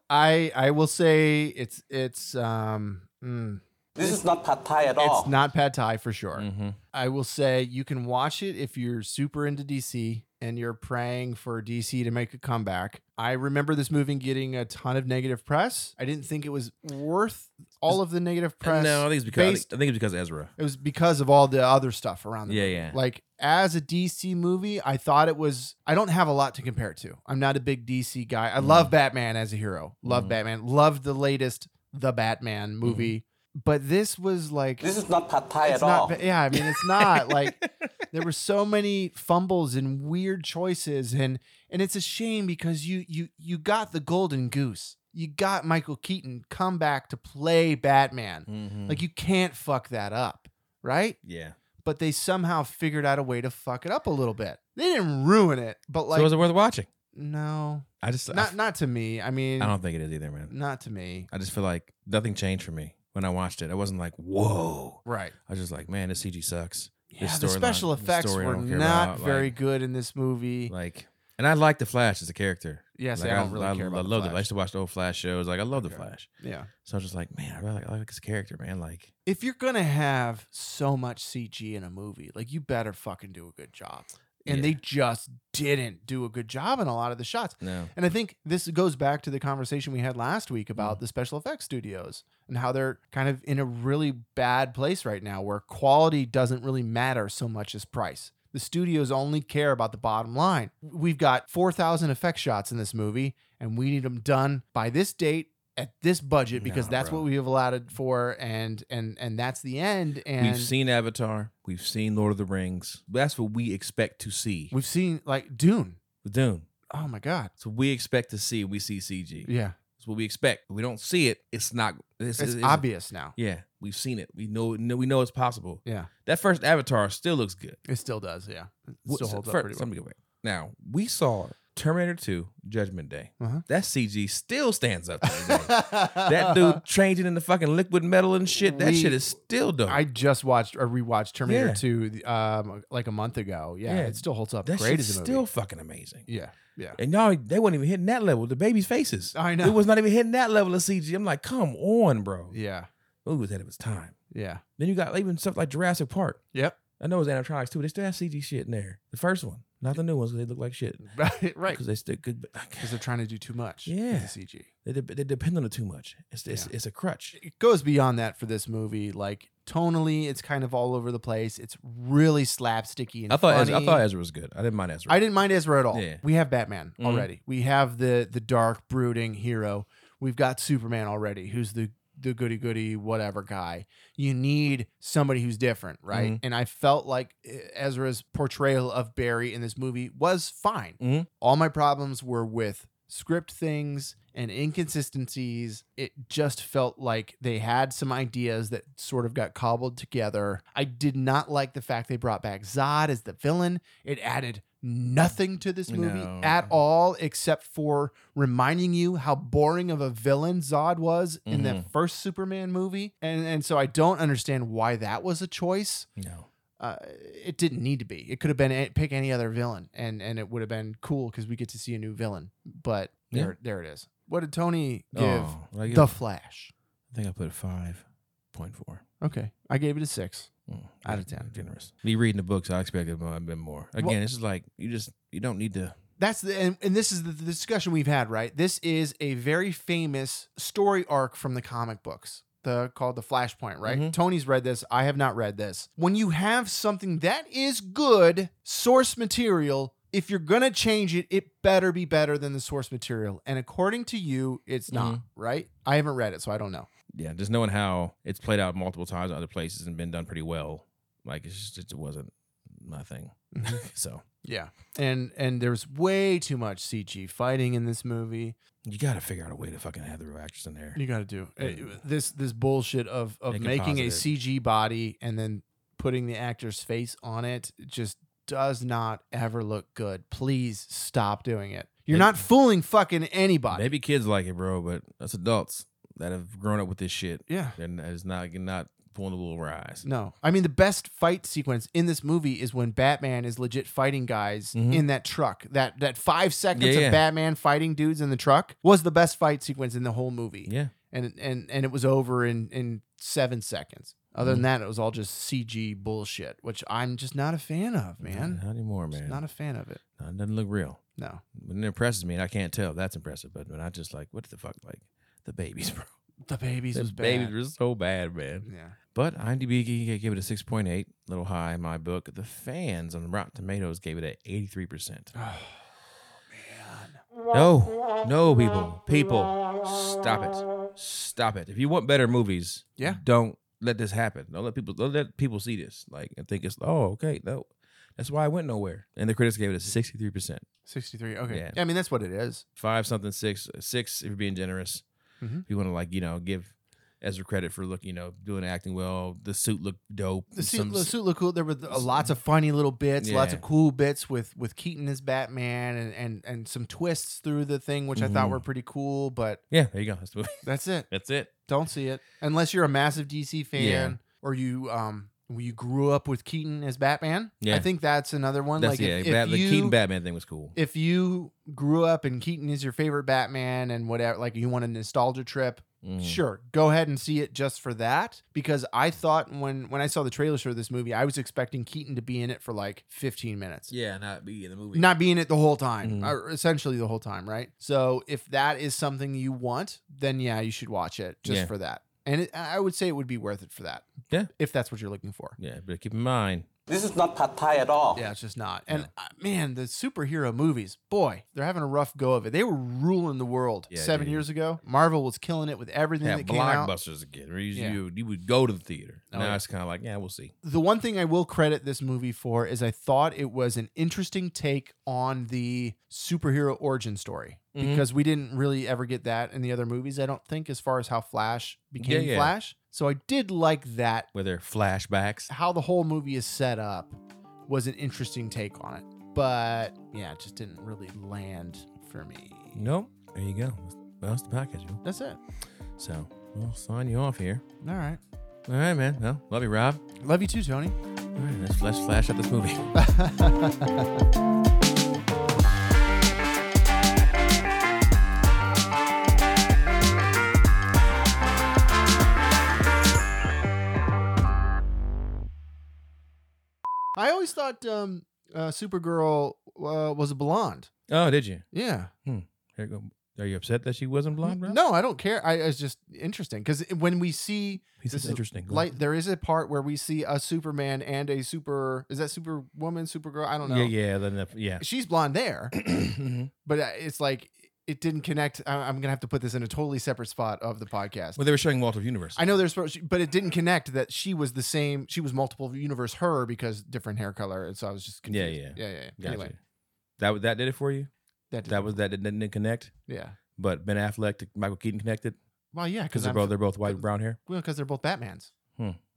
Speaker 1: I I will say it's it's um. mm,
Speaker 3: This is not pad thai at all.
Speaker 1: It's not pad thai for sure.
Speaker 2: Mhm.
Speaker 1: I will say you can watch it if you're super into DC and you're praying for DC to make a comeback. I remember this movie getting a ton of negative press. I didn't think it was worth all of the negative press.
Speaker 2: no, I think it's because I think-
Speaker 1: based-
Speaker 2: I think it's because Ezra.
Speaker 1: It was because of all the other stuff around the
Speaker 2: Yeah, yeah.
Speaker 1: like as a DC movie, I thought it was. I don't have a lot to compare it to. I'm not a big DC guy. I love Batman as a hero. Love
Speaker 2: Mm.
Speaker 1: Batman. Love the latest The Batman movie. But this was like
Speaker 3: This is not pad thai
Speaker 1: it's
Speaker 3: at
Speaker 1: not.
Speaker 3: all.
Speaker 1: ba- Yeah, I mean it's not like there were so many fumbles and weird choices, and and it's a shame because you you you got the golden goose. You got Michael Keaton come back to play Batman.
Speaker 2: Mhm.
Speaker 1: Like you can't fuck that up, right?
Speaker 2: yeah.
Speaker 1: but they somehow figured out a way to fuck it up a little bit. They didn't ruin it, but like
Speaker 2: so is it worth watching?
Speaker 1: no,
Speaker 2: I just I-
Speaker 1: not not to me. I mean,
Speaker 2: I don't think it is either, man.
Speaker 1: not to me.
Speaker 2: I just feel like nothing changed for me when I watched it. I wasn't like, whoa.
Speaker 1: Right.
Speaker 2: I was just like, man, this CG sucks.
Speaker 1: Yeah, the
Speaker 2: storyline-
Speaker 1: special
Speaker 2: the
Speaker 1: effects
Speaker 2: story I
Speaker 1: were
Speaker 2: don't care
Speaker 1: not
Speaker 2: about,
Speaker 1: very
Speaker 2: like-
Speaker 1: good in this movie.
Speaker 2: Like, and I like the Flash as a character.
Speaker 1: yes,
Speaker 2: like,
Speaker 1: I don't really care
Speaker 2: I
Speaker 1: about. the
Speaker 2: love I
Speaker 1: Flash.
Speaker 2: used to watch the old Flash shows. Like, I love
Speaker 1: Okay.
Speaker 2: the Flash.
Speaker 1: Yeah.
Speaker 2: So I was just like, man, I really like, I like his character, man. Like,
Speaker 1: If you're gonna have so much CG in a movie, like you better fucking do a good job. And
Speaker 2: Yeah.
Speaker 1: they just didn't do a good job in a lot of the shots.
Speaker 2: no,
Speaker 1: And I think this goes back to the conversation we had last week
Speaker 2: Mm.
Speaker 1: about the special effects studios and how they're kind of in a really bad place right now where quality doesn't really matter so much as price. The studios only care about the bottom line. We've got 4,000 effect shots in this movie, and we need them done by this date at this budget because
Speaker 2: Nah,
Speaker 1: that's
Speaker 2: bro.
Speaker 1: what we have allotted for and and and that's the end and
Speaker 2: we've seen Avatar, we've seen Lord of the Rings. That's what we expect to see
Speaker 1: we've seen like dune
Speaker 2: with Dune.
Speaker 1: oh my god
Speaker 2: So we expect to see. We see CG.
Speaker 1: yeah
Speaker 2: It's what we expect. If we don't see it. It's not. It's,
Speaker 1: it's,
Speaker 2: it's-
Speaker 1: obvious now
Speaker 2: Yeah, we've seen it. We know. know- We know it's possible.
Speaker 1: Yeah.
Speaker 2: That first Avatar still looks good.
Speaker 1: it still does yeah it
Speaker 2: Wh-
Speaker 1: still
Speaker 2: so
Speaker 1: holds up
Speaker 2: fir-
Speaker 1: pretty
Speaker 2: let
Speaker 1: well
Speaker 2: me go back. Now we saw Terminator Two: Judgment Day.
Speaker 1: Uh-huh.
Speaker 2: That CG still stands up. To this day. that dude changing into fucking liquid metal and shit. That
Speaker 1: We-
Speaker 2: shit is still dope.
Speaker 1: I just watched or rewatched Terminator
Speaker 2: Yeah.
Speaker 1: 2 the- um, like a month ago. Yeah,
Speaker 2: Yeah.
Speaker 1: it still holds up
Speaker 2: that
Speaker 1: great
Speaker 2: shit's
Speaker 1: as a movie.
Speaker 2: still fucking amazing.
Speaker 1: yeah, yeah.
Speaker 2: And y'all, they weren't even hitting that level. The baby's faces.
Speaker 1: I know.
Speaker 2: It was not even hitting that level of CG. I'm like, come on, bro.
Speaker 1: yeah,
Speaker 2: Movie was ahead of its time.
Speaker 1: yeah.
Speaker 2: Then you got even stuff like Jurassic Park.
Speaker 1: Yep.
Speaker 2: I know it's animatronics too, but they still have CG shit in there. The first one, not the new ones, 'cause they look like shit.
Speaker 1: Right, right.
Speaker 2: Because they still could. But,
Speaker 1: Because they're trying to do too much with
Speaker 2: Yeah.
Speaker 1: the CG.
Speaker 2: they, de- they depend on it too much. It's it's,
Speaker 1: Yeah.
Speaker 2: it's a crutch.
Speaker 1: It goes beyond that for this movie. Like tonally, it's kind of all over the place. It's really slapsticky and
Speaker 2: I thought
Speaker 1: funny.
Speaker 2: Ezra, I thought Ezra was good. I didn't mind Ezra.
Speaker 1: I didn't mind Ezra at all.
Speaker 2: Yeah.
Speaker 1: We have Batman
Speaker 2: Mhm.
Speaker 1: already. We have the the dark brooding hero. We've got Superman already, who's the the goody goody whatever guy. You need somebody who's different, right?
Speaker 2: Mhm.
Speaker 1: And I felt like eh, Ezra's portrayal of Barry in this movie was fine.
Speaker 2: Mhm.
Speaker 1: All my problems were with script things and inconsistencies. It just felt like they had some ideas that sort of got cobbled together. I did not like the fact they brought back Zod as the villain. It added nothing to this movie
Speaker 2: No.
Speaker 1: at all except for reminding you how boring of a villain Zod was in the first Superman movie. And and so I don't understand why that was a choice
Speaker 2: No.
Speaker 1: uh, it didn't need to be. It could have been a- pick any other villain, and and it would have been cool because we get to see a new villain. But there, there it is. What did Tony give
Speaker 2: Oh, I, give-
Speaker 1: the Flash?
Speaker 2: I think I put a five point four.
Speaker 1: Okay, I gave it a six.
Speaker 2: Mm,
Speaker 1: Out of
Speaker 2: that's
Speaker 1: 10.
Speaker 2: Generous. Me reading the books, I expected a bit more. Again,
Speaker 1: Well-
Speaker 2: it's just like you just you don't need to.
Speaker 1: That's the and, and this is the, the discussion we've had. Right, this is a very famous story arc from the comic books. The called the Flashpoint. Right,
Speaker 2: Mhm.
Speaker 1: Tony's read this. I have not read this. When you have something that is good source material. If you're gonna change it, it better be better than the source material. And according to you, it's not, right? I haven't read it, so I don't know.
Speaker 2: Yeah, just knowing how it's played out multiple times in other places and been done pretty well. Like it's just it wasn't my thing. so
Speaker 1: Yeah. And and there's way too much CG fighting in this movie.
Speaker 2: you got to figure out a way to fucking have the real actress in there.
Speaker 1: You got to do
Speaker 2: Yeah.
Speaker 1: Uh, this. This bullshit of of
Speaker 2: Make it
Speaker 1: making a
Speaker 2: positive.
Speaker 1: CG body and then putting the actor's face on it just does not ever look good. Please stop doing it. You're
Speaker 2: Maybe-
Speaker 1: not fooling fucking anybody.
Speaker 2: Maybe kids like it, bro, but us adults that have grown up with this shit,
Speaker 1: Yeah.
Speaker 2: they're n- it's not you're not pulling the wool over our eyes.
Speaker 1: No. I mean, the best fight sequence in this movie is when Batman is legit fighting guys
Speaker 2: Mhm.
Speaker 1: in that truck. That that five seconds
Speaker 2: Yeah,
Speaker 1: of
Speaker 2: yeah.
Speaker 1: Batman fighting dudes in the truck was the best fight sequence in the whole movie.
Speaker 2: Yeah,
Speaker 1: and and and it was over in in seven seconds. Other than that, it was all just CG bullshit, which I'm just not a fan of, man.
Speaker 2: Not anymore,
Speaker 1: Just
Speaker 2: man.
Speaker 1: Not a fan of it.
Speaker 2: No, it doesn't look real.
Speaker 1: No.
Speaker 2: When it impresses me, and I can't tell, that's impressive. But when I just like, what the fuck, like the babies, bro.
Speaker 1: The babies
Speaker 2: The
Speaker 1: was
Speaker 2: babies
Speaker 1: bad.
Speaker 2: were so bad, man.
Speaker 1: yeah.
Speaker 2: But IMDb gave it a 6.8, little high in my book. The fans on Rotten Tomatoes gave it a 83%. No, no, people, people, stop it, stop it. If you want better movies,
Speaker 1: Yeah.
Speaker 2: don't let this happen. Don't let people don't let people see this like and think it's oh okay no. That's why I went nowhere. And the critics gave it a 63%.
Speaker 1: 63. Okay.
Speaker 2: Yeah.
Speaker 1: Yeah, I mean, that's what it is.
Speaker 2: Five something, six, six if you're being generous.
Speaker 1: Mhm.
Speaker 2: If you want to, like, you know, give Ezra credit for look, you know, doing acting well. The suit looked dope.
Speaker 1: The suit,
Speaker 2: Some-
Speaker 1: the suit looked cool. There were uh, lots of funny little bits, lots
Speaker 2: Yeah.
Speaker 1: of cool bits with with Keaton as Batman, and and and some twists through the thing, which I thought
Speaker 2: Mhm.
Speaker 1: were pretty cool. But
Speaker 2: Yeah, there you go. That's the movie.
Speaker 1: that's it.
Speaker 2: That's it.
Speaker 1: Don't see it unless you're a massive DC fan
Speaker 2: Yeah.
Speaker 1: or you um you grew up with Keaton as Batman.
Speaker 2: Yeah.
Speaker 1: I think that's another one.
Speaker 2: That's
Speaker 1: like
Speaker 2: yeah.
Speaker 1: if,
Speaker 2: Bat-
Speaker 1: if
Speaker 2: the
Speaker 1: you,
Speaker 2: Keaton Batman thing was cool.
Speaker 1: if you grew up and Keaton is your favorite Batman and whatever, like you want a nostalgia trip,
Speaker 2: Mm.
Speaker 1: sure, go ahead and see it just for that. Because I thought when when I saw the trailers for this movie, I was expecting Keaton to be in it for like 15 minutes.
Speaker 2: Yeah, not be in the movie.
Speaker 1: Not being it the whole time,
Speaker 2: Mhm.
Speaker 1: or essentially the whole time, right? So if that is something you want, then yeah, you should watch it just
Speaker 2: Yeah.
Speaker 1: for that. And it, I would say it would be worth it for that.
Speaker 2: Yeah.
Speaker 1: If that's what you're looking for.
Speaker 2: Yeah, but keep in mind,
Speaker 3: This is not pad Thai at all.
Speaker 1: Yeah, it's just not. And uh, man, the superhero movies, boy, they're having a rough go of it. They were ruling the world
Speaker 2: Yeah,
Speaker 1: seven
Speaker 2: dude.
Speaker 1: years ago. Marvel was killing it with everything
Speaker 2: have
Speaker 1: that came out.
Speaker 2: blockbusters again. Where you,
Speaker 1: Yeah.
Speaker 2: you, you would go to the theater.
Speaker 1: Oh,
Speaker 2: now
Speaker 1: yeah.
Speaker 2: it's kind of like, yeah, we'll see.
Speaker 1: The one thing I will credit this movie for is I thought it was an interesting take on the superhero origin story
Speaker 2: Mhm.
Speaker 1: because we didn't really ever get that in the other movies, I don't think, as far as how Flash became
Speaker 2: yeah.
Speaker 1: Flash. So I did like that.
Speaker 2: Were there flashbacks?
Speaker 1: How the whole movie is set up was an interesting take on it. But yeah, it just didn't really land for me.
Speaker 2: No. There you go. Well, that's the package. yo.
Speaker 1: That's it.
Speaker 2: So we'll sign you off here.
Speaker 1: All right.
Speaker 2: All right, man. Well, love you, Rob.
Speaker 1: Love you too, Tony.
Speaker 2: All right, let's, let's flash up this movie.
Speaker 1: I always thought um, uh, Supergirl uh, was a blonde.
Speaker 2: Oh, did you?
Speaker 1: Yeah.
Speaker 2: There you go. Are you upset that she wasn't blonde, Rob?
Speaker 1: No, I don't care. I it's just interesting because when we see
Speaker 2: He says
Speaker 1: This is
Speaker 2: interesting. Go
Speaker 1: like there is a part where we see a Superman and a super is that Superwoman, Supergirl? I don't
Speaker 2: ahead.
Speaker 1: know.
Speaker 2: Yeah, yeah, then the, yeah.
Speaker 1: She's blonde there,
Speaker 2: Mhm.
Speaker 1: but uh, it's like it didn't connect. I- I'm gonna have to put this in a totally separate spot of the podcast.
Speaker 2: Well, they were showing Walter Universe.
Speaker 1: I know there's, supposed- but it didn't connect that she was the same. She was multiple universe her because different hair color, and so I was just
Speaker 2: Yeah,
Speaker 1: confused. yeah, yeah.
Speaker 2: Gotcha.
Speaker 1: Anyway,
Speaker 2: That that did it for you.
Speaker 1: that,
Speaker 2: That was that didn't, didn't connect.
Speaker 1: yeah.
Speaker 2: But Ben Affleck, to Michael Keaton connected
Speaker 1: Well, yeah,
Speaker 2: because
Speaker 1: because
Speaker 2: they're
Speaker 1: they're
Speaker 2: both they're both white
Speaker 1: but-
Speaker 2: with brown hair.
Speaker 1: well, because they're both Batman's.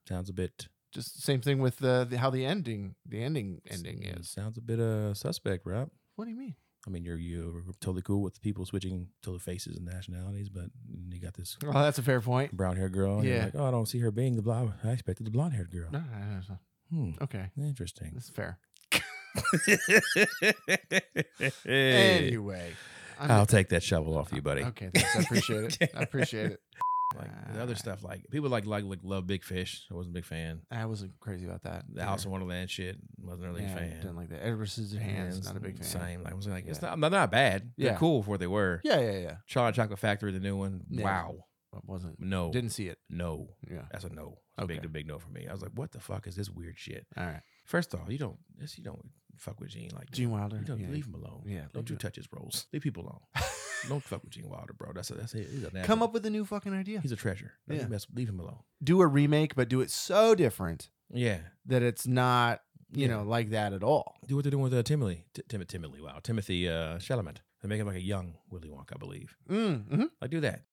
Speaker 2: Sounds a bit
Speaker 1: Just same thing with the, the how the ending, the ending ending
Speaker 2: s-
Speaker 1: is.
Speaker 2: Sounds a bit uh suspect, Rob.
Speaker 1: What do you mean?
Speaker 2: I mean, you're you're totally cool with people switching to the faces and nationalities, but you got this
Speaker 1: Well, that's a fair point.
Speaker 2: brown haired girl. And you're
Speaker 1: Yeah.
Speaker 2: like, oh, I don't see her being the blonde. I expected the blonde haired girl.
Speaker 1: No, no, no, no.
Speaker 2: Hmm.
Speaker 1: Okay,
Speaker 2: Interesting.
Speaker 1: that's fair.
Speaker 2: hey,
Speaker 1: Anyway, I'm-
Speaker 2: I'll take that shovel off you, buddy.
Speaker 1: Okay, thanks. I appreciate it. I appreciate it. Ah,
Speaker 2: Like the other stuff, like people like like like love Big Fish. I wasn't a big fan.
Speaker 1: I wasn't crazy about that.
Speaker 2: The Alice in Wonderland shit wasn't really
Speaker 1: yeah,
Speaker 2: a fan.
Speaker 1: Didn't like that. Edward Scissorhands, not a big fan.
Speaker 2: Same. Like, I was like, it's
Speaker 1: Yeah.
Speaker 2: not, they're not bad. They're
Speaker 1: Yeah.
Speaker 2: cool for what they were.
Speaker 1: Yeah, yeah, yeah.
Speaker 2: Charlie Chocolate Factory, the new one.
Speaker 1: Yeah.
Speaker 2: Wow.
Speaker 1: I wasn't.
Speaker 2: No.
Speaker 1: Didn't see it.
Speaker 2: No.
Speaker 1: Yeah.
Speaker 2: That's a no. That's a big,
Speaker 1: Okay.
Speaker 2: a big no for me. I was like, what the fuck is this weird shit?
Speaker 1: All right.
Speaker 2: First off, you don't this, you don't fuck with Gene like that.
Speaker 1: Gene Wilder.
Speaker 2: You don't
Speaker 1: yeah.
Speaker 2: leave him alone.
Speaker 1: Yeah,
Speaker 2: Don't
Speaker 1: leave
Speaker 2: you
Speaker 1: it.
Speaker 2: touch his rolls. Leave people alone. don't fuck with Gene Wilder, bro. That's a, that's a, he's a
Speaker 1: Come up with a new fucking idea.
Speaker 2: He's a treasure. Don't you
Speaker 1: Yeah.
Speaker 2: mess- leave him alone.
Speaker 1: Do a remake, but do it so different
Speaker 2: Yeah.
Speaker 1: that it's not, you
Speaker 2: Yeah.
Speaker 1: know, like that at all.
Speaker 2: Do what they're doing with uh, Timothy. T- Tim- Timothy. Wow. Timothy uh, Chalamet. They make him like a young Willy Wonka, I believe.
Speaker 1: Mm, mhm.
Speaker 2: Like do that.